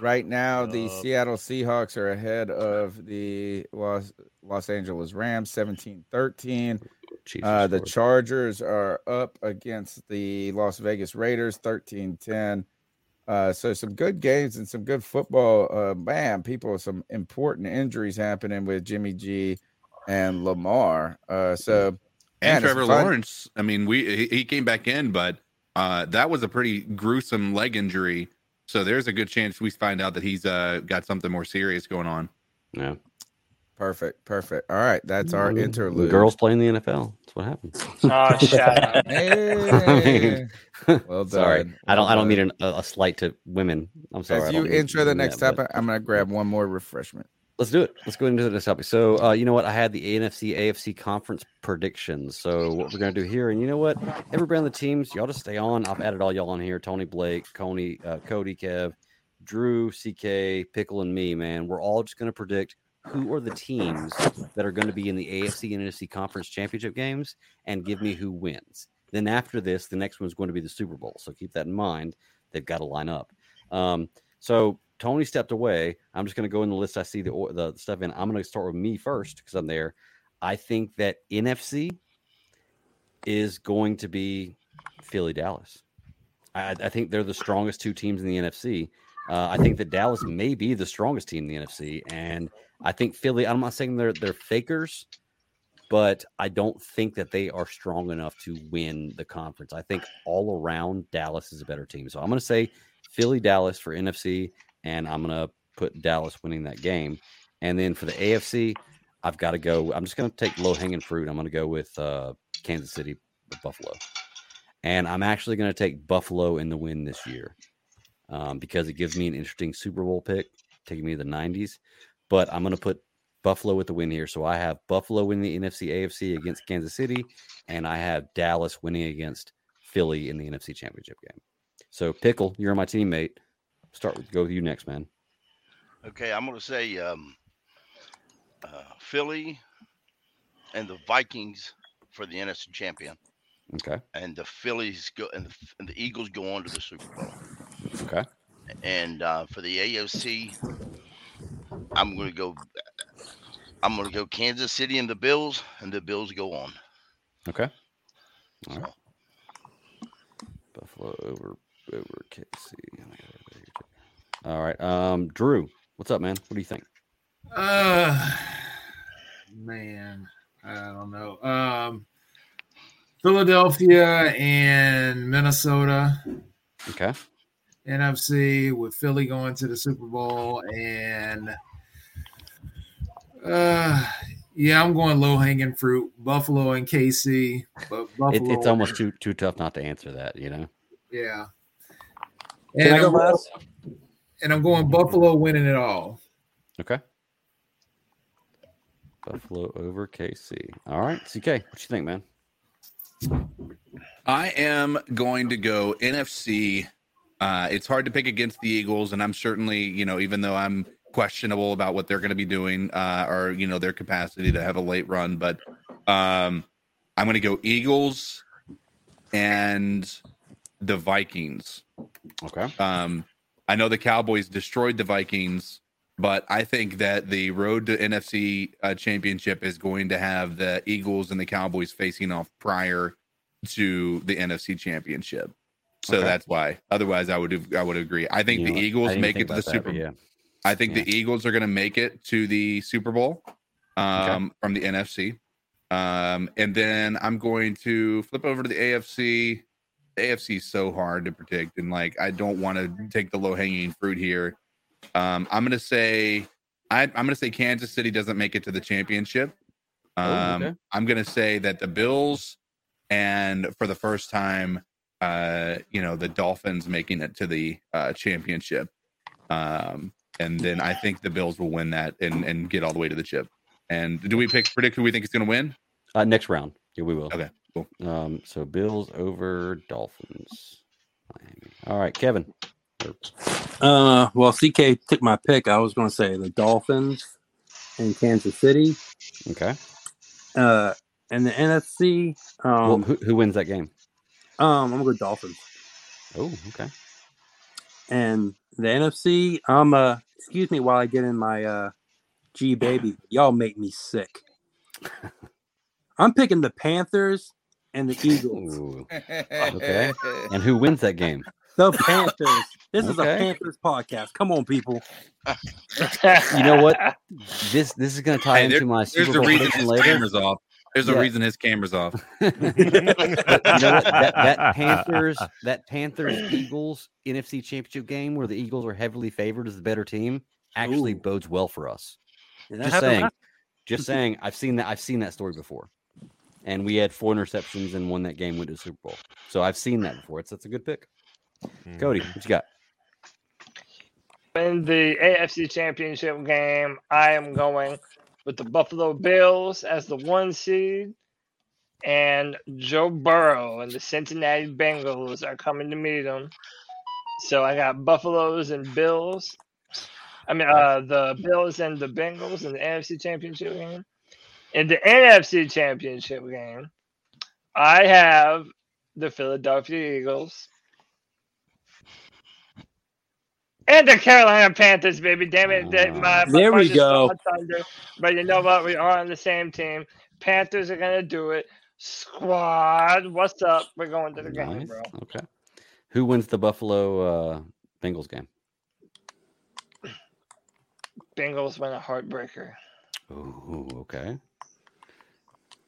right now, the Uh, Seattle Seahawks Oh, are ahead of the Los Los Angeles Rams 17-13. Chiefs Uh, are the scored. Chargers are up against the Las Vegas Raiders 13 10. Uh, so some good games and some good football. Uh, man, people, some important injuries happening with Jimmy G and Lamar. Uh, so, man, And it's Trevor fun- Lawrence, I mean, we he, he came back in, but uh, that was a pretty gruesome leg injury. So there's a good chance we find out that he's uh, got something more serious going on. yeah. Perfect, perfect. All right, that's our The interlude. Girls playing the NFL. That's what happens. Oh, shut up. Hey. Well well sorry, done, I don't. well I don't done. mean an, a, a slight to women. I'm sorry. I As don't you mean to intro the mean next that, but- topic, I'm going to grab one more refreshment. let's do it. Let's go into the next topic. So, uh, you know what? I had the AFC AFC conference predictions. So, what we're gonna do here, and you know what? Everybody on the teams, y'all just stay on. I've added all y'all on here: Tony Blake, Coney, uh, Cody, Kev, Drew, CK, Pickle, and me. Man, we're all just gonna predict who are the teams that are going to be in the AFC and NFC conference championship games, and give me who wins. Then after this, the next one's going to be the Super Bowl. So keep that in mind. They've got to line up. Um, so Tony stepped away. I'm just going to go in the list. I see the or- the stuff in. I'm going to start with me first because I'm there. I think that NFC is going to be Philly Dallas. I, I think they're the strongest two teams in the NFC. Uh, I think that Dallas may be the strongest team in the NFC, and I think Philly. I'm not saying they're they're fakers, but I don't think that they are strong enough to win the conference. I think all around Dallas is a better team. So I'm going to say Philly Dallas for NFC, and I'm gonna put Dallas winning that game. And then for the AFC, I've got to go. I'm just gonna take low hanging fruit. I'm gonna go with uh, Kansas City, Buffalo, and I'm actually gonna take Buffalo in the win this year um, because it gives me an interesting Super Bowl pick, taking me to the 90s. But I'm gonna put Buffalo with the win here. So I have Buffalo winning the NFC AFC against Kansas City, and I have Dallas winning against Philly in the NFC Championship game. So pickle, you're my teammate. Start with go with you next, man. Okay, I'm gonna say um, uh, Philly and the Vikings for the NFC champion, Okay. and the Phillies go and the, and the Eagles go on to the Super Bowl. Okay. And uh, for the AOC, I'm gonna go. I'm gonna go Kansas City and the Bills, and the Bills go on. Okay. All So, right. Buffalo over over KC. All right. Um, Drew, what's up, man? What do you think? Uh, man, I don't know. Um, Philadelphia and Minnesota Okay. NFC with Philly going to the Super Bowl and uh, yeah, I'm going low hanging fruit. Buffalo and KC, but It, Buffalo, it's almost too too tough not to answer that. You know. yeah. Can And I go I'm, last? and I'm going Buffalo winning it all. Okay. Buffalo over KC. All right. CK, what you think, man? I am going to go NFC. Uh, it's hard to pick against the Eagles, and I'm certainly, you know, even though I'm questionable about what they're going to be doing uh, or you know their capacity to have a late run, but um, I'm going to go Eagles and the Vikings. Okay. Um, I know the Cowboys destroyed the Vikings, but I think that the road to NFC uh, championship is going to have the Eagles and the Cowboys facing off prior to the NFC championship. So Okay. that's why. Otherwise, I would have, I would agree. I think You know the what? I Eagles didn't even make think it to the about that, but Super. Yeah. I think Yeah. the Eagles are going to make it to the Super Bowl um, from the NFC. Um, and then I'm going to flip over to the AFC. The AFC is so hard to predict, and like I don't want to take the low hanging fruit here. Um, I'm going to say I, I'm going to say Kansas City doesn't make it to the championship. Um, okay. I'm going to say that the Bills and for the first time, uh, you know, the Dolphins making it to the uh, championship. Um, and then I think the Bills will win that and and get all the way to the chip. And do we pick predict who we think is going to win? Uh, next round. Yeah, we will. Okay, cool. Um, so Bills over Dolphins. Miami. All right, Kevin. Uh, well, CK took my pick. I was going to say the Dolphins and Kansas City. Okay. Uh, and the NFC. well, Um, who, who wins that game? um, I'm going to go Dolphins. Oh, okay. And the NFC. I'm uh, excuse me while I get in my uh, G baby. Y'all make me sick. I'm picking the Panthers and the Eagles. Ooh. Okay. And who wins that game? The Panthers. This is a Okay. Panthers podcast. Come on, people. You know what? This this is going to tie Hey, there- into my there's Super a Bowl reason prediction his later. camera's off. There's Yeah. a reason his camera's off. You know what? That, that Panthers, that Panthers Eagles NFC Championship game where the Eagles are heavily favored as the better team actually Ooh. bodes well for us. And that Just happened saying. last- Just saying. I've seen that. I've seen that story before. And we had four interceptions and won that game. Went to the Super Bowl. So I've seen that before. It's that's a good pick. Cody, what you got? In the AFC Championship game, I am going with the Buffalo Bills as the one seed, and Joe Burrow and the Cincinnati Bengals are coming to meet him. So I got Buffaloes and Bills. I mean, uh, the Bills and the Bengals in the AFC Championship game. In the NFC Championship game, I have the Philadelphia Eagles and the Carolina Panthers, baby. Damn it. that- my- my There we heart just go. went thunder. But you know what? We are on the same team. Panthers are going to do it. Squad, what's up? We're going to the game, Nice. bro. Okay. Who wins the Buffalo uh, Bengals game? Bengals win a heartbreaker. Ooh, okay.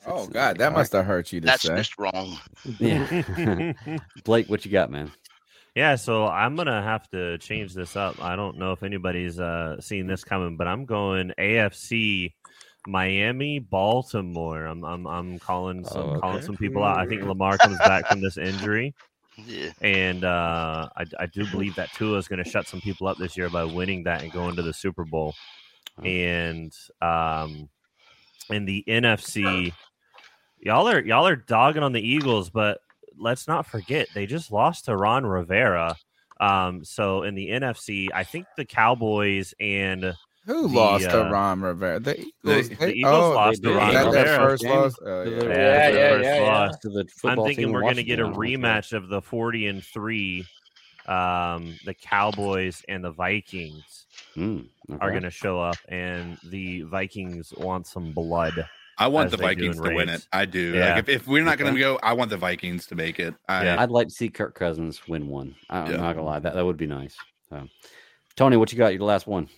Oh God, that must have hurt you to That's say. just wrong. Yeah. Blake, what you got, man? Yeah, so I'm gonna have to change this up. I don't know if anybody's uh, seen this coming, but I'm going AFC Miami Baltimore. I'm I'm, I'm calling some Oh, calling okay. some people out. I think Lamar comes back from this injury, Yeah. and uh, I I do believe that Tua is going to shut some people up this year by winning that and going to the Super Bowl. And um, in the NFC, y'all are y'all are dogging on the Eagles, but let's not forget they just lost to Ron Rivera. Um, so in the NFC, I think the Cowboys and Who The, lost to uh, Ron Rivera? The Eagles. the they- Eagles oh, lost they to did. Ron Is that their Rivera. first loss? Oh, yeah. Yeah, Yeah, yeah, first yeah, yeah. loss. To the I'm football thinking team we're going going to to get a rematch of the 40 and 3 um the Cowboys and the Vikings Mm, are going to show up and the Vikings want some blood. I want As the they do Vikings in to win raids. it. I do. Yeah. Like if, if we're not going Okay. to go, I want the Vikings to make it. I, Yeah. I'd like to see Kirk Cousins win one. I, I'm Yeah. not gonna lie, that that would be nice. So, Tony, what you got? Your last one.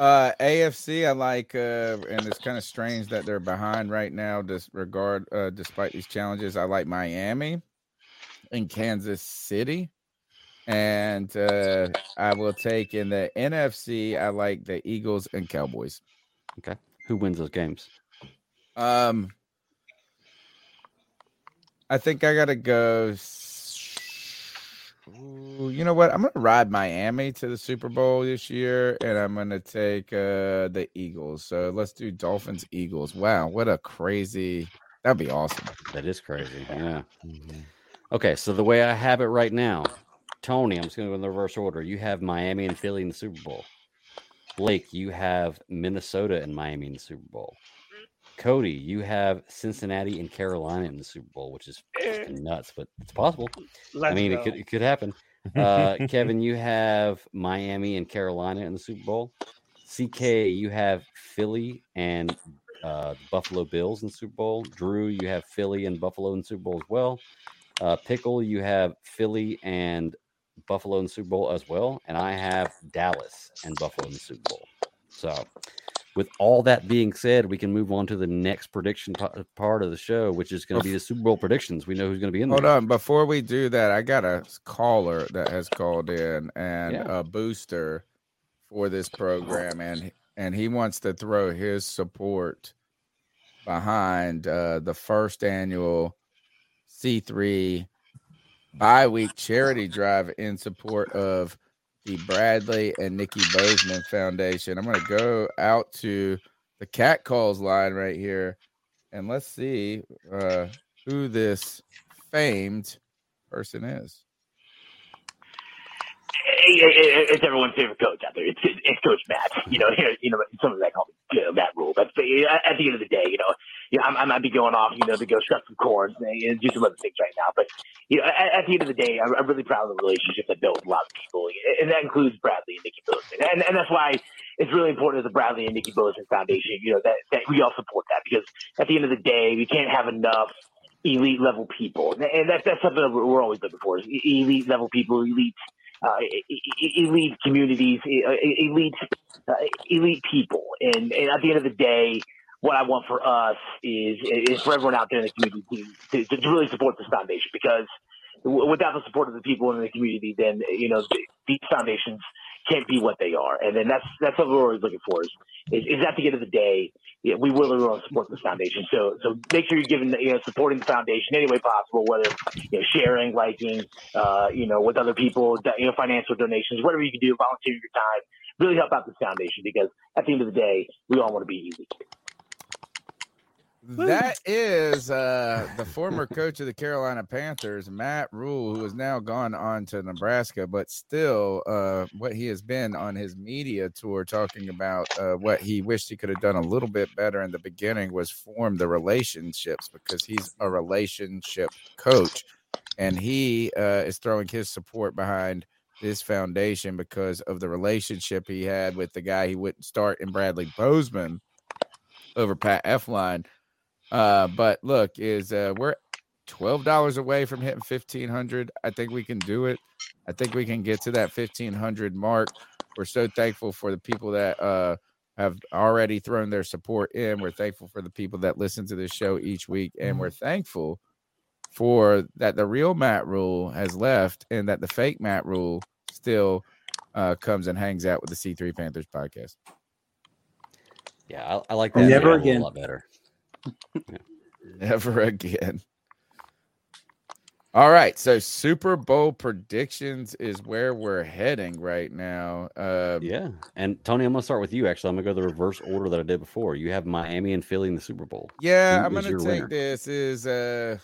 Uh, AFC, I like, uh, and it's kind of strange that they're behind right now. Disregard, uh, despite these challenges, I like Miami and Kansas City, and uh, I will take in the NFC. I like the Eagles and Cowboys. Who wins those games? Um, I think I gotta go. s- Ooh, you know what? I'm gonna ride Miami to the Super Bowl this year, and I'm gonna take uh the Eagles. So let's do Dolphins Eagles. Wow, what a crazy! That'd be awesome. That is crazy. Yeah. Mm-hmm. Okay, so the way I have it right now, Tony, I'm just going to go in the reverse order. You have Miami and Philly in the Super Bowl. Blake, you have Minnesota and Miami in the Super Bowl. Cody, you have Cincinnati and Carolina in the Super Bowl, which is fucking nuts, but it's possible. Eh. Let's I mean, go. it could it could happen. Uh, Kevin, you have Miami and Carolina in the Super Bowl. CK, you have Philly and uh, the Buffalo Bills in the Super Bowl. Drew, you have Philly and Buffalo in the Super Bowl as well. Uh, Pickle, you have Philly and Buffalo in the Super Bowl as well. And I have Dallas and Buffalo in the Super Bowl. So, with all that being said, we can move on to the next prediction pa- part of the show, which is going to be the Super Bowl predictions. We know who's going to be in Hold there. on, before we do that, I got a s- caller that has called in and Yeah. a booster for this program, and and he wants to throw his support behind uh, the first annual C3 bi week charity drive in support of the Bradley and Nikki Bozeman Foundation. I'm going to go out to the cat calls line right here and let's see uh, who this famed person is. Hey, hey, hey, it's everyone's favorite coach out there. It's, it's Coach Matt. You know, here, you know, some of that call me uh, Matt Rule, but uh, at the end of the day, you know, you know, I, I might be going off, you know, to go shut some cords and, and do some other things right now. But you know, at, at the end of the day, I'm, I'm really proud of the relationship I built with a lot of people, and that includes Bradley and Nikki Bozeman. And, and that's why it's really important as a Bradley and Nikki Bozeman Foundation, you know, that, that we all support that because at the end of the day, we can't have enough elite level people, and, and that's that's something that we're we're always looking for: is e- elite level people, elite. Uh, e- e- elite communities, e- e- elite, uh, elite people, and, and at the end of the day, what I want for us is is for everyone out there in the community to, to, to really support this foundation because w- without the support of the people in the community, then you know th- these foundations can't be what they are, and then that's that's what we're always looking for is is, is at the end of the day yeah, we really want to support this foundation. So so make sure you're giving you know supporting the foundation any way possible, whether you know sharing, liking, uh, you know with other people, do- you know financial donations, whatever you can do, volunteering your time. Really help out this foundation because at the end of the day, we all want to be elite. That is uh, the former coach of the Carolina Panthers, Matt Rule, who has now gone on to Nebraska, but still uh, what he has been on his media tour talking about uh, what he wished he could have done a little bit better in the beginning was form the relationships because he's a relationship coach. And he uh, is throwing his support behind this foundation because of the relationship he had with the guy he wouldn't start in Bradley Bozeman over Pat Efline. Uh, but look, is uh, we're twelve dollars away from hitting fifteen hundred. I think we can do it. I think we can get to that fifteen hundred mark. We're so thankful for the people that uh have already thrown their support in. We're thankful for the people that listen to this show each week, and we're thankful for that the real Matt Rule has left, and that the fake Matt Rule still uh, comes and hangs out with the C three Panthers podcast. Yeah, I, I like And that. never Never again. again. A lot better. Never again. All right, so Super Bowl predictions is where we're heading right now. Uh, yeah, and Tony, I'm gonna start with you. Actually, I'm gonna go the reverse order that I did before. You have Miami and Philly in the Super Bowl. Yeah, Who I'm is gonna your take winner? this. Is uh,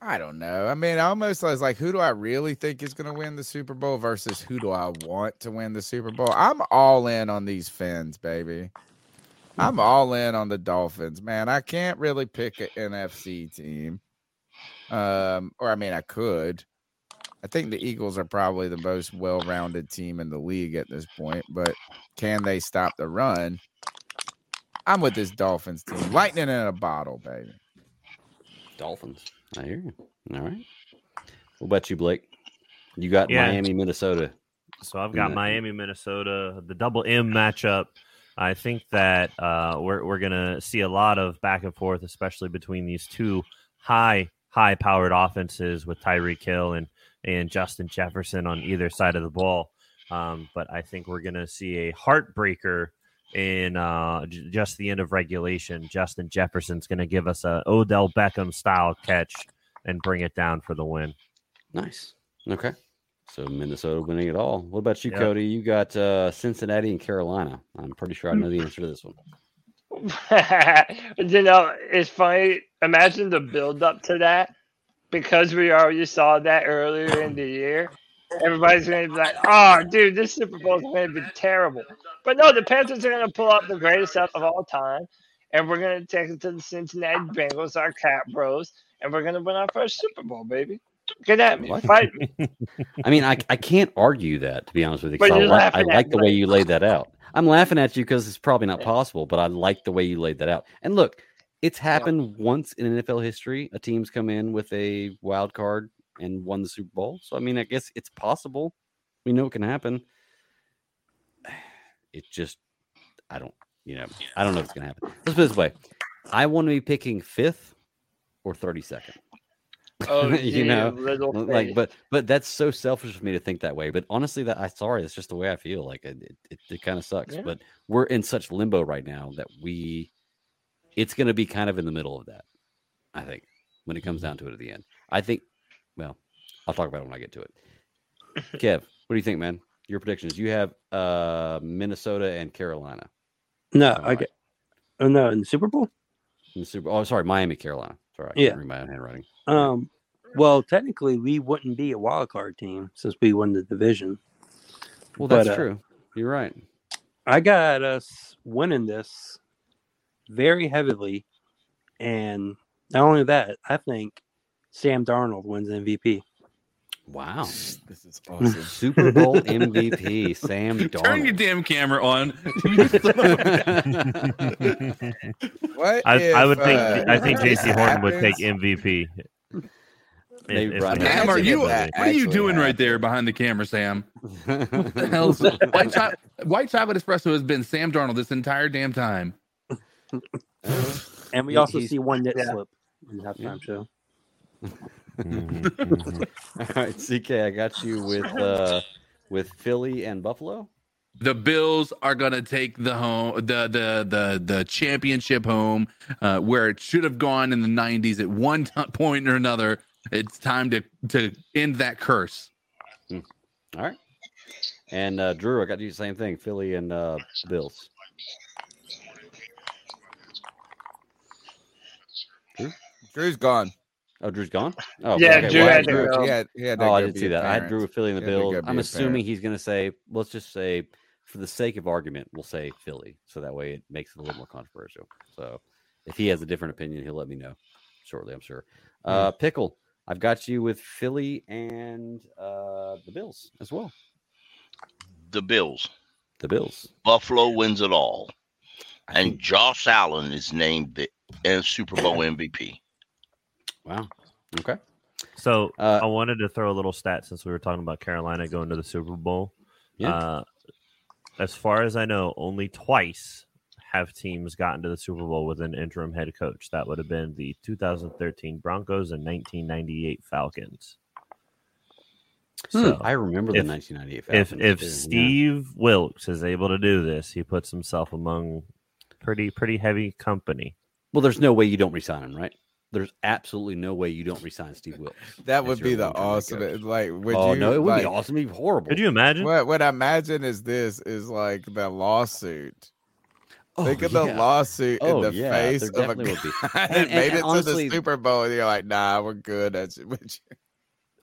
I don't know. I mean, I almost was like, who do I really think is gonna win the Super Bowl versus who do I want to win the Super Bowl? I'm all in on these fins, baby. I'm all in on the Dolphins, man. I can't really pick an NFC team. Um, or I mean, I could. I think the Eagles are probably the most well-rounded team in the league at this point, but can they stop the run? I'm with this Dolphins team. Lightning in a bottle, baby. Dolphins. I hear you. All right. What about you, Blake? You got Yeah. Miami, Minnesota. So I've got Miami, Minnesota, the double M matchup. I think that uh, we're we're gonna see a lot of back and forth, especially between these two high high powered offenses with Tyreek Hill and and Justin Jefferson on either side of the ball. Um, but I think we're gonna see a heartbreaker in uh, j- just the end of regulation. Justin Jefferson's gonna give us a Odell Beckham style catch and bring it down for the win. Nice. Okay. So Minnesota winning it all. What about you, Yeah. Cody? You got uh, Cincinnati and Carolina. I'm pretty sure I Hmm. know the answer to this one. you know, it's funny. Imagine the build up to that because we already saw that earlier in the year. Everybody's going to be like, oh, dude, this Super Bowl is going to be terrible. But no, the Panthers are going to pull out the greatest out of all time, and we're going to take it to the Cincinnati Bengals, our cat bros, and we're going to win our first Super Bowl, baby. Get at me. What? Fight me. I mean, I, I can't argue that to be honest with you. But 'cause I, you're li- I laughing at like the way you laid that out. I'm laughing at you because it's probably not possible, but I like the way you laid that out. And look, it's happened once in NFL history. A team's come in with a wild card and won the Super Bowl. So I mean, I guess it's possible. We know it can happen. It just, I don't, you know, I don't know if it's gonna happen. Let's put it this way: I want to be picking fifth or thirty second. Oh, you know, little like, face. but but that's so selfish for me to think that way. But honestly, that I sorry, that's just the way I feel. Like it, it, it, kind of sucks. Yeah. But we're in such limbo right now that we, it's going to be kind of in the middle of that. I think when it comes down to it at the end, I think. Well, I'll talk about it when I get to it. Kev, what do you think, man? Your predictions? You have uh Minnesota and Carolina No, I get. Oh no, in the Super Bowl. in the Super. Oh, sorry, Miami, Carolina. Sorry, I can't Yeah. read my own handwriting. Um, well, technically, we wouldn't be a wild card team since we won the division. Well, But, that's uh, true. You're right. I got us winning this very heavily. And not only that, I think Sam Darnold wins MVP. Wow. This is awesome. Super Bowl MVP, Sam Turn Darnold. your damn camera on. What? I, I would if, think uh, I think this J.C. Horn would take happens? MVP. If- Maybe if Brian it Sam, happened. are you? Imagine if that what are you actually doing right happened. there behind the camera, Sam? What the hell's white, cho- white chocolate espresso has been Sam Darnold this entire damn time. And we He- also he's- see one nit yeah. slip in the halftime show. Mm-hmm. All right, CK, I got you with uh with Philly and Buffalo. The Bills are gonna take the home the the the the championship home uh, where it should have gone in the '90s at one t- point or another. It's time to to end that curse. Hmm. All right. And uh Drew, I got you the same thing, Philly and uh Bills. Drew's gone. Oh, Drew's gone? Oh, Yeah, okay, Drew well, I had to Drew- go. He had, he had to Oh, I go didn't be see a that. I had parent. Drew with Philly and the Yeah, they Bills. gotta be I'm a assuming parent. he's going to say, let's just say, for the sake of argument, we'll say Philly. So that way it makes it a little more controversial. So if he has a different opinion, he'll let me know shortly, I'm sure. Hmm. Uh, Pickle, I've got you with Philly and uh, the Bills as well. The Bills. The Bills. Buffalo wins it all. I And think- Josh Allen is named the and Super Bowl MVP. wow. Okay. So Uh, I wanted to throw a little stat since we were talking about Carolina going to the Super Bowl. Yeah. Uh, as far as I know, only twice have teams gotten to the Super Bowl with an interim head coach. That would have been the 2013 Broncos and 1998 Falcons. So Hmm, I remember the if- 1998. if Falcons if too, yeah. Steve Wilkes is able to do this, he puts himself among pretty pretty heavy company. Well, there's no way you don't resign him, right? There's absolutely no way you don't resign Steve Wilkes. That as would your be the long-term head coach. awesome. Like, would oh, you? no, it would like, be awesome. It'd be horrible. Could you imagine? What what I imagine is this is like the lawsuit. Oh, Think of the yeah. lawsuit Oh, in the yeah, face there of a definitely would be. guy And- that made and it honestly- to the Super Bowl, and you're like, nah, we're good. That's what you-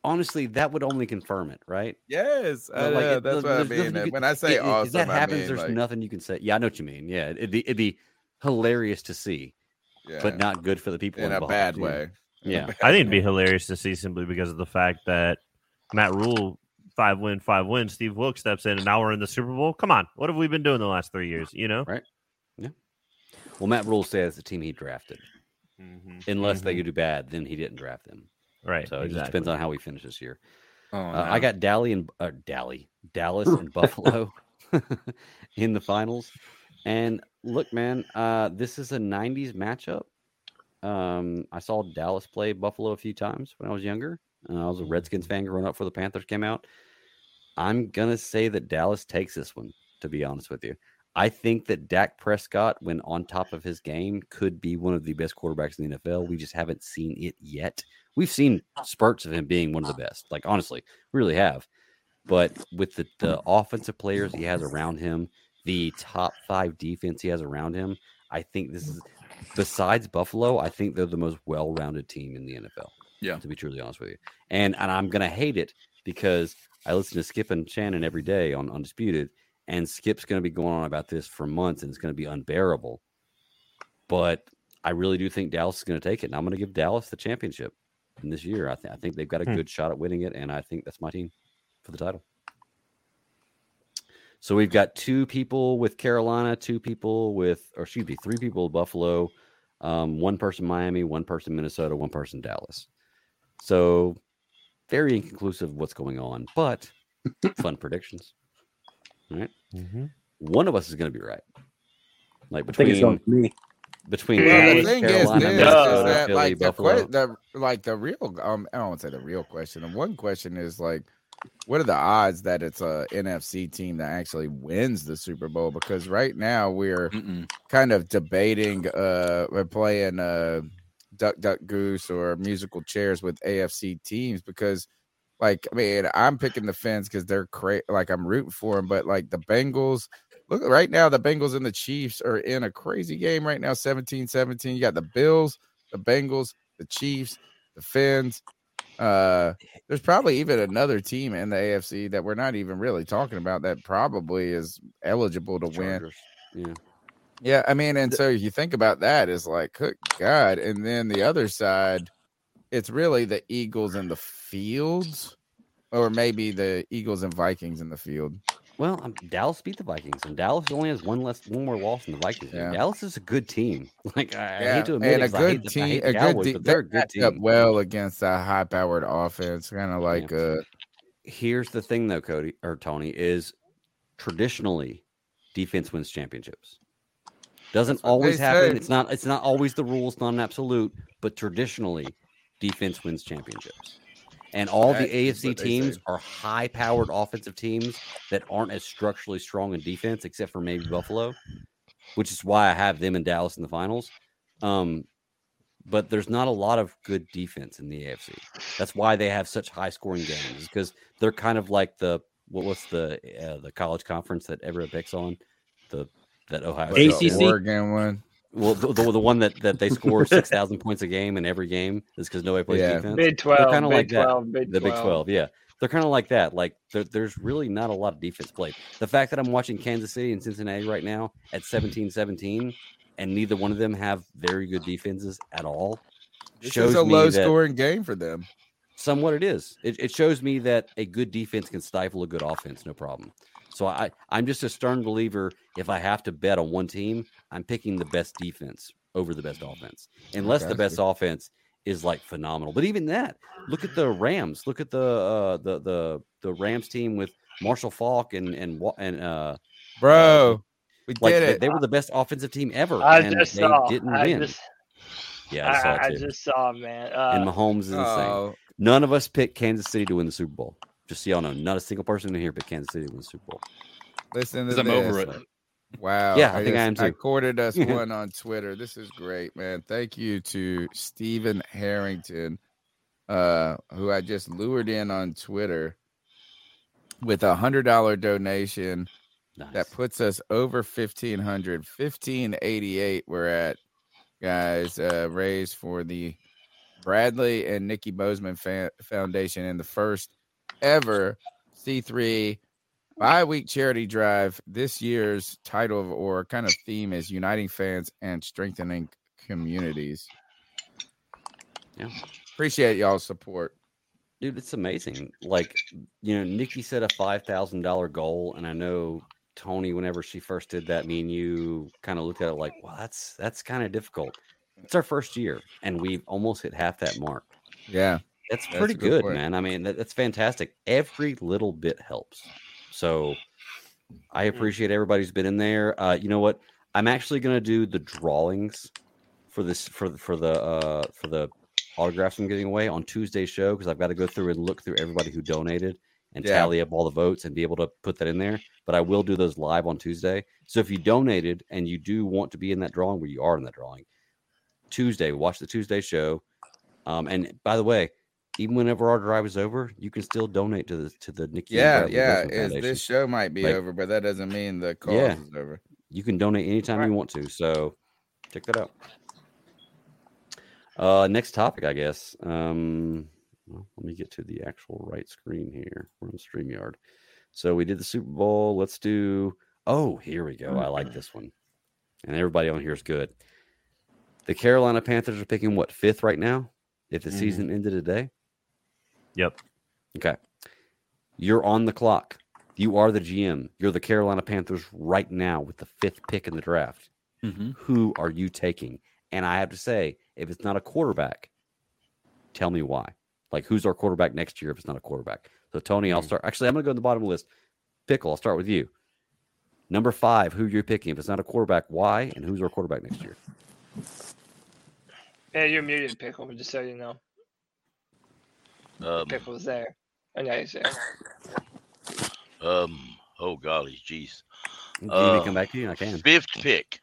honestly, that would only confirm it, right? yes, I But, like, it- know, that's there's- what I there's nothing mean. you uh, could- When I say i- i- awesome, if that happens, I mean, there's like, nothing you can say. Yeah, I know what you mean. Yeah, it'd be, it'd be hilarious to see, yeah, but not good for the people in a involved, bad you know? way. Yeah, I think it'd be hilarious to see simply because of the fact that Matt Rule five win, five win. Steve Wilkes steps in, and now we're in the Super Bowl. Come on, what have we been doing the last three years? You know, Right. well, Matt Rule says the team he drafted, unless they do bad, then he didn't draft them. right? So it just exactly. depends on how we finish this year. Oh, Uh, I no. got Dally and uh, Dally, Dallas and Buffalo in the finals. And look, man, uh, this is a '90s matchup. Um, I saw Dallas play Buffalo a few times when I was younger. And I was a Redskins fan growing up before the Panthers came out. I'm gonna say that Dallas takes this one. To be honest with you, I think that Dak Prescott, when on top of his game, could be one of the best quarterbacks in the NFL. We just haven't seen it yet. We've seen spurts of him being one of the best. Like honestly, we really have. But with the, the offensive players he has around him, the top five defense he has around him, I think this is besides Buffalo, I think they're the most well-rounded team in the NFL. Yeah. To be truly honest with you. And and I'm gonna hate it because I listen to Skip and Shannon every day on Undisputed, and Skip's gonna be going on about this for months and it's gonna be unbearable. But I really do think Dallas is gonna take it. And I'm gonna give Dallas the championship in this year. I, think I think they've got a Hmm. good shot at winning it, and I think that's my team for the title. So we've got two people with Carolina, two people with, or excuse me, three people with Buffalo, um, one person Miami, one person Minnesota, one person Dallas. So very inconclusive what's going on, but fun predictions. All right. Mhm. One of us is going to be right. Like Mm-hmm. I think it's between going to be me. between Well, the Dallas, the thing is, Carolina, this, is Minnesota, that Philly, like the, Buffalo. que- the like the real um I don't want to say the real question. The one question is like, what are the odds that it's a NFC team that actually wins the Super Bowl? Because right now we're Mm-mm. kind of debating uh we're playing uh duck duck goose or musical chairs with AFC teams because like I mean I'm picking the Fins because they're cra- like I'm rooting for them but like the Bengals look right now the Bengals and the Chiefs are in a crazy game right now 17-17 you got the Bills the Bengals the Chiefs the Fins uh there's probably even another team in the AFC that we're not even really talking about that probably is eligible to win Chargers. Yeah. Yeah, I mean, and so you think about that is like, good God. And then the other side, it's really the Eagles and the Fields, or maybe the Eagles and Vikings in the field. Well, um, Dallas beat the Vikings, and Dallas only has one less, one more loss than the Vikings. do. Yeah. Dallas is a good team. Like I, I Yeah, hate to admit, and it, a 'cause I hate good the- I team, hate the a good Cowboys, team. but they're a good matched up team. well against a high-powered offense, kind of like uh, Here's the thing, though, Cody or Tony is traditionally defense wins championships. Doesn't what they always happen. say. It's not. It's not always the rules. Not an absolute, but traditionally, defense wins championships. And all That the is AFC what they teams say. are high-powered offensive teams that aren't as structurally strong in defense, except for maybe Buffalo, which is why I have them in Dallas in the finals. Um, but there's not a lot of good defense in the AFC. That's why they have such high-scoring games because they're kind of like the what, what's the uh, the college conference that everyone picks on the that Ohio like State the is in? Oregon one. Well, the, the, the one that, that they score six thousand points a game in every game is because nobody plays Yeah. defense. Big They're 12, kinda Big like that. 12, Big the Big 12. Twelve, yeah. They're kind of like that. Like there, there's really not a lot of defense played. The fact that I'm watching Kansas City and Cincinnati right now at 17-17, and neither one of them have very good defenses at all, This shows is a me that low-scoring game for them. somewhat it is. It, it shows me that a good defense can stifle a good offense, no problem. So I, I'm just a stern believer. If I have to bet on one team, I'm picking the best defense over the best offense, unless the Okay. best offense is like phenomenal. But even that, look at the Rams. Look at the uh, the the the Rams team with Marshall Falk and and Wa- and uh, Bro, we like did they, it. they were the best offensive team ever, I and just they saw. didn't I win. just, yeah, I saw I, I it too. just saw, man. and Uh, Mahomes is insane. Oh, None of us picked Kansas City to win the Super Bowl. Just so y'all know, not a single person in here picked Kansas City to win the Super Bowl. listen to 'Cause I'm this. over it. Wow. Yeah, I think I just- am I too. quoted us one on Twitter. This is great, man. Thank you to Stephen Harrington, uh, who I just lured in on Twitter with a hundred dollar donation Nice. that puts us over 1500 1588 we're at guys uh raised for the bradley and nikki bozeman Fa- foundation in the first ever c3 bi-week charity drive this year's title of, or kind of theme is uniting fans and strengthening communities Yeah. appreciate y'all's support Dude, it's amazing. Like, you know, Nikki set a five thousand dollar goal, and I know Tony, whenever she first did that, me and you kind of looked at it like, well, that's that's kind of difficult. It's our first year, and we've almost hit half that mark. yeah That's That's pretty a good good, point. man. I mean, that, that's fantastic. Every little bit helps. So Mm. I appreciate everybody's been in there. Uh, you know what? I'm actually gonna do the drawings for this for the- for the uh, for the autographs I'm giving away on Tuesday's show because I've got to go through and look through everybody who donated and Yeah. tally up all the votes and be able to put that in there. But I will do those live on Tuesday. So if you donated and you do want to be in that drawing where you are in that drawing, Tuesday, watch the Tuesday show. Um, and by the way, even whenever our drive is over, you can still donate to the to the Nikki. and yeah Bradley yeah Wilson is Foundation. this show might be Like- over but that doesn't mean the cause Yeah. is over you can donate anytime you want to. So check that out. Uh, next topic, I guess. Um, well, let me get to the actual right screen here. We're on StreamYard. So we did the Super Bowl. Let's do. Oh, here we go. I like this one. And everybody on here is good. The Carolina Panthers are picking what fifth right now? If the Mhm. season ended today, Yep. Okay. You're on the clock. You are the GM. You're the Carolina Panthers right now with the fifth pick in the draft. Mhm. Who are you taking? And I have to say, if it's not a quarterback, tell me why. Like, who's our quarterback next year if it's not a quarterback? So, Tony, I'll start. Actually, I'm going to go to the bottom of the list. Pickle, I'll start with you. Number five, who you're picking. If it's not a quarterback, why? And who's our quarterback next year? yeah, you're muted, Pickle, just so you know. Um, Pickle's there. Oh, yeah, he's there. um, oh golly, jeez. Do you want me Uh, to come back to you? I can. Fifth pick.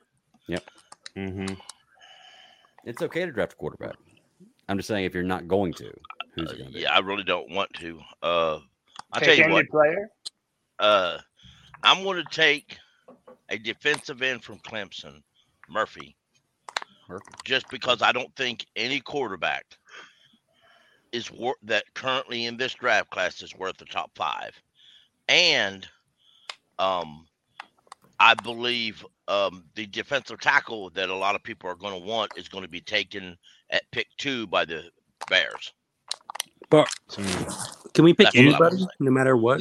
Mm-hmm. It's okay to draft a quarterback. I'm just saying, if you're not going to, who's Uh, it going to be? yeah, I really don't want to. Uh, I tell Pick you any what. player. Uh, I'm going to take a defensive end from Clemson, Murphy, Murphy. just because I don't think any quarterback is wor- that currently in this draft class is worth the top five, and um, I believe um, the defensive tackle that a lot of people are going to want is going to be taken at pick two by the Bears. But can we pick Mm. That's what I was anybody, no matter what?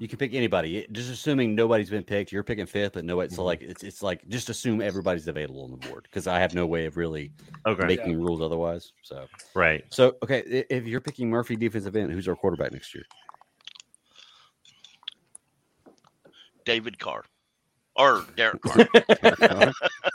You can pick anybody. It- Just assuming nobody's been picked, you're picking fifth, but nobody's Mm-hmm. so like it's it's like just assume everybody's available on the board because I have no way of really Okay. making Yeah. rules otherwise. So right. So okay, i- if you're picking Murphy defensive end, who's our quarterback next year? David Carr or Derek Carr.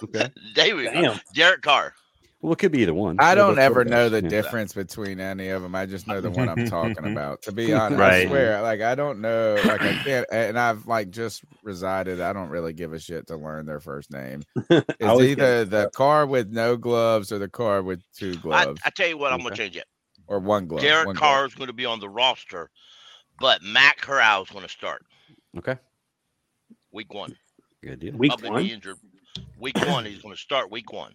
Okay. David Damn. Derek Carr. Well, it could be either one. I They're don't both ever know quarterbacks. the Yeah. difference between any of them. I just know the one I'm talking about. To be honest, Right. I swear, like I don't know, like I can't. And I've like just resided. I don't really give a shit to learn their first name. It's always either the car with no gloves or the car with two I, gloves I tell you what, I'm gonna Okay. change it. or one glove. one Derek glove. Carr is going to be on the roster, but Matt Corral is going to start Okay. week one. Good deal. Week Probably one? be injured. Week one, he's going to start week one.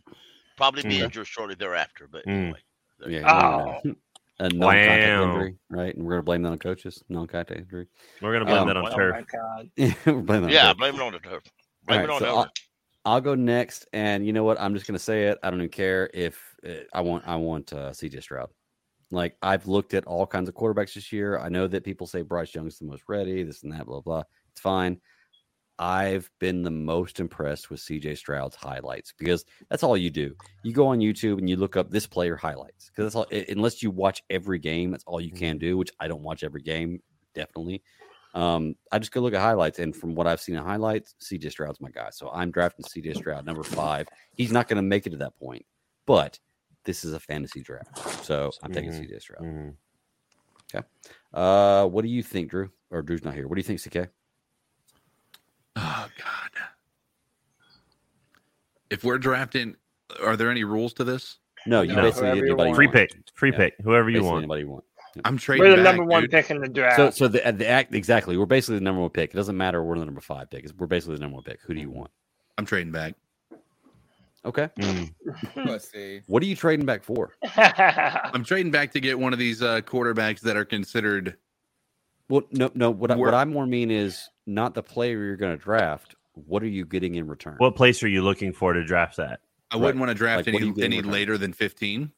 Probably be Okay. injured shortly thereafter. But Mm. anyway, Hmm. Yeah, you never Oh. know. a non-contact Wow. injury, right? And we're gonna blame that on coaches. Non-contact injury. We're gonna blame that on well, turf. My God. Um, we're blaming it on Oh yeah, coaches. blame it on the turf. All Blame it right, on so the I'll, I'll go next, and you know what? I'm just gonna say it. I don't even care if uh I want. I want uh, CJ Stroud. Like I've looked at all kinds of quarterbacks this year. I know that people say Bryce Young's the most ready. This and that. Blah blah. It's fine. I've been the most impressed with CJ Stroud's highlights because that's all you do. You go on YouTube and you look up this player highlights because that's all. i- Unless you watch every game, that's Mm-hmm. all you can do. Which I don't watch every game, definitely. Um, I just go look at highlights, and from what I've seen in highlights, CJ Stroud's my guy. So I'm drafting CJ Stroud number five. He's not going to make it to that point, but this is a fantasy draft, so I'm taking Mhm. CJ Stroud. Okay. Uh, what do you think, Drew? Or Drew's not here. What do you think, CK? Oh God. If we're drafting, are there any rules to this? No, you No, basically whoever get you anybody. want. Free you want. pick. Free Yeah. pick. Whoever you Basically want. anybody you want. I'm trading. We're the back, number one dude. pick in the draft. So, so the the act exactly. We're basically the number one pick. It doesn't matter. We're the number five pick. It's- We're basically the number one pick. Who do you want? Mm-hmm. I'm trading back. Okay. Let's see. What are you trading back for? I'm trading back to get one of these uh, quarterbacks that are considered. Well, no, no. What I, what We're- I more mean is not the player you're going to draft. What are you getting in return? What place are you looking for to draft that? I wouldn't want to Like, draft what are you any getting in any return? later than 15.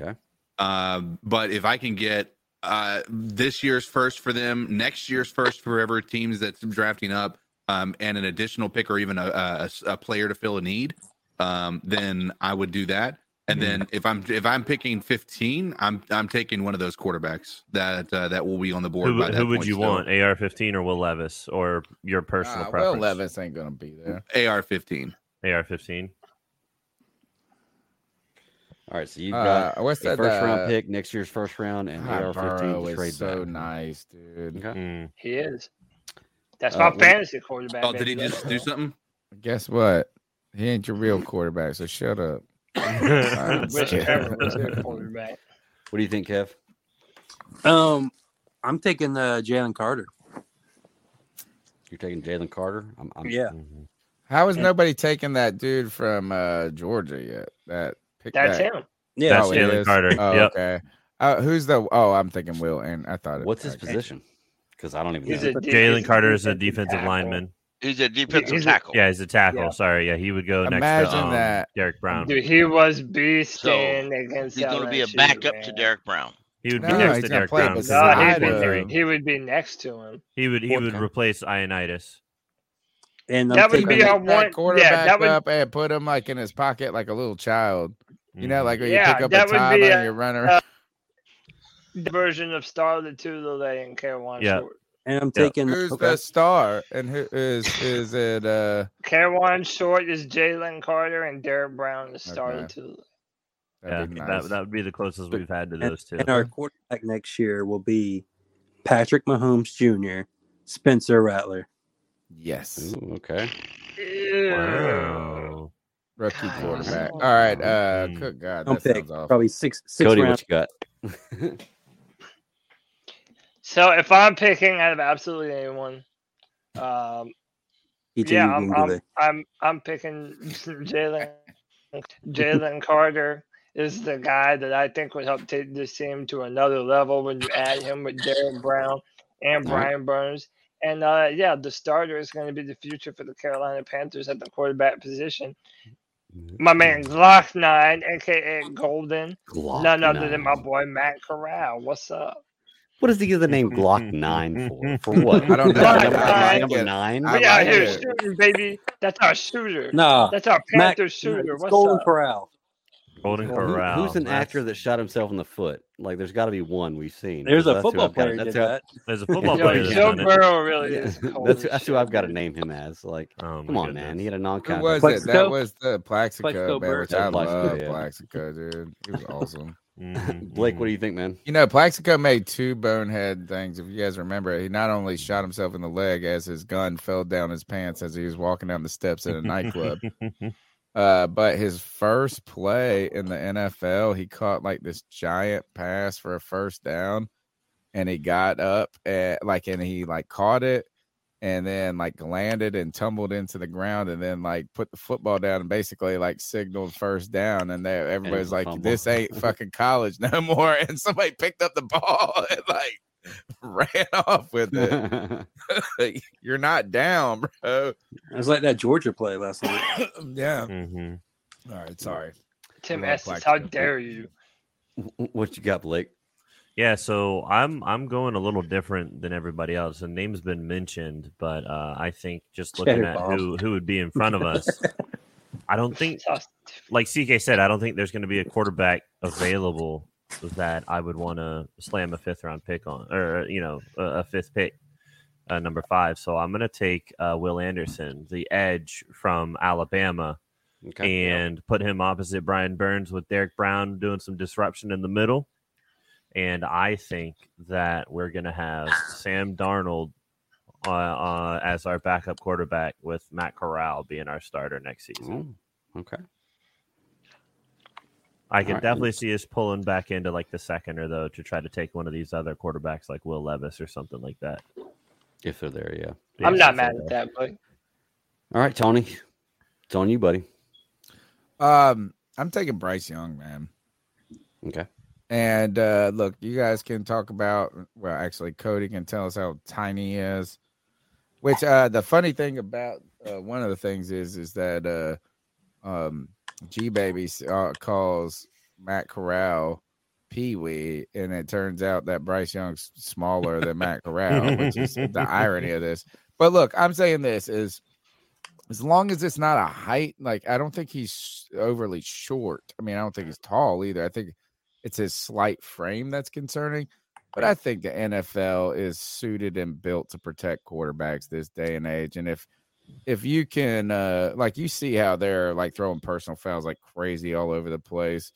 Okay. Um, but if I can get uh, this year's first for them, next year's first for whoever teams that's drafting up, um, and an additional pick or even a, a- a s- a player to fill a need, um, then I would do that. And Mm-hmm. then if I'm if I'm picking 15, I'm I'm taking one of those quarterbacks that uh, that will be on the board. Who, by that who would point you still. want? AR fifteen or Will Levis or your personal Ah, Will preference? Levis ain't gonna be there. AR 15. AR fifteen. All right. So you've Uh, got what's a that? first round uh, pick next year's first round and God, AR fifteen Burrow to trade is so back. nice, dude. Okay. he is. That's Uh, my when- fantasy quarterback. Oh, did he baby. just do something? Guess what? He ain't your real quarterback, so shut up. Mm. Wish Yeah. Trevor was their quarterback. What do you think, Kev? Um, I'm taking uh, Jalen Carter. You're taking Jalen Carter. I'm, I'm, Yeah. How is nobody taking that dude from uh, Georgia yet? That pick That's that. him. Yeah. That's Oh, it Jalen is. Carter. Oh, Yep. okay. Uh, who's the? Oh, I'm thinking Will, and I thought it. What's his okay. position? Because I don't even He's know. a de- he's Jalen a Carter is a defensive defensive tackle. lineman. He's a defensive He's a- tackle. Yeah, he's a tackle. Yeah. Sorry. Yeah, he would go next Imagine to um, that. Derek Brown. Dude, he was beasting against He's going to be a LSU, backup to man. Derek Brown. He would be No, next he's to gonna Derek play Brown. beside He would be- him. He would be next to him. He would he would Okay. replace Ionitis. And I'm That would taking- be our Pick that one. Yeah, quarterback that would. up and put him like in his pocket like a little child. You know, like when Yeah, you pick that up a would towel be and a- you run uh, around. the version of Star the Tulele and Carolina Yeah. Short. and I'm Yeah. taking Who's okay. the star? And who is is it? Uh, Carolina Short is Jalen Carter and Derek Brown is Star Okay. the Tulele. Yeah, that'd be nice. that, that would be the closest we've had to and, those two. and our quarterback next year will be Patrick Mahomes Jr., Spencer Rattler. yes, Ooh, okay. Ew. Wow. rookie God, quarterback. All so- right, uh, Mm. good God, Don't that pick sounds awful. probably six six Cody, round. what you got? So if I'm picking out of absolutely anyone, um, ET yeah, I'm, Udoka. I'm, I'm I'm picking Jalen. Jalen Carter is the guy that I think would help take this team to another level when you add him with Derek Brown and All right. Brian Burns And uh, yeah, the starter is going to be the future for the Carolina Panthers at the quarterback position. My Mm-hmm. man Glock Nine, aka Golden, Glock none other than my boy Matt Corral. What's up? What does he give the name Glock Nine for? For what? I don't know. Number- Glock nine. Number nine. we out here shooting, baby. That's our shooter. Nah, that's our Mac- Panther shooter. it's What's Golden up? Corral. Golden Well, who- Corral. who's an That's- actor that shot himself in the foot? Like, there's got to be one we've seen. There's a That's who football I've gotta- player that's did who- that. There's a football Yeah, player that's Joe done it. Burrow really is cold That's, as that's who I've got to name him as. Like, Oh come on, man. He had a Who non-contact. was it? That was the Plaxico, Plaxico man, which Burress. I Yeah, Plaxico, love yeah. Plaxico, dude. He was awesome. Blake, what do you think, man? You know, Plaxico made two bonehead things. If you guys remember, he not only shot himself in the leg as his gun fell down his pants as he was walking down the steps at a nightclub, uh, but his first play in the NFL, he caught like this giant pass for a first down, and he got up at like and he like caught it, and then like landed and tumbled into the ground, and then like put the football down and basically like signaled first down, and there everybody's was a like, fumble. "This ain't fucking college no more," and somebody picked up the ball and like ran off with it. You're not down, bro. It was like that Georgia play last night. yeah. Mm-hmm. All right. Sorry. Tim I love Estes, Plaxico. how dare you? What you got, Blake? Yeah, so I'm I'm going a little different than everybody else. The name's been mentioned, but uh, I think just looking Cheddar at Bob. who who would be in front of us, I don't think, Just- like CK said, I don't think there's going to be a quarterback available that I would want to slam a fifth round pick on, or you know, a, a fifth pick, uh, number five. So I'm going to take uh, Will Anderson, the edge from Alabama, Okay. and put him opposite Brian Burns with Derek Brown doing some disruption in the middle. And I think that we're going to have Sam Darnold uh, uh, as our backup quarterback with Matt Corral being our starter next season. Oh, okay. I can Alright. definitely see us pulling back into like the second or though to try to take one of these other quarterbacks like Will Levis or something like that. If they're there, yeah. I'm not Yeah, mad if they're at there. that, but All right, Tony. It's on you, buddy. Um, I'm taking Bryce Young, man. Okay. And uh, look, you guys can talk about. Well, actually, Cody can tell us how tiny he is. Which uh, the funny thing about uh, one of the things is is that uh, um, G Baby uh, calls Matt Corral Pee Wee, and it turns out that Bryce Young's smaller than Matt Corral, which is the irony of this. But look, I'm saying this is as long as it's not a height. Like I don't think he's overly short. I mean, I don't think he's tall either. I think it's his slight frame that's concerning. But I think the NFL is suited and built to protect quarterbacks this day and age. And if if you can uh like you see how they're like throwing personal fouls like crazy all over the place,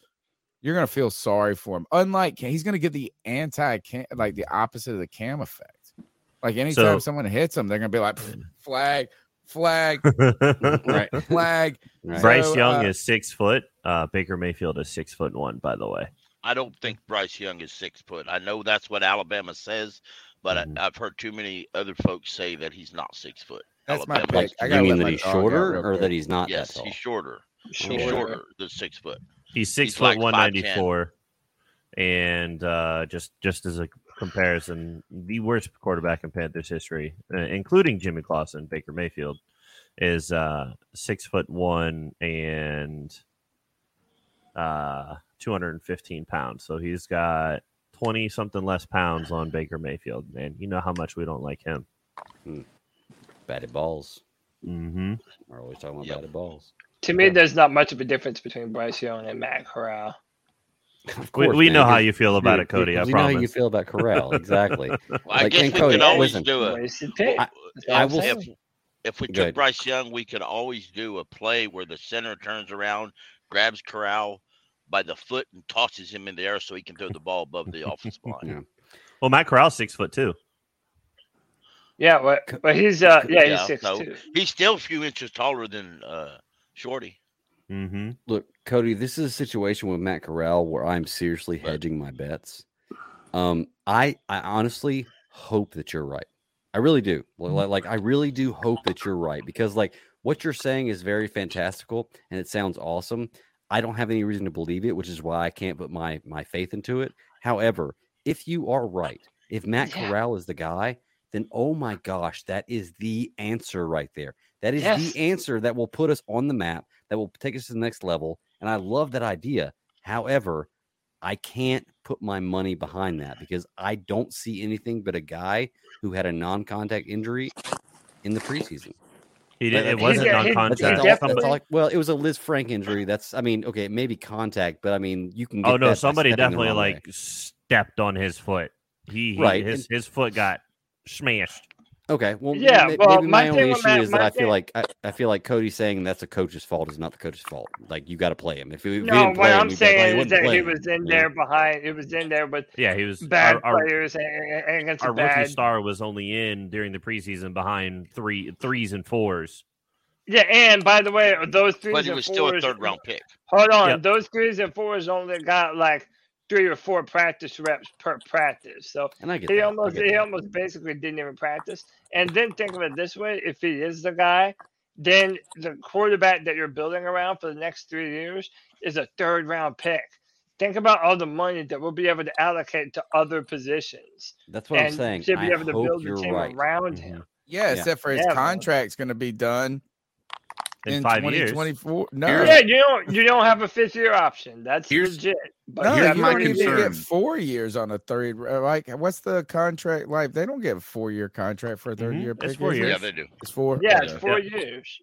you're gonna feel sorry for him. Unlike Cam- he's gonna get the anti cam like the opposite of the cam effect. Like anytime So- someone hits him, they're gonna be like "Pfft, flag, flag, Right. flag. Right. Bryce So, Young uh, is six foot. Uh, Baker Mayfield is six foot one, by the way. I don't think Bryce Young is six foot. I know that's what Alabama says, but Mhm. I, I've heard too many other folks say that he's not six foot. That's my Alabama- pick. Oh, I you gotta mean let Oh, that my he's dog out shorter real or quick. that he's not Yes, that tall? he's shorter. He's Shorter. shorter than six foot. He's six He's foot like one ninety 5'10". four, and uh, just just as a comparison, the worst quarterback in Panthers history, uh, including Jimmy Clausen, Baker Mayfield, is uh, six foot one and uh, two hundred and fifteen pounds. So he's got twenty something less pounds on Baker Mayfield, and you know how much we don't like him. Hmm. batted balls. Mm-hmm. We're always talking about Yep. batted balls. to me, there's not much of a difference between Bryce Young and Matt Corral. Of We, course, we man, know how 'cause- you feel about dude, it, Cody. I we know how you promise. feel about Corral. Exactly. Well, I Like, guess and we Cody, could always listen. do a. Wasted pick. I- That's what I I'm will saying. If, if we Go took ahead. Bryce Young, we could always do a play where the center turns around, grabs Corral by the foot, and tosses him in the air so he can throw the ball above the offensive line. Yeah. Well, Matt Corral's six foot two. Yeah, but, but he's uh yeah, Yeah, he's six no. two. He's still a few inches taller than uh, Shorty. Mm-hmm. Look, Cody, this is a situation with Matt Corral where I'm seriously hedging my bets. Um, I I honestly hope that you're right. I really do. Li- Like, like I really do hope that you're right because like what you're saying is very fantastical and it sounds awesome. I don't have any reason to believe it, which is why I can't put my my faith into it. However, if you are right, if Matt Yeah. Corral is the guy, then oh my gosh, that is the answer right there. That is Yes. the answer that will put us on the map, that will take us to the next level. And I love that idea. However, I can't put my money behind that because I don't see anything but a guy who had a non contact injury in the preseason. He Like, did- it that's- wasn't that's- that's non-contact. all- that's all- Definitely- well, it was a Liz Frank injury. That's, I mean, okay, maybe contact, but I mean, you can. Get Oh no, that by somebody stepping the definitely wrong way. like stepped on his foot. He, he- Right, his his foot got smashed. Okay. Well, Yeah, yeah. Maybe, well, my my, thing only with issue that- is that my I feel thing- like I, I feel like Cody saying that's the coach's fault is not the coach's fault. Like you got to play him. If he, if he No, didn't play what him, I'm you'd be like, "Oh, saying is wouldn't that play he him." was in Yeah. there behind. It was in there with Yeah, he was bad our, our, players and, and- and against our the bad. rookie star was only in during the preseason behind three threes and fours. Yeah, and by the way, those threes But he and was fours. still a third round pick. Hold on, Yep. those threes and fours only got like three or four practice reps per practice. So And I get he that, I almost get he that. almost basically didn't even practice. And then think of it this way: if he is the guy, then the quarterback that you're building around for the next three years is a third round pick. Think about all the money that we'll be able to allocate to other positions. That's what I'm and saying. Should be I able to hope build the you're team right. Mm-hmm. around him. Yeah, Yeah. except for his Yeah, bro. contract's going to be done In five years. 2024. No, Yeah, you don't you don't have a fifth year option. That's Here's- legit. But no, you have you my don't even concern. get four years on a third. uh, Like, what's the contract like? They don't get a four year contract Mm-hmm. for a 3rd Mhm, year. it's pick, four is it? years. Yeah, they do. It's four. Yeah, it's Okay. four years.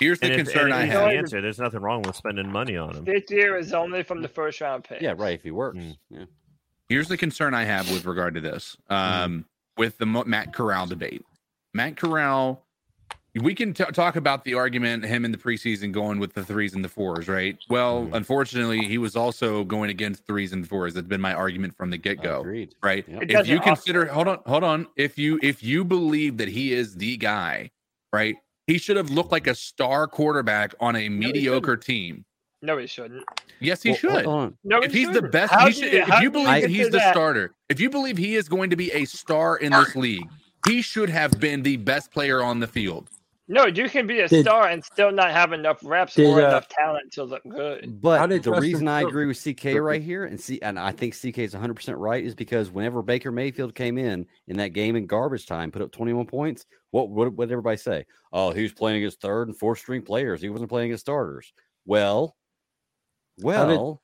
Here's the And if, concern and I he's have. the answer. There's nothing wrong with spending money on him. Fifth year is only from the first round pick. Yeah, right. If he works, Mm. yeah. Here's the concern I have with regard to this, um, Mm-hmm. with the Mo- Matt Corral debate. Matt Corral, we can t- talk about the argument him in the preseason going with the threes and the fours, right? Well, Mhm. unfortunately, he was also going against threes and fours. That's been my argument from the get go, Agreed. right? Yeah. It If doesn't you offer- consider, hold on, hold on. If you if you believe that he is the guy, right? He should have looked like a star quarterback on a mediocre team. No, he shouldn't. Yes, he Well, should Hold on. No, he if he's the shouldn't. best, How he do should, you- if how you do believe get he's to the that? starter, if you believe he is going to be a star in this league, he should have been the best player on the field. No, you can be a Did- star and still not have enough reps Did, or uh, enough talent to look good. How But did the Justin reason I Fields- agree with CK right here, and see, and I think CK is 100 percent right, is because whenever Baker Mayfield came in in that game in garbage time, put up 21 points. What what what did everybody say? Oh, he was playing against third and fourth string players. He wasn't playing against starters. Well, did- well,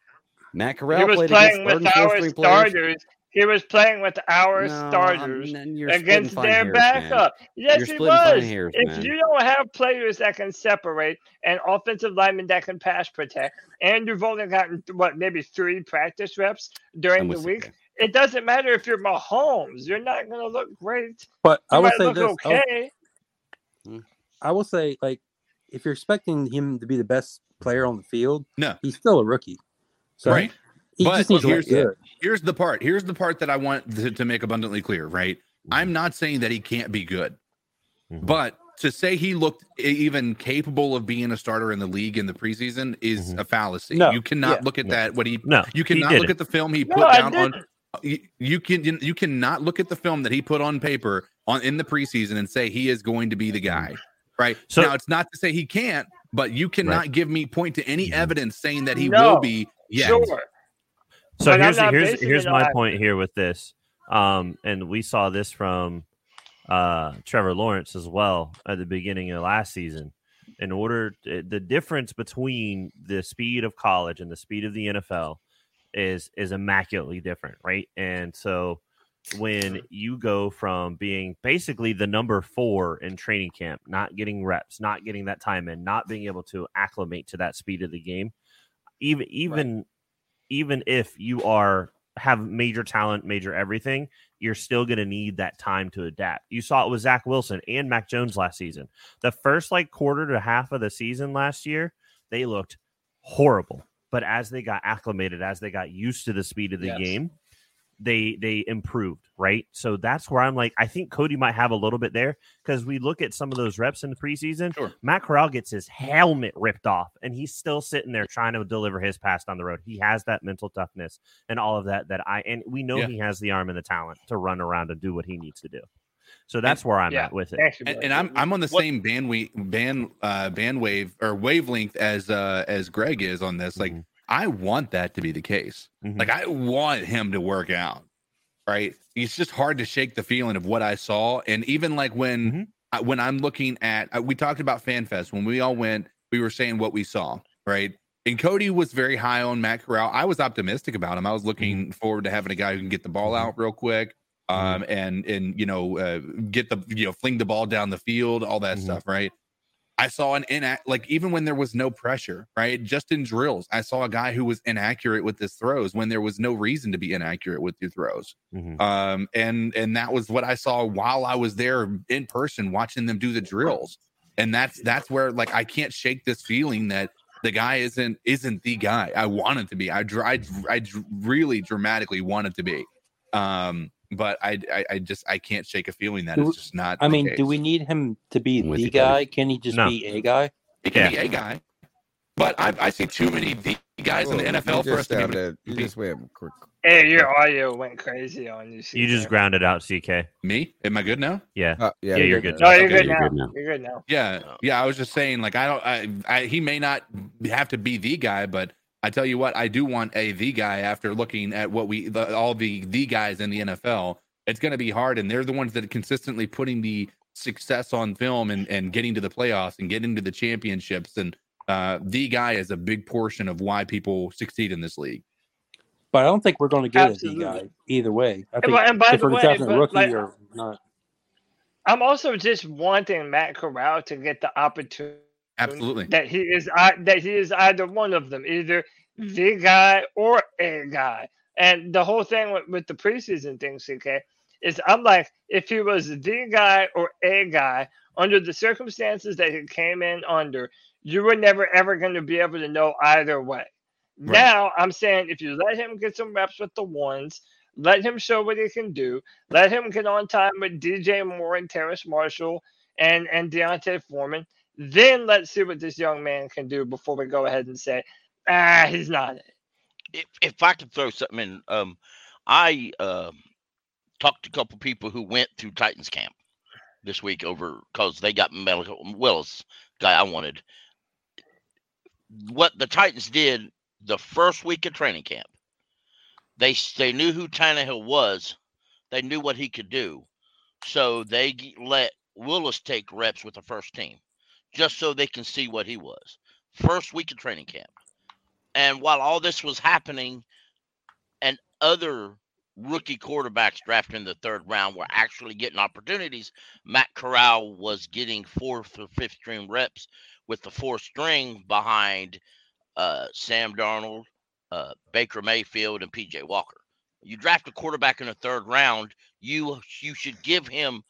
Matt Corral he was played playing against third with and fourth our string players. starters. He was playing with our No, I'm- starters n- you're splitting against fine their hairs, man. backup. Yes, he splitting fine was. hairs, if man. you don't have players that can separate and offensive linemen that can pass protect, and you've only gotten what maybe three practice reps I'm during the with week, CK. it doesn't matter if you're Mahomes. You're not going to look great. But You I would might say look this. I would- okay. I will say, like, if you're expecting him to be the best player on the field, No. he's still a rookie. So Right. he But just needs to look here's the- good. Here's the part. Here's the part that I want to, to make abundantly clear, right? I'm not saying that he can't be good, Mhm. but to say he looked e- even capable of being a starter in the league in the preseason is Mhm. a fallacy. No, You cannot look at no. that. What he No, he you cannot did look at the film he No, put I down on you, you can you, you cannot look at the film that he put on paper on in the preseason and say he is going to be the guy right So- now it's not to say he can't but you cannot give me point to any Mhm. evidence saying that he No, will be yet. Sure. So But I'm here's not here's basing here's it my on- point here with this, um, and we saw this from uh, Trevor Lawrence as well at the beginning of last season. In order, eh, the difference between the speed of college and the speed of the NFL is is immaculately different, right? And so when you go from being basically the number four in training camp, not getting reps, not getting that time in, not being able to acclimate to that speed of the game, even even even if you are have major talent, major everything, you're still going to need that time to adapt. You saw it with Zach Wilson and Mac Jones last season. The first like quarter to half of the season last year, they looked horrible. But as they got acclimated, as they got used to the speed of the Yes. game, they they improved, right? So that's where I'm like, I think Cody might have a little bit there because we look at some of those reps in the preseason. Sure. Matt Corral gets his helmet ripped off, and he's still sitting there trying to deliver his pass down the road. He has that mental toughness and all of that. That I and we know Yeah. he has the arm and the talent to run around and do what he needs to do. So that's where I'm yeah. at with it. Thank you, and, bro. and I'm I'm on the What- same band we band uh band wave or wavelength as uh as Greg is on this. Like Mhm. I want that to be the case. Mhm. Like I want him to work out. right? It's just hard to shake the feeling of what I saw, and even like when Mm-hmm. I, when I'm looking at, I, we talked about FanFest when we all went, we were saying what we saw, right? And Cody was very high on Matt Corral. I was optimistic about him. I was looking forward to having a guy who can get the ball out real quick, um, and and you know uh, get the you know fling the ball down the field, all that stuff, right? I saw an inact like even when there was no pressure, right? Just in drills, I saw a guy who was inaccurate with his throws when there was no reason to be inaccurate with your throws. Um, and and that was what I saw while I was there in person watching them do the drills. And that's that's where like I can't shake this feeling that the guy isn't isn't the guy I want him to be. I dr- I, dr- I dr- really dramatically want it to be. Um, but I, I I just I can't shake a feeling that Do it's we- just not. I the mean, case. do we need him to be with the you, Cody. guy? Can he just No. be a guy? He can be a guy. But I, I see too many D guys in the NFL for us to be. You just went quick. Hey, your audio went crazy on you. You just grounded out, CK. Me? Am I good now? Yeah. Uh, yeah, yeah, you're you're good. good No, you're Okay, good, you're now. good now. You're good now. Yeah, yeah. I was just saying, like, I don't. I, I he may not have to be the guy, but I tell you what, I do want a the guy. After looking at what we the, all the the guys in the NFL, it's going to be hard, and they're the ones that are consistently putting the success on film and and getting to the playoffs and getting to the championships. And uh the guy is a big portion of why people succeed in this league. But I don't think we're going to get a D Absolutely. guy either way. I And think by- and by if the we're way, drafting a but, rookie like, or not, I'm also just wanting Matt Corral to get the opportunity Absolutely. that he is ei- that he is either one of them, either the guy or a guy. And the whole thing with, with the preseason thing, CK, is I'm like, if he was the guy or a guy under the circumstances that he came in under, you were never ever going to be able to know either way. Right. Now I'm saying if you let him get some reps with the ones, let him show what he can do, let him get on time with DJ Moore and Terrace Marshall and and Deontay Foreman. Then let's see what this young man can do before we go ahead and say, ah, he's not it. if if I could throw something in, um, I um talked to a couple people who went to Titans camp this week over because they got Malik Willis, guy I wanted. What the Titans did the first week of training camp, they s- they knew who Tannehill was, they knew what he could do, so they g- let Willis take reps with the first team, just so they can see what he was. First week of training camp. And while all this was happening, and other rookie quarterbacks drafted in the third round were actually getting opportunities, Matt Corral was getting fourth or fifth string reps with the fourth string behind uh, Sam Darnold, uh, Baker Mayfield, and PJ Walker. You draft a quarterback in the third round, you you should give him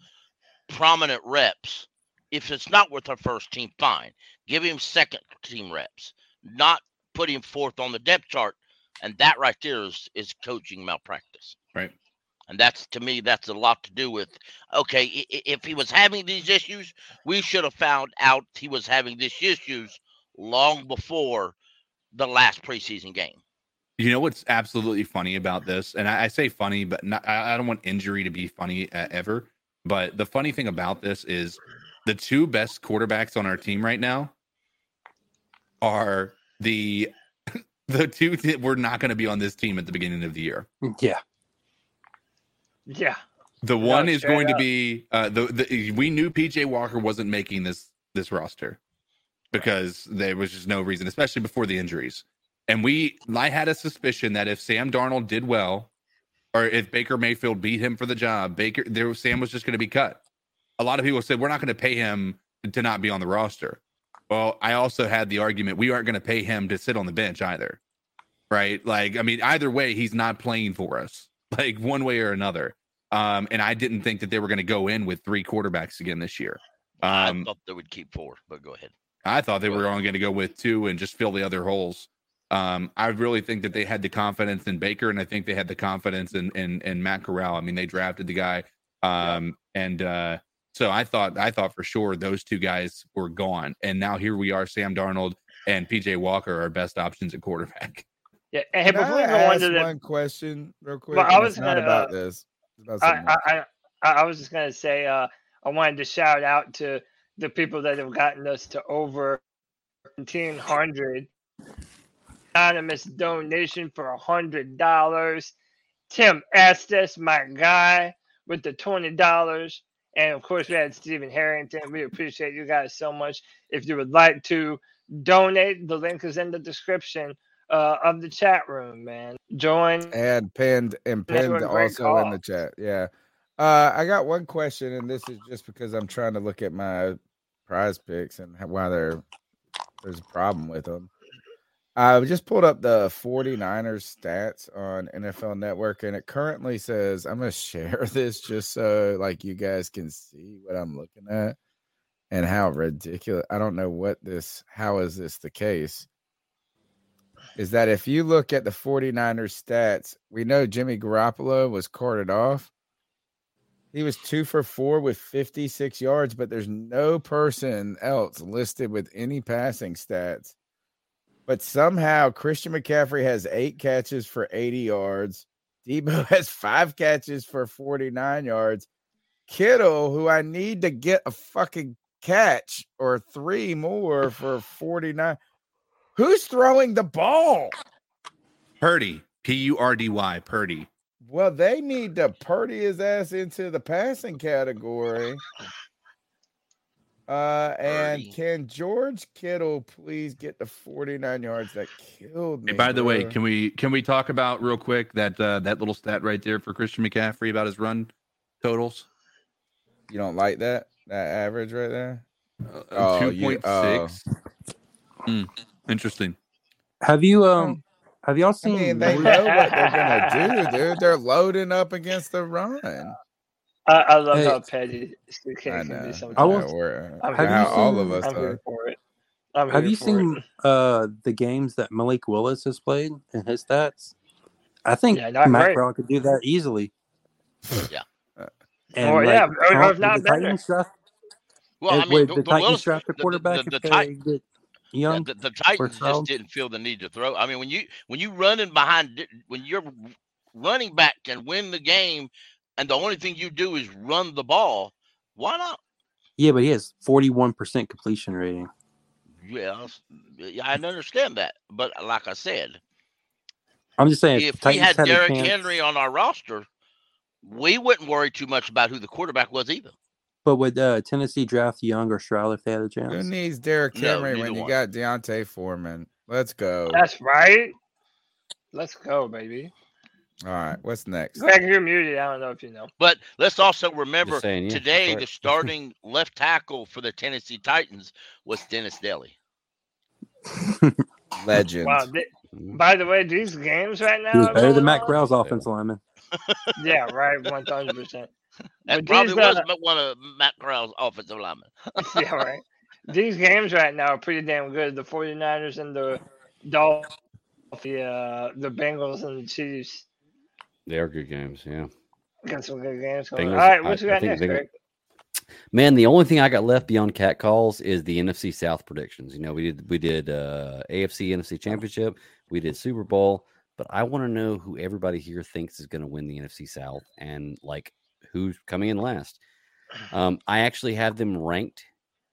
prominent reps. If it's not with the first team, fine. Give him second team reps, not put him fourth on the depth chart. And that right there is, is coaching malpractice. Right. And that's to me, that's a lot to do with okay, i- i- if he was having these issues, we should have found out he was having these issues long before the last preseason game. You know what's absolutely funny about this, and I, I say funny, but not, I, I don't want injury to be funny uh, ever. But the funny thing about this is the two best quarterbacks on our team right now are the the two that were not going to be on this team at the beginning of the year. yeah, Yeah. The one is straight going to up. be uh, the, the we knew PJ Walker wasn't making this this roster because there was just no reason, especially before the injuries. And we I had a suspicion that if Sam Darnold did well, or if Baker Mayfield beat him for the job, Baker there Sam was just going to be cut. A lot of people said we're not going to pay him to not be on the roster. Well, I also had the argument we aren't going to pay him to sit on the bench either right? Like, I mean, either way, he's not playing for us, like one way or another. Um, and I didn't think that they were going to go in with three quarterbacks again this year. I Um, thought they would keep four, but go ahead. I thought they were only going to go with two and just fill the other holes. Um, I really think that they had the confidence in Baker, and I think they had the confidence in in, in Matt Corral. I mean, they drafted the guy, um, and uh, so I thought I thought for sure those two guys were gone, and now here we are. Sam Darnold and PJ Walker are best options at quarterback. Yeah. And hey, Can before we I go on ask to the one question real quick? Well, I And was it's not gonna, about uh, this. It's about something I, I, I, I was just going to say, uh, I wanted to shout out to the people that have gotten us to over 1,700. Anonymous donation for $100. Tim Estes, my guy, with the twenty dollars. And of course, we had Stephen Harrington. We appreciate you guys so much. If you would like to donate, the link is in the description uh, of the chat room, man. Join. And pinned and That's pinned a great also in call. the chat. Yeah. Uh, I got one question, and this is just because I'm trying to look at my prize picks and how- why they're there's a problem with them. I just pulled up the 49ers stats on NFL Network, and it currently says I'm gonna share this just so like you guys can see what I'm looking at and how ridiculous. I don't know what this. How is this the case? Is that if you look at the 49ers stats, we know Jimmy Garoppolo was carted off. He was two for four with 56 yards, but there's no person else listed with any passing stats. But somehow Christian McCaffrey has eight catches for 80 yards. Debo has five catches for 49 yards. Kittle, who I need to get a fucking catch or three more for 49. Who's throwing the ball? Purdy, P U R D Y, Purdy. Well, they need to purdy his ass into the passing category. Uh, and can George Kittle please get the 49 yards that killed me? Hey, by the way, bro? can we can we talk about real quick that uh, that little stat right there for Christian McCaffrey about his run totals? you don't like that that average right there? Uh, Two Oh, you- point six. Uh, Hmm. Interesting. Have you um have y'all I seen mean, they know what they're gonna do, dude. They're loading up against the run. I, I love Hey. how petty CK I can know. be sometimes. I was- We're- I'm Have how you all of seen- us I'm are. here for it. I'm Have here you for seen it. uh the games that Malik Willis has played and his stats? I think Yeah, not Matt great. Brown could do that easily. Uh, Yeah. And Or, like, yeah, or- or if with not the better. Titans draft, Well, I if- mean, with the, the, Titans Willis- draft the the- the- quarterback the if Titan- they get Yeah, young. the, the Titans just Stroud. didn't feel the need to throw. I mean, when you when you running behind, di- when your running back can win the game, and the only thing you do is run the ball, why not? Yeah, but he has forty one percent completion rating. Yes, yeah, I understand that, but uh, like I said, I'm just saying if we Titans had a Derrick chance- Henry on our roster, we wouldn't worry too much about who the quarterback was either. but would uh, Tennessee draft Young or Stroud if they had a Who chance? needs Derrick No, Henry neither when you one. got Deontay Foreman? Let's go. That's right. Let's go, baby. All right, what's next? Greg, you're muted. I don't know if you know. But let's also remember saying, yeah, that's today right. the starting left tackle for the Tennessee Titans was Dennis Daly. Legend. Wow. thi- by the way, these games right now. He was are better than going Matt on- Crowell's offense lineman. Yeah, right. 100%. That But probably these, uh, was but one of Matt Corral's offensive linemen. yeah, right. These games right now are pretty damn good. The 49ers and the Dolphins, the, uh, the Bengals and the Chiefs They are good games, yeah. got some good games going. Bengals- All right, what I- you I got think next, Bengals- Greg? Man, the only thing I got left beyond cat calls is the NFC South predictions. You know, we did we did uh, AFC NFC Championship, we did Super Bowl, but I want to know who everybody here thinks is going to win the NFC South and like who's coming in last. Um, I actually have them ranked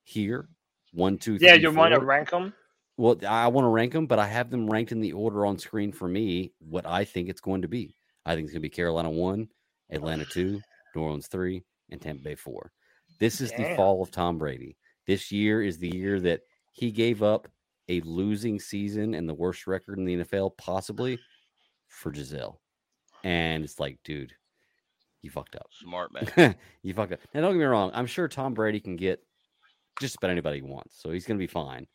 here, one, two, Yeah, three, you want to four. rank them? Well, I want to rank them, but I have them ranked in the order on screen for me. What I think it's going to be. I think it's going to be Carolina one, Atlanta two, New Orleans three, and Tampa Bay four. This is the Damn. fall of Tom Brady. This year is the year that he gave up a losing season and the worst record in the NFL, possibly for Giselle. And it's like, dude, you fucked up. Smart man. you fucked up. Now, don't get me wrong. I'm sure Tom Brady can get just about anybody he wants, so he's going to be fine.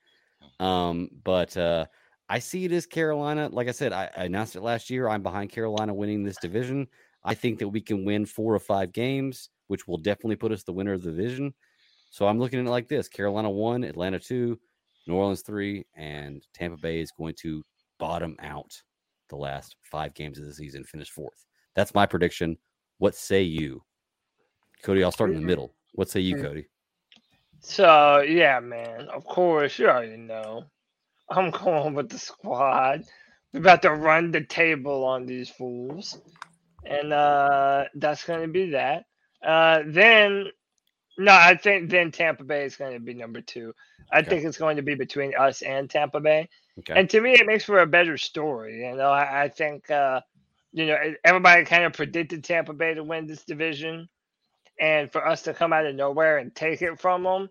Um, but uh, I see it as Carolina. Like I said, I, I announced it last year. I'm behind Carolina winning this division. I think that we can win four or five games, which will definitely put us the winner of the division. So I'm looking at it like this: Carolina one, Atlanta two, New Orleans three, and Tampa Bay is going to bottom out the last five games of the season, finish fourth. That's my prediction. What say you? Cody, I'll start in the middle. What say you, Cody? So yeah, man. Of course, you already know. I'm going with the squad. We're about to run the table on these fools, and uh, that's going to be that. Uh, then, no, I think then Tampa Bay is going to be number two. I Okay. think it's going to be between us and Tampa Bay. Okay. And to me, it makes for a better story. You know, I, I think uh, you know, everybody kind of predicted Tampa Bay to win this division, and for us to come out of nowhere and take it from them,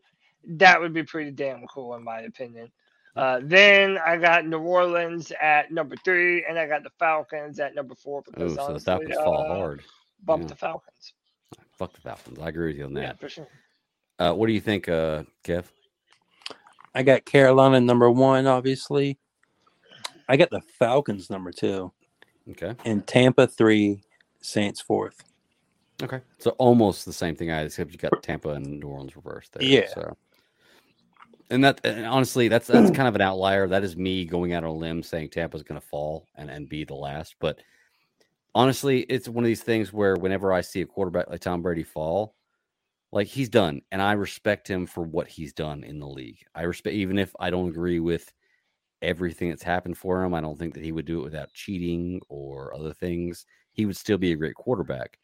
that would be pretty damn cool, in my opinion. Uh, then I got New Orleans at number three, and I got the Falcons at number four. Oh, Because so the honestly, Falcons fall uh, hard. Bump Yeah. the Falcons. Fuck the Falcons. I agree with you on Yeah, that. for sure. Uh, what do you think, uh, Kev? I got Carolina number one, obviously. I got the Falcons number two, Okay. and Tampa three, Saints fourth. Okay. So almost the same thing I except you got Tampa and New Orleans reversed there. Yeah. So and that and honestly, that's that's kind of an outlier. That is me going out on a limb saying Tampa's gonna fall and, and be the last. But honestly, it's one of these things where whenever I see a quarterback like Tom Brady fall, like he's done. And I respect him for what he's done in the league. I respect even if I don't agree with everything that's happened for him. I don't think that he would do it without cheating or other things. He would still be a great quarterback.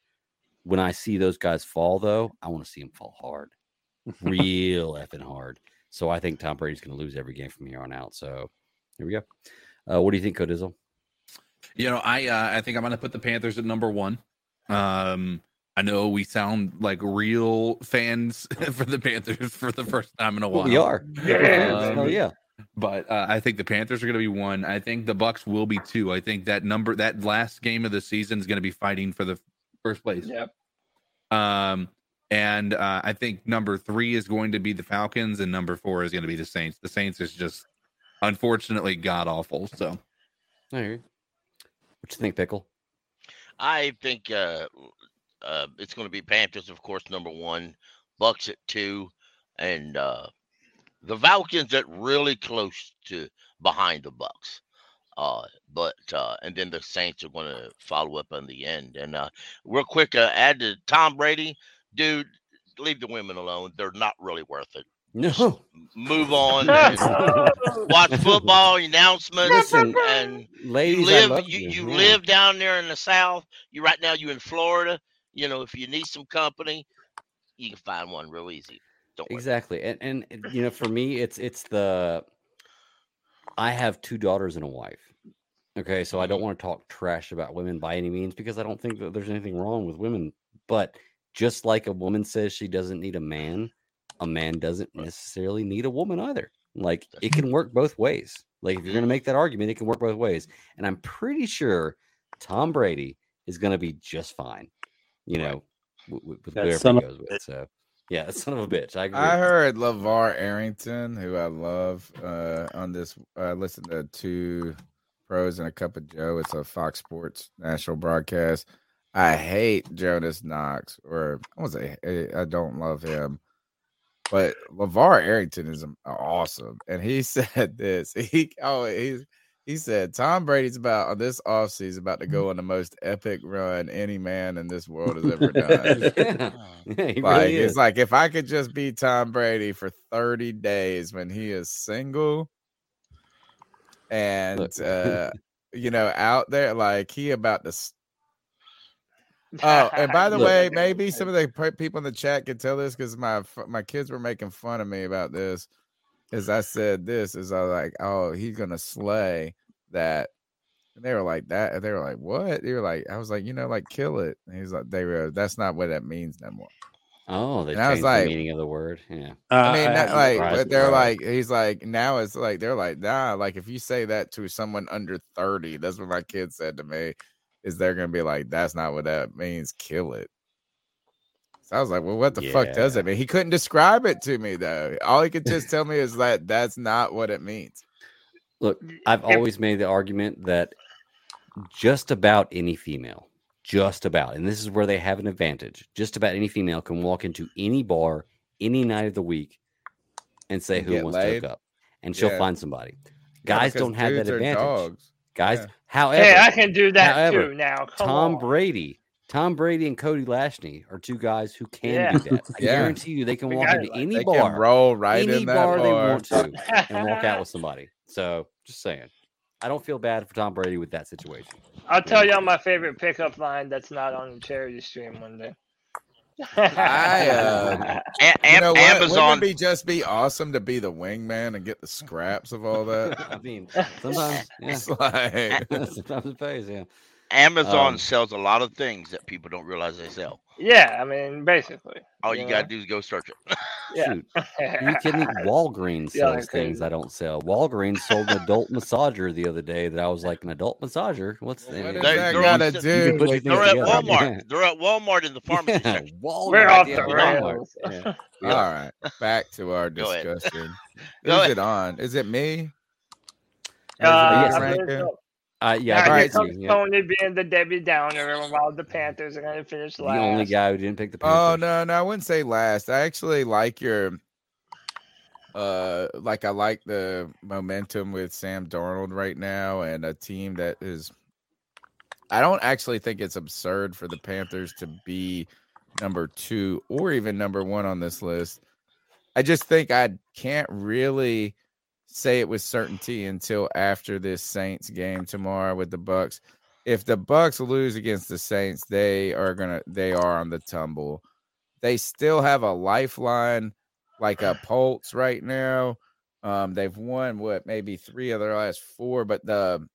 When I see those guys fall, though, I want to see them fall hard, real effing hard. So I think Tom Brady's going to lose every game from here on out. So here we go. Uh, what do you think, Codizzle? You know, I uh, I think I'm gonna put the Panthers at number one. Um, I know we sound like real fans for the Panthers for the first time in a while. We are. Um, Oh yeah. But uh, I think the Panthers are going to be one. I think the Bucks will be two. I think that number, that last game of the season, is going to be fighting for the first place. Yep. Um, and uh, I think number three is going to be the Falcons, and number four is going to be the Saints. The Saints is just unfortunately god awful. So I hear you. What you think, Pickle? I think uh, uh, it's going to be Panthers, of course, number one, Bucks at two, and uh, the Falcons at really close to behind the Bucks. Uh, but uh, and then the Saints are going to follow up on the end. And uh, real quick, uh, add to Tom Brady, dude. Leave the women alone; they're not really worth it. No. Move on. and watch football announcements. Listen, and ladies, you I live love you, you, you yeah. live down there in the south you right now you're in florida you know if you need some company you can find one real easy don't worry Exactly. And and it- you know, for me, it's it's the I have two daughters and a wife. Okay, so I Mm-hmm. don't want to talk trash about women by any means because I don't think that there's anything wrong with women. But just like a woman says she doesn't need a man, a man doesn't necessarily need a woman either. Like it can work both ways. Like if you're Mm-hmm. going to make that argument, it can work both ways. And I'm pretty sure Tom Brady is going to be just fine. You know, with, with That whoever son he of goes with. So yeah, that son of a bitch. I agree. I heard LeVar Arrington, who I love, uh, on this. I listened to Two Pros and a Cup of Joe. It's a Fox Sports national broadcast. I hate Jonas Knox, or I was say eh, I don't love him, but LeVar Arrington is am- awesome. And he said this. He oh he's he said Tom Brady's about on this offseason about to go on the most epic run any man in this world has ever done. yeah. Yeah, he like really it's is. like if I could just be Tom Brady for 30 days when he is single and Look. uh you know out there like he about to s- Oh, and by the Look. way, maybe some of the pe- people in the chat can tell this because my f- my kids were making fun of me about this. As I said, this is I was like, oh, he's gonna slay that, and they were like that. and They were like, what? They were like, I was like, you know, like kill it. And he's like, they were. That's not what that means no more. Oh, they And I was changed like- the meaning of the word. Yeah. Uh, I mean, not, I- like, surprised but me, they're bro. like, he's like, now it's like, they're like, nah, like if you say that to someone under 30, that's what my kid said to me, is they're going to be like, that's not what that means, kill it. So I was like, well, what the fuck does Yeah. it mean? He couldn't describe it to me, though. All he could just tell me is that that's not what it means. Look, I've If- always made the argument that just about any female, just about, and this is where they have an advantage, just about any female can walk into any bar any night of the week and say And who get wants to laid. hook up, and she'll Yeah. find somebody. Yeah, Guys because don't have that dudes are advantage. dogs. Guys, Yeah. however, Hey, I can do that However, too now. Come Tom on. Brady, Tom Brady and Cody Lashney are two guys who can do that. I Yeah. guarantee you, they can We walk got into it. any They bar, can roll right any in that bar. bar they want to, and walk out with somebody. So, just saying, I don't feel bad for Tom Brady with that situation. I'll tell y'all my favorite pickup line that's not on the charity stream one day. I, uh, A- you Am- know what? amazon Wouldn't it be just be awesome to be the wingman and get the scraps of all that? I mean, sometimes, yeah, It's like, sometimes it pays. Yeah, Amazon Um, sells a lot of things that people don't realize they sell. Yeah, I mean, basically. All Oh, you gotta do is go search it. Yeah. Shoot. Are you kidding? me? Walgreens Yeah, sells like things crazy. I don't sell. Walgreens sold an adult massager the other day that I was like, an adult massager? What's the what does They- that they're gotta all- do You can put with- your they're things at together. Walmart. Yeah. They're at Walmart in the pharmacy Yeah, section. Walmart. We're off the rails. Yeah. Yeah. All right, back to our Go ahead. discussion. Go Who's ahead. it on? Is it me? Uh, Is it me I believe ranking? so. Uh, yeah, Now, all here right, comes yeah. Tony being the Debbie Downer, and while the Panthers are gonna finish The last. only guy who didn't pick the Oh no, no, I wouldn't say last. I actually like your uh like I like the momentum with Sam Darnold right now and a team that is I don't actually think it's absurd for the Panthers to be number 2 or even number 1 on this list. I just think I can't really say it with certainty until after this Saints game tomorrow with the Bucks. If the Bucks lose against the Saints, they are gonna they are on the tumble. They still have a lifeline like a Colts right now. Um, they've won what maybe three of their last four, but the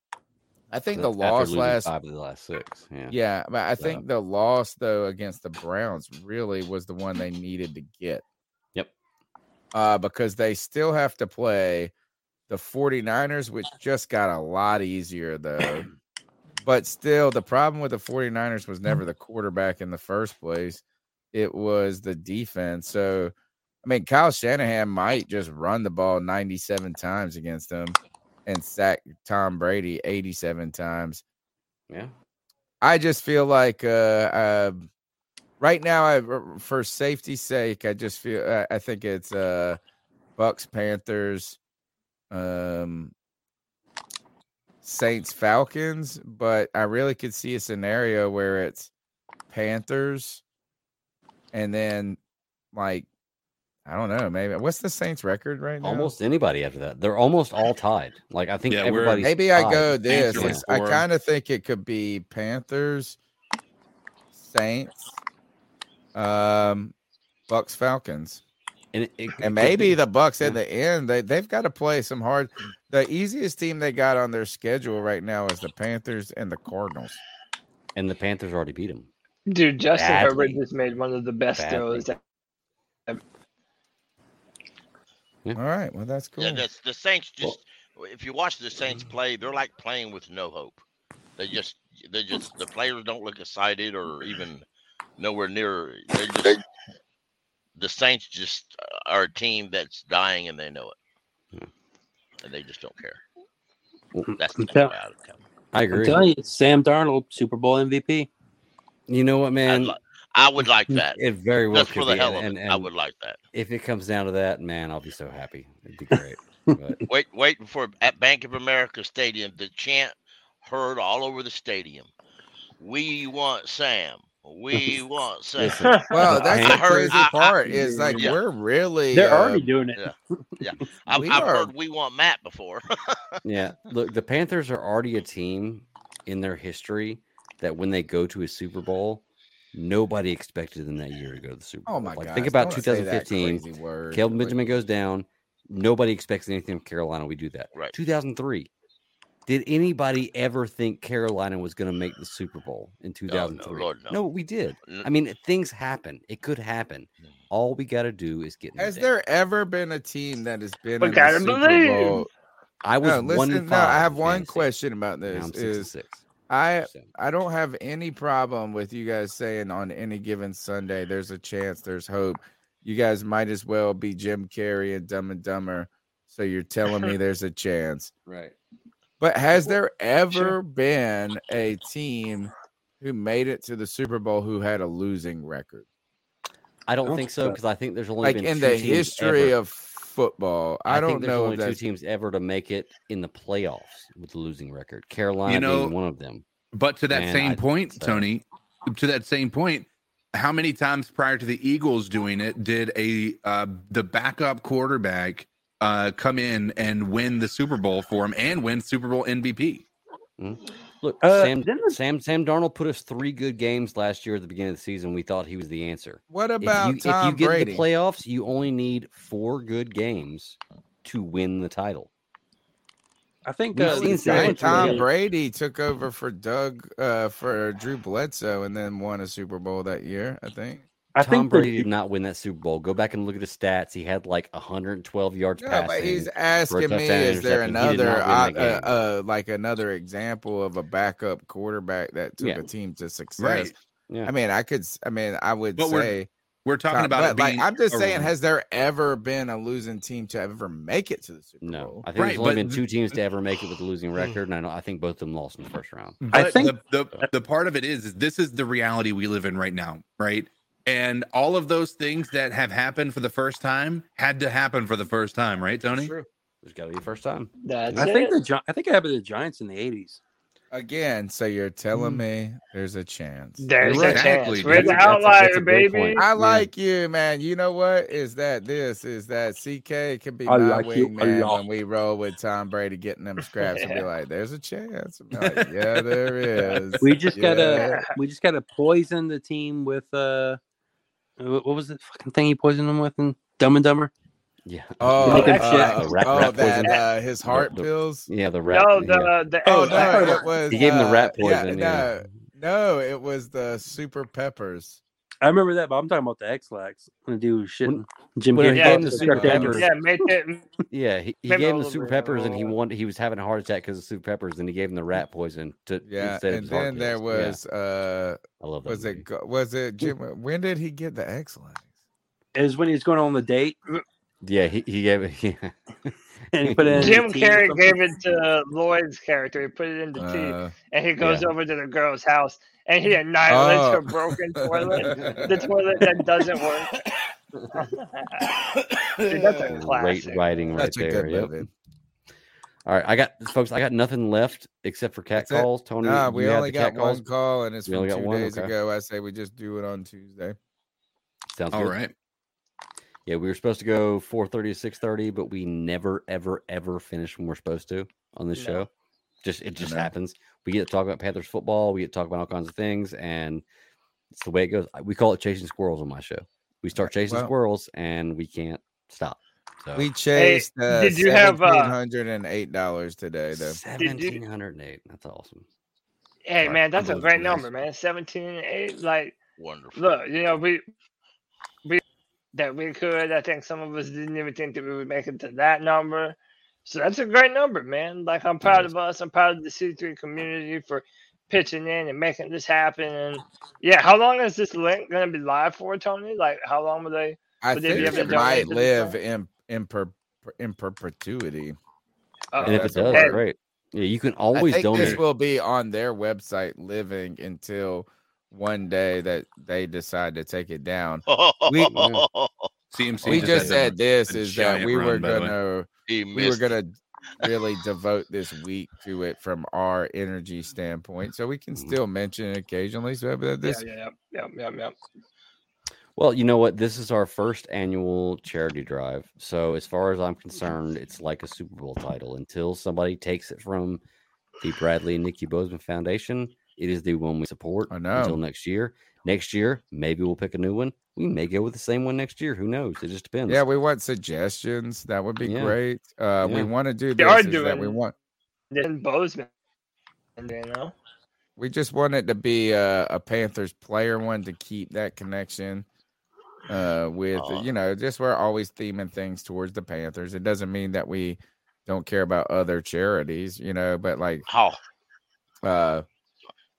I think the That's after loss losing last five of the last six. Yeah. yeah, but I So- think the loss though against the Browns really was the one they needed to get. Yep. Uh, because they still have to play the 49ers, which just got a lot easier though. but still, the problem with the 49ers Mm-hmm. was never the quarterback in the first place, it was the defense. So, I mean, Kyle Shanahan might just run the ball 97 times against them and sack Tom Brady 87 times. Yeah. I just feel like uh, uh right now I r- for safety's sake I just feel I, I think it's uh Bucks Panthers um Saints Falcons but I really could see a scenario where it's Panthers and then like I don't know maybe what's the Saints record right now Almost anybody after that. They're almost all tied. Like I think Yeah, we're- everybody. Maybe I go this. Saints are like It's- I four. kind of think it could be Panthers, Saints, um, Bucks, Falcons, and, it- it- and maybe the Bucks at yeah. the end. They they've got to play some hard. The easiest team they got on their schedule right now is the Panthers and the Cardinals. and the Panthers already beat them. Dude, Justin Badly. Herbert just made one of the best Badly. throws. ever. All right, well that's cool. Yeah, that's the Saints just if you watch the Saints play, they're like playing with no hope. They just they just the players don't look excited or even nowhere near they just the Saints just are a team that's dying and they know it. And they just don't care. That's the Yeah. way I look at it. I I'm agree. telling you, Sam Darnold, Super Bowl MVP. You know what, I'd man? li- I would Mm. like that. It very well Just could for the be. hell of and, it. and- I and would like that. if it comes down to that, man, I'll be so happy. It'd be great. But Wait, wait for at Bank of America Stadium, the chant heard all over the stadium. We want Sam. We want Sam. listen, well, that's the I heard- crazy I- I- part is like Yeah. we're really They're uh, already doing it. yeah. I've, we I've are- heard we want Matt before. yeah, look, the Panthers are already a team in their history that when they go to a Super Bowl, nobody expected them that year to go to the Super Bowl. Oh my like, god! Think about 2015. Word. Caleb Like, Benjamin goes down. Nobody expects anything from Carolina. We do that. Right. 2003. Did anybody ever think Carolina was going to make the Super Bowl Oh, in no, 2003? Lord, no. we did. N- I mean, things happen. It could happen. All we got to do is get. in the Hmm. Has day. there ever been a team that has been We in gotta the Super believe. Bowl I was no, one. listen, and no, I five have in one fantasy. question about Now this. I'm six and is six. I So, I don't have any problem with you guys saying on any given Sunday there's a chance, there's hope. You guys might as well be Jim Carrey and Dumb and Dumber. So you're telling me there's a chance. right. But has there ever been a team who made it to the Super Bowl who had a losing record? I don't don't think think so so. because I think there's only Like been in two the teams history ever- of football. I, think don't there's know only if two that's teams ever to make it in the playoffs with a losing record. Carolina know, being one of them. But to that Man, same I- point, so- Tony, to that same point, how many times prior to the Eagles doing it did a uh, the backup quarterback uh, come in and win the Super Bowl for him and win Super Bowl MVP? Mm. Look, Uh, Sam, didn't the- Sam, Sam Darnold put us three good games last year at the beginning of the season. We thought he was the answer. what If about you, if Tom you get Brady? to the playoffs, you only need four good games to win the title. I think We've uh, seen Sam Tom, Hinch- Brady took over for Doug uh, for Drew Bledsoe and then won a Super Bowl that year. I think. I Tom think that- Brady did not win that Super Bowl. Go back and look at his stats. He had like 112 yards Yeah, passing. but he's for a asking me, touchdown, is there interception. He did not another uh, win that game. uh, uh, like another example of a backup quarterback that took Yeah. a team to success? Right. Yeah. I mean, I could. s- I mean, I would But we're say We're talking Tom- about it but, like being I'm just a- saying, has there ever been a losing team to ever make it to the Super No, Bowl? I think Right, there's only but been th- two teams to ever make it with a losing record, and I, know, I think both of them lost in the first round. Mm. But I think- the, the the part of it is, is this is the reality we live in right now, right? And all of those things that have happened for the first time had to happen for the first time, right, Tony? True. There's got to be a first time. That's I think it. the Gi- I think it happened to the Giants in the '80s. Again, so you're telling me there's a chance. There's a Exactly, chance. We're dude. the That's a- that's a- that's outlier, a great baby. point. I Yeah. like you, man. You know what? Is that this? Is that CK can be I my like you a wingman lot. when we roll with Tom Brady getting them scraps and be like, "There's a chance." I'm like, Oh, yeah, there is. We just Yeah. gotta we just gotta poison the team with uh, wh- what was the fucking thing he poisoned them with in Dumb and Dumber? Yeah. Oh, Look at uh, shit. Rat- oh, rat that poison. uh, his heart the- pills. Yeah, the rat. No, yeah. the, the Oh I no, heard it was. He gave him the rat uh, yeah, poison, no, yeah. no, it was the super peppers. I remember that, but I'm talking about the X-Lax when the dude was shitting. Jim when Carrey he gave fucked the the super crap out of peppers- him. Yeah, make it. Yeah, he, he Maybe gave all him the over super it, peppers, and all he over. wanted he was having a heart attack because of super peppers, and he gave him the rat poison to Yeah, instead of and his heart then there pills. Yeah, was uh, I love that. was movie. it go- was it Jim? When did he get the excellence? It was when he was going on the date Yeah, he, he gave it. Yeah. and he put it in Jim the tea or Carrey something. gave it to uh, Lloyd's character. He put it in the tea, Uh, and he goes yeah. over to the girl's house, and he annihilates Oh. her broken toilet, the toilet that doesn't work. Dude, that's a Great classic. writing right That's a there. good yep. movie. All right, I got folks. I got nothing left except for cat That's it? calls. Tony, Nah, we you had only the got cat calls. one call, and it's We from only got two one? days Okay. ago. I say we just do it on Tuesday. Sounds All good. right. Yeah, we were supposed to go 4:30 to 6:30, but we never, ever, ever finish when we're supposed to on this No. show. Just it just know. happens. We get to talk about Panthers football. We get to talk about all kinds of things, and it's the way it goes. I- We call it chasing squirrels on my show. We start chasing Well- squirrels, and we can't stop. So We chased uh, did you have, uh, $1,708 today, though. Did you- seventeen hundred and eight. That's awesome. Hey Right. man, that's a Those great guys. number, man. Seventeen and eight. Like, Wonderful. look, you know, we we that we could. I think some of us didn't even think that we would make it to that number. So that's a great number, man. Like I'm proud is. of us. I'm proud of the C3 community for pitching in and making this happen. And yeah, how long is this link gonna be live for, Tony? Like, how long will they? I But did you think ever donate it to might the live in, in, per, in perpetuity. Uh, And if it that's a does, word. great. Yeah, you can I always think donate. this will be on their website living until one day that they decide to take it down. We- CMC. we had just that said this a is that giant we were run, by the way. going to. He we were missed. gonna really devote this week to it from our energy standpoint, so we can Mm. Mhm. still mention it occasionally. So but Yeah, this, yeah, yeah, yeah, yeah, yeah. Well, you know what? This is our first annual charity drive. So, as far as I'm concerned, it's like a Super Bowl title. Until somebody takes it from the Bradley and Nikki Bozeman Foundation, it is the one we support I know. until next year. Next year, maybe we'll pick a new one. We may go with the same one next year. Who knows? It just depends. yeah, we want suggestions. That would be Yeah. great. Yeah. Uh, We want to do They are this. Is that we doing- want. Then Bozeman, and you know. We just want it to be a, a Panthers player one to keep that connection uh, with, Aw. you know, just we're always theming things towards the Panthers. It doesn't mean that we don't care about other charities, you know, but like How? Uh,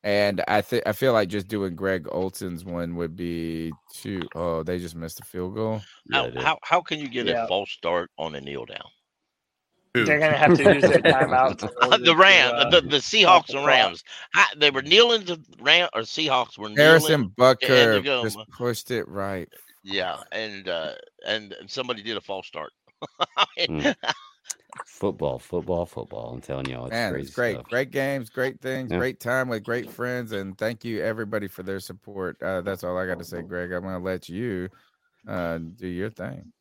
and I think I feel like just doing Greg Olson's one would be too. Oh, they just missed a field goal. Yeah, How, it is. how, how can you get Yeah. a false start on a kneel down? Who? They're gonna have to use their timeouts. in order the to, Rams, uh, the, the Seahawks the and clock. Rams. How, they were kneeling to Ram or Seahawks were kneeling. Harrison Bucker go. just pushed it right. Yeah, and uh, and and somebody did a false start. Mm. Football, football, football. I'm telling y'all, it's Man, crazy. it's great, stuff. great games, great things, Yeah. great time with great friends, and thank you everybody for their support. Uh, that's all I got to say, Greg. I'm gonna let you uh, do your thing.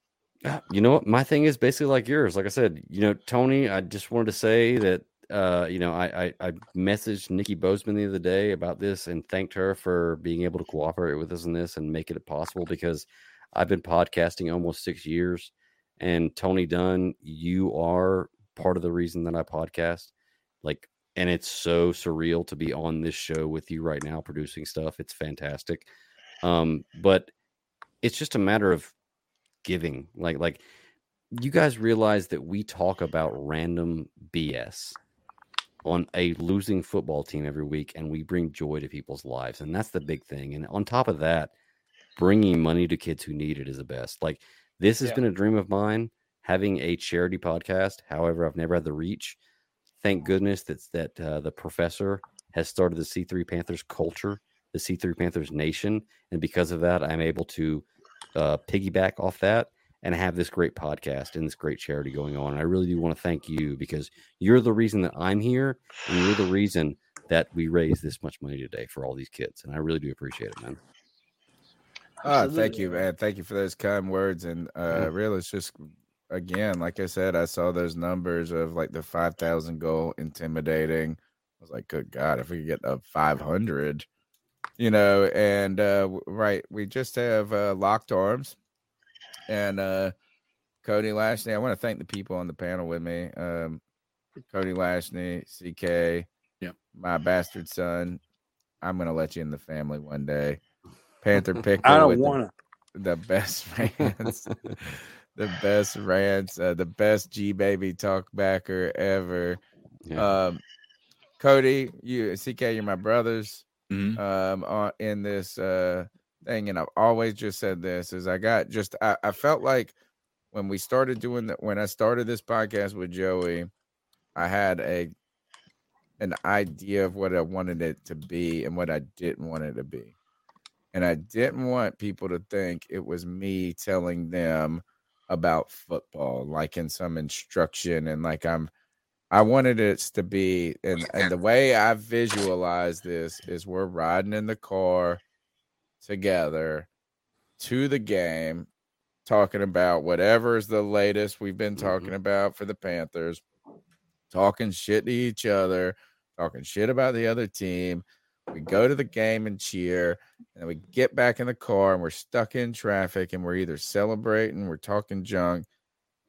Yeah, Uh, you know what my thing is basically like yours like i said you know tony i just wanted to say that uh you know i i, I messaged nikki bozeman the other day about this and thanked her for being able to cooperate with us in this and make it possible because i've been podcasting almost six years and tony dunn you are part of the reason that I podcast. Like, and it's so surreal to be on this show with you right now producing stuff. It's fantastic. Um, but it's just a matter of giving. Like, like you guys realize that we talk about random BS on a losing football team every week and we bring joy to people's lives and that's the big thing and on top of that bringing money to kids who need it is the best like this has Yeah. been a dream of mine having a charity podcast however i've never had the reach thank goodness that's that uh, the professor has started the c3 panthers culture the c3 panthers nation and because of that i'm able to uh, piggyback off that and have this great podcast and this great charity going on. And I really do want to thank you because you're the reason that I'm here and you're the reason that we raise this much money today for all these kids. And I really do appreciate it, man. Ah, thank you, man. Thank you for those kind words. And uh, really, it's just again, like I said, I saw those numbers of like the five thousand goal intimidating. I was like, good God, if we could get up five hundred, you know. And uh, w- right, we just have uh, locked arms, and uh, Cody Lashney. I want to thank the people on the panel with me. Um, Cody Lashney, CK, yeah, my bastard son. I'm gonna let you in the family one day. Panther pick. I don't wanna. The best fans. the best rants, uh, the best G baby talkbacker ever. Um, Cody, you CK, you're my brothers. Um, on, in this uh thing, and I've always just said this is I got just I, I felt like when we started doing that when I started this podcast with Joey, I had a an idea of what I wanted it to be and what I didn't want it to be. And I didn't want people to think it was me telling them about football, like in some instruction and like I'm I wanted it to be and, and the way I visualize this is we're riding in the car together to the game, talking about whatever is the latest we've been talking about for the Panthers, talking shit to each other, talking shit about the other team. We go to the game and cheer, and then we get back in the car and we're stuck in traffic and we're either celebrating, we're talking junk.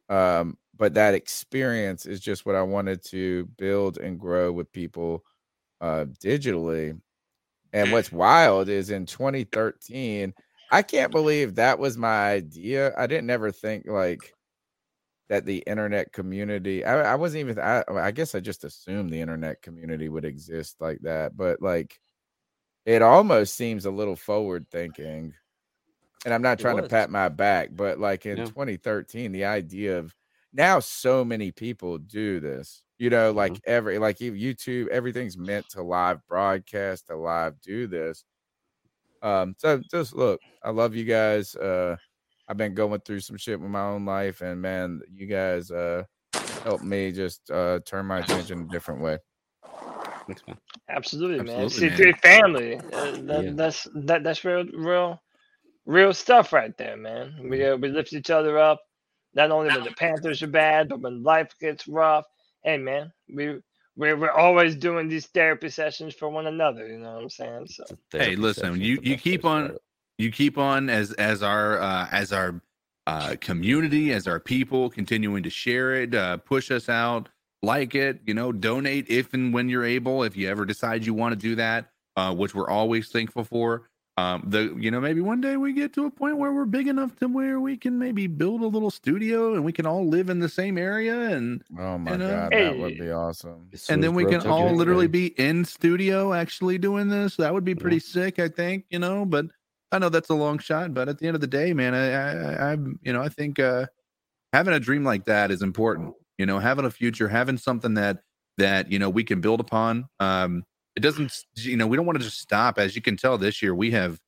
Um, but that experience is just what I wanted to build and grow with people uh, digitally. And what's wild is in 2013, I can't believe that was my idea. I didn't ever think like that the internet community, I, I wasn't even, I, I guess I just assumed the internet community would exist like that. But like it almost seems a little forward thinking. And I'm not It trying to was. pat my back, but like in Yeah. 2013, the idea of now so many people do this, you know, like Mm-hmm. every, like even YouTube, everything's meant to live broadcast, to live do this. Um, so just look, I love you guys. Uh, I've been going through some shit with my own life, and man, you guys uh helped me just uh turn my attention a different way. Thanks, man. Absolutely, man. Absolutely, C man. three family. Uh, that, Yeah. That's that, that's real, real, real stuff right there, man. We uh, we lift each other up. Not only when the Panthers are bad, but when life gets rough, hey, man, we we're, we're always doing these therapy sessions for one another. You know what I'm saying? So hey listen you you keep on you keep on as as our uh as our uh community as our people continuing to share it uh push us out like it you know donate if and when you're able if you ever decide you want to do that uh which we're always thankful for um the you know maybe one day we get to a point where we're big enough to where we can maybe build a little studio and we can all live in the same area and Oh my you know, god, that would be awesome. and then we can all literally be in studio actually doing this. That would be pretty sick, I think. You know, but I know that's a long shot. But at the end of the day, man, I, I, I I'm, you know, I think uh, having a dream like that is important. You know, having a future, having something that that you know we can build upon. Um, it doesn't, you know, we don't want to just stop. As you can tell, this year we have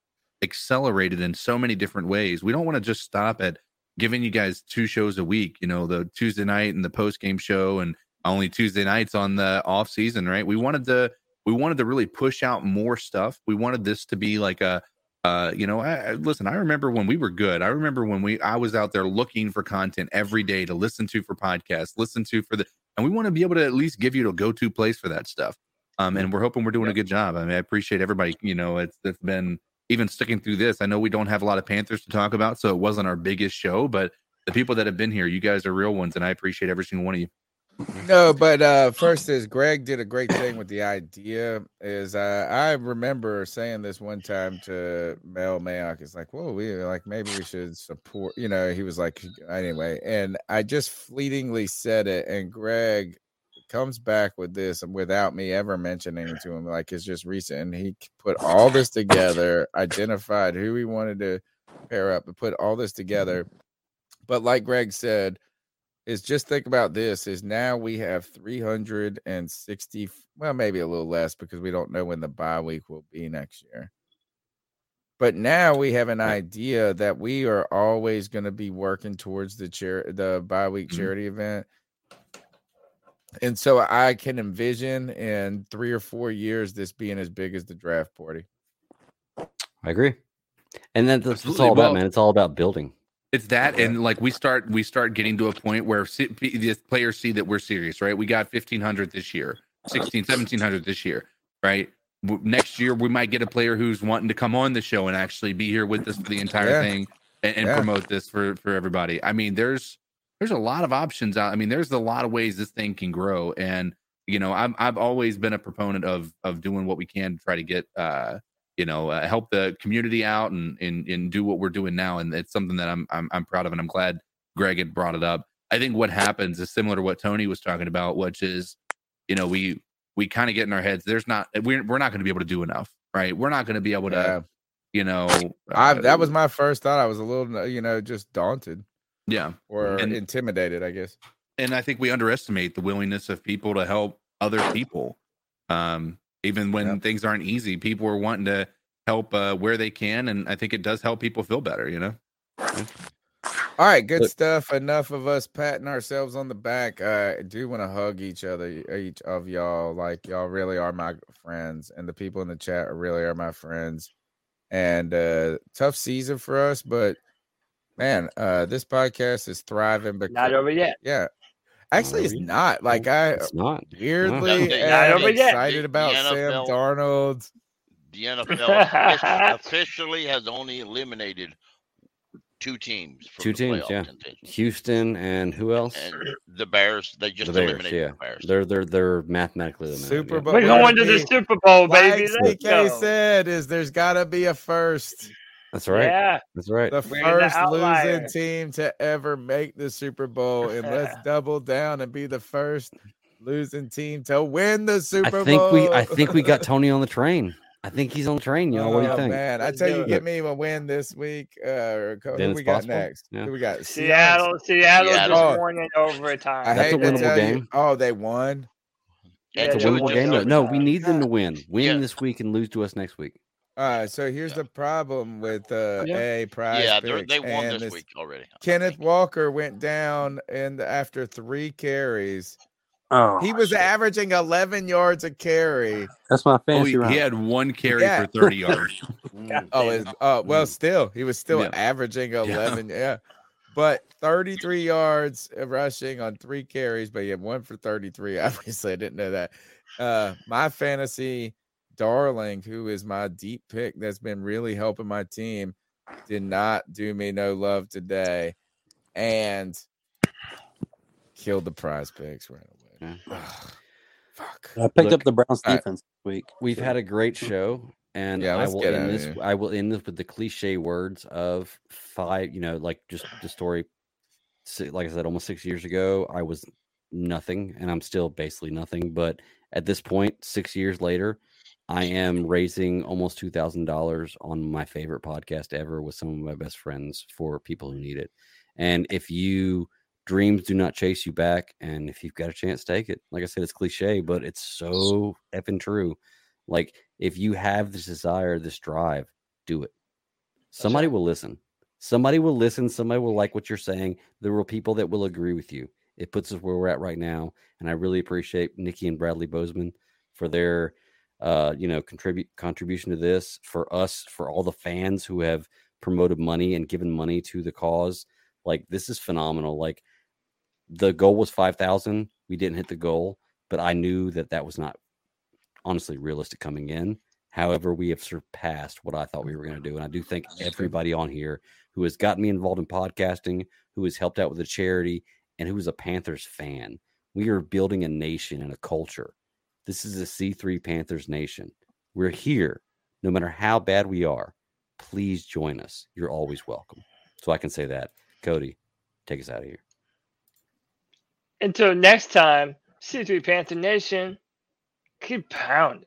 accelerated in so many different ways. We don't want to just stop at giving you guys two shows a week, you know, the Tuesday night and the post game show and only Tuesday nights on the off season, right? We wanted to we wanted to really push out more stuff. We wanted this to be like a uh, you know, I, I- listen, I remember when we were good. I remember when we I was out there looking for content every day to listen to for podcasts, listen to for the and we want to be able to at least give you a go-to place for that stuff. Um, and we're hoping we're doing a good job. I mean, I appreciate everybody. You know, it's, it's been even sticking through this. I know we don't have a lot of Panthers to talk about, so it wasn't our biggest show, but the people that have been here, you guys are real ones, and I appreciate every single one of you. No, but uh, first is Greg did a great thing with the idea. Is uh, I remember saying this one time to Mel Mayock. It's like, whoa, we like maybe we should support. You know, he was like, anyway, and I just fleetingly said it, and Greg comes back with this without me ever mentioning it to him. Like it's just recent, and he put all this together, identified who he wanted to pair up, and put all this together. But like Greg said is just think about this is now we have 360 well maybe a little less because we don't know when the bye week will be next year but now we have an idea that we are always going to be working towards the chair the bye week charity event and so i can envision in three or four years this being as big as the draft party I agree. And then that's what it's Absolutely. all about, Well- man. It's all about building. It's that, and like we start, we start getting to a point where se- p- the players see that we're serious, right? We got fifteen hundred this year, 16, 1700 this year, right? W- Next year, we might get a player who's wanting to come on the show and actually be here with us for the entire Yeah. thing and, and Yeah. promote this for for everybody. I mean, there's there's a lot of options out. I mean, there's a lot of ways this thing can grow, and you know, I've I've always been a proponent of of doing what we can to try to get uh you know uh, help the community out and, and and do what we're doing now and it's something that I'm, I'm i'm proud of and i'm glad greg had brought it up i think what happens is similar to what tony was talking about which is you know we we kind of get in our heads there's not we're, we're not going to be able to do enough right we're not going to be able to Yeah. you know I, uh, that was my first thought i was a little you know just daunted yeah or And- intimidated i guess and I think we underestimate the willingness of people to help other people. Um, even when things aren't easy, people are wanting to help uh, where they can, and I think it does help people feel better. You know, All right, good But- stuff. Enough of us patting ourselves on the back. Uh, I do want to hug each other, e, each of y'all. Like y'all really are my friends, and the people in the chat really are my friends. And uh, tough season for us, but man, uh, this podcast is thriving. Because, Not over yet. Yeah, actually, it's not. Like I It's not. weirdly Not am over yet. excited The- about the Sam NFL Darnold. The NFL officially has only eliminated two teams from Two the teams, playoff yeah. contention. Houston and who else? And the Bears, they just the Bears, eliminated yeah. the Bears. They're they're they're mathematically eliminated. Super yeah. Bowl. We're going to the Wait. Super Bowl, baby. Like Let's CK go. said, is there's got to be a first. That's right. Yeah. That's right. the We're the first outlier. losing team to ever make the Super Bowl, and let's double down and be the first losing team to win the I Super Bowl. think we I think we got Tony on the train. I think he's on the train, y'all. What do you Oh, think? Man, I Let's tell do you, it. give me a win this week. Uh, or co- Then who it's we got possible? next? Yeah. Who we got? Seahawks. Seattle, Seattle, Seattle. just Oh. won in overtime. I That's a hate to winnable tell you. game. Oh, they won. Yeah, It's a they winnable won game. in though. No, we need them to overtime. win. Win Yeah. this week and lose to us next week. Uh, so here's the problem with uh, Yeah. a prize yeah, they're- picks they won and this, week already. I Kenneth think. Walker went down in the, after three carries. Oh, He was averaging 11 yards a carry. that's my oh, fancy he, round. he had one carry Yeah. for thirty yards. Mm. Oh, is, uh, well, still he was still Yeah. averaging eleven, yeah. But thirty-three yards of rushing on three carries, but he had one for thirty-three. Obviously, I didn't know that. Uh, my fantasy darling, who is my deep pick that's been really helping my team, did not do me no love today, and killed the prize picks right away. Fuck. I picked Look, up the Browns all right. defense this week. We've had a great show, and Yeah, I let's will get end outta this. here. I will end this with the cliche words of five. You know, like just the story. si- Like I said, almost six years ago, I was nothing, and I'm still basically nothing. But at this point, six years later, I am raising almost two thousand dollars on my favorite podcast ever with some of my best friends for people who need it. And if you dreams do not chase you back, and if you've got a chance, take it. Like I said, it's cliche, but it's so effing true. Like if you have this desire, this drive, do it. Somebody will listen. Somebody will listen. Somebody will like what you're saying. There will people that will agree with you. It puts us where we're at right now, and I really appreciate Nikki and Bradley Bozeman for their, uh, you know, contribute contribution to this for us for all the fans who have promoted money and given money to the cause. Like this is phenomenal. Like the goal was five thousand. We didn't hit the goal, but I knew that that was not honestly realistic coming in. However, we have surpassed what I thought we were going to do. And I do thank everybody on here who has gotten me involved in podcasting, who has helped out with the charity, and who is a Panthers fan. We are building a nation and a culture. This is a C3 Panthers nation. We're here no matter how bad we are. Please join us. You're always welcome. So I can say that. Cody, take us out of here. Until next time, C3 Panther Nation, keep pounding.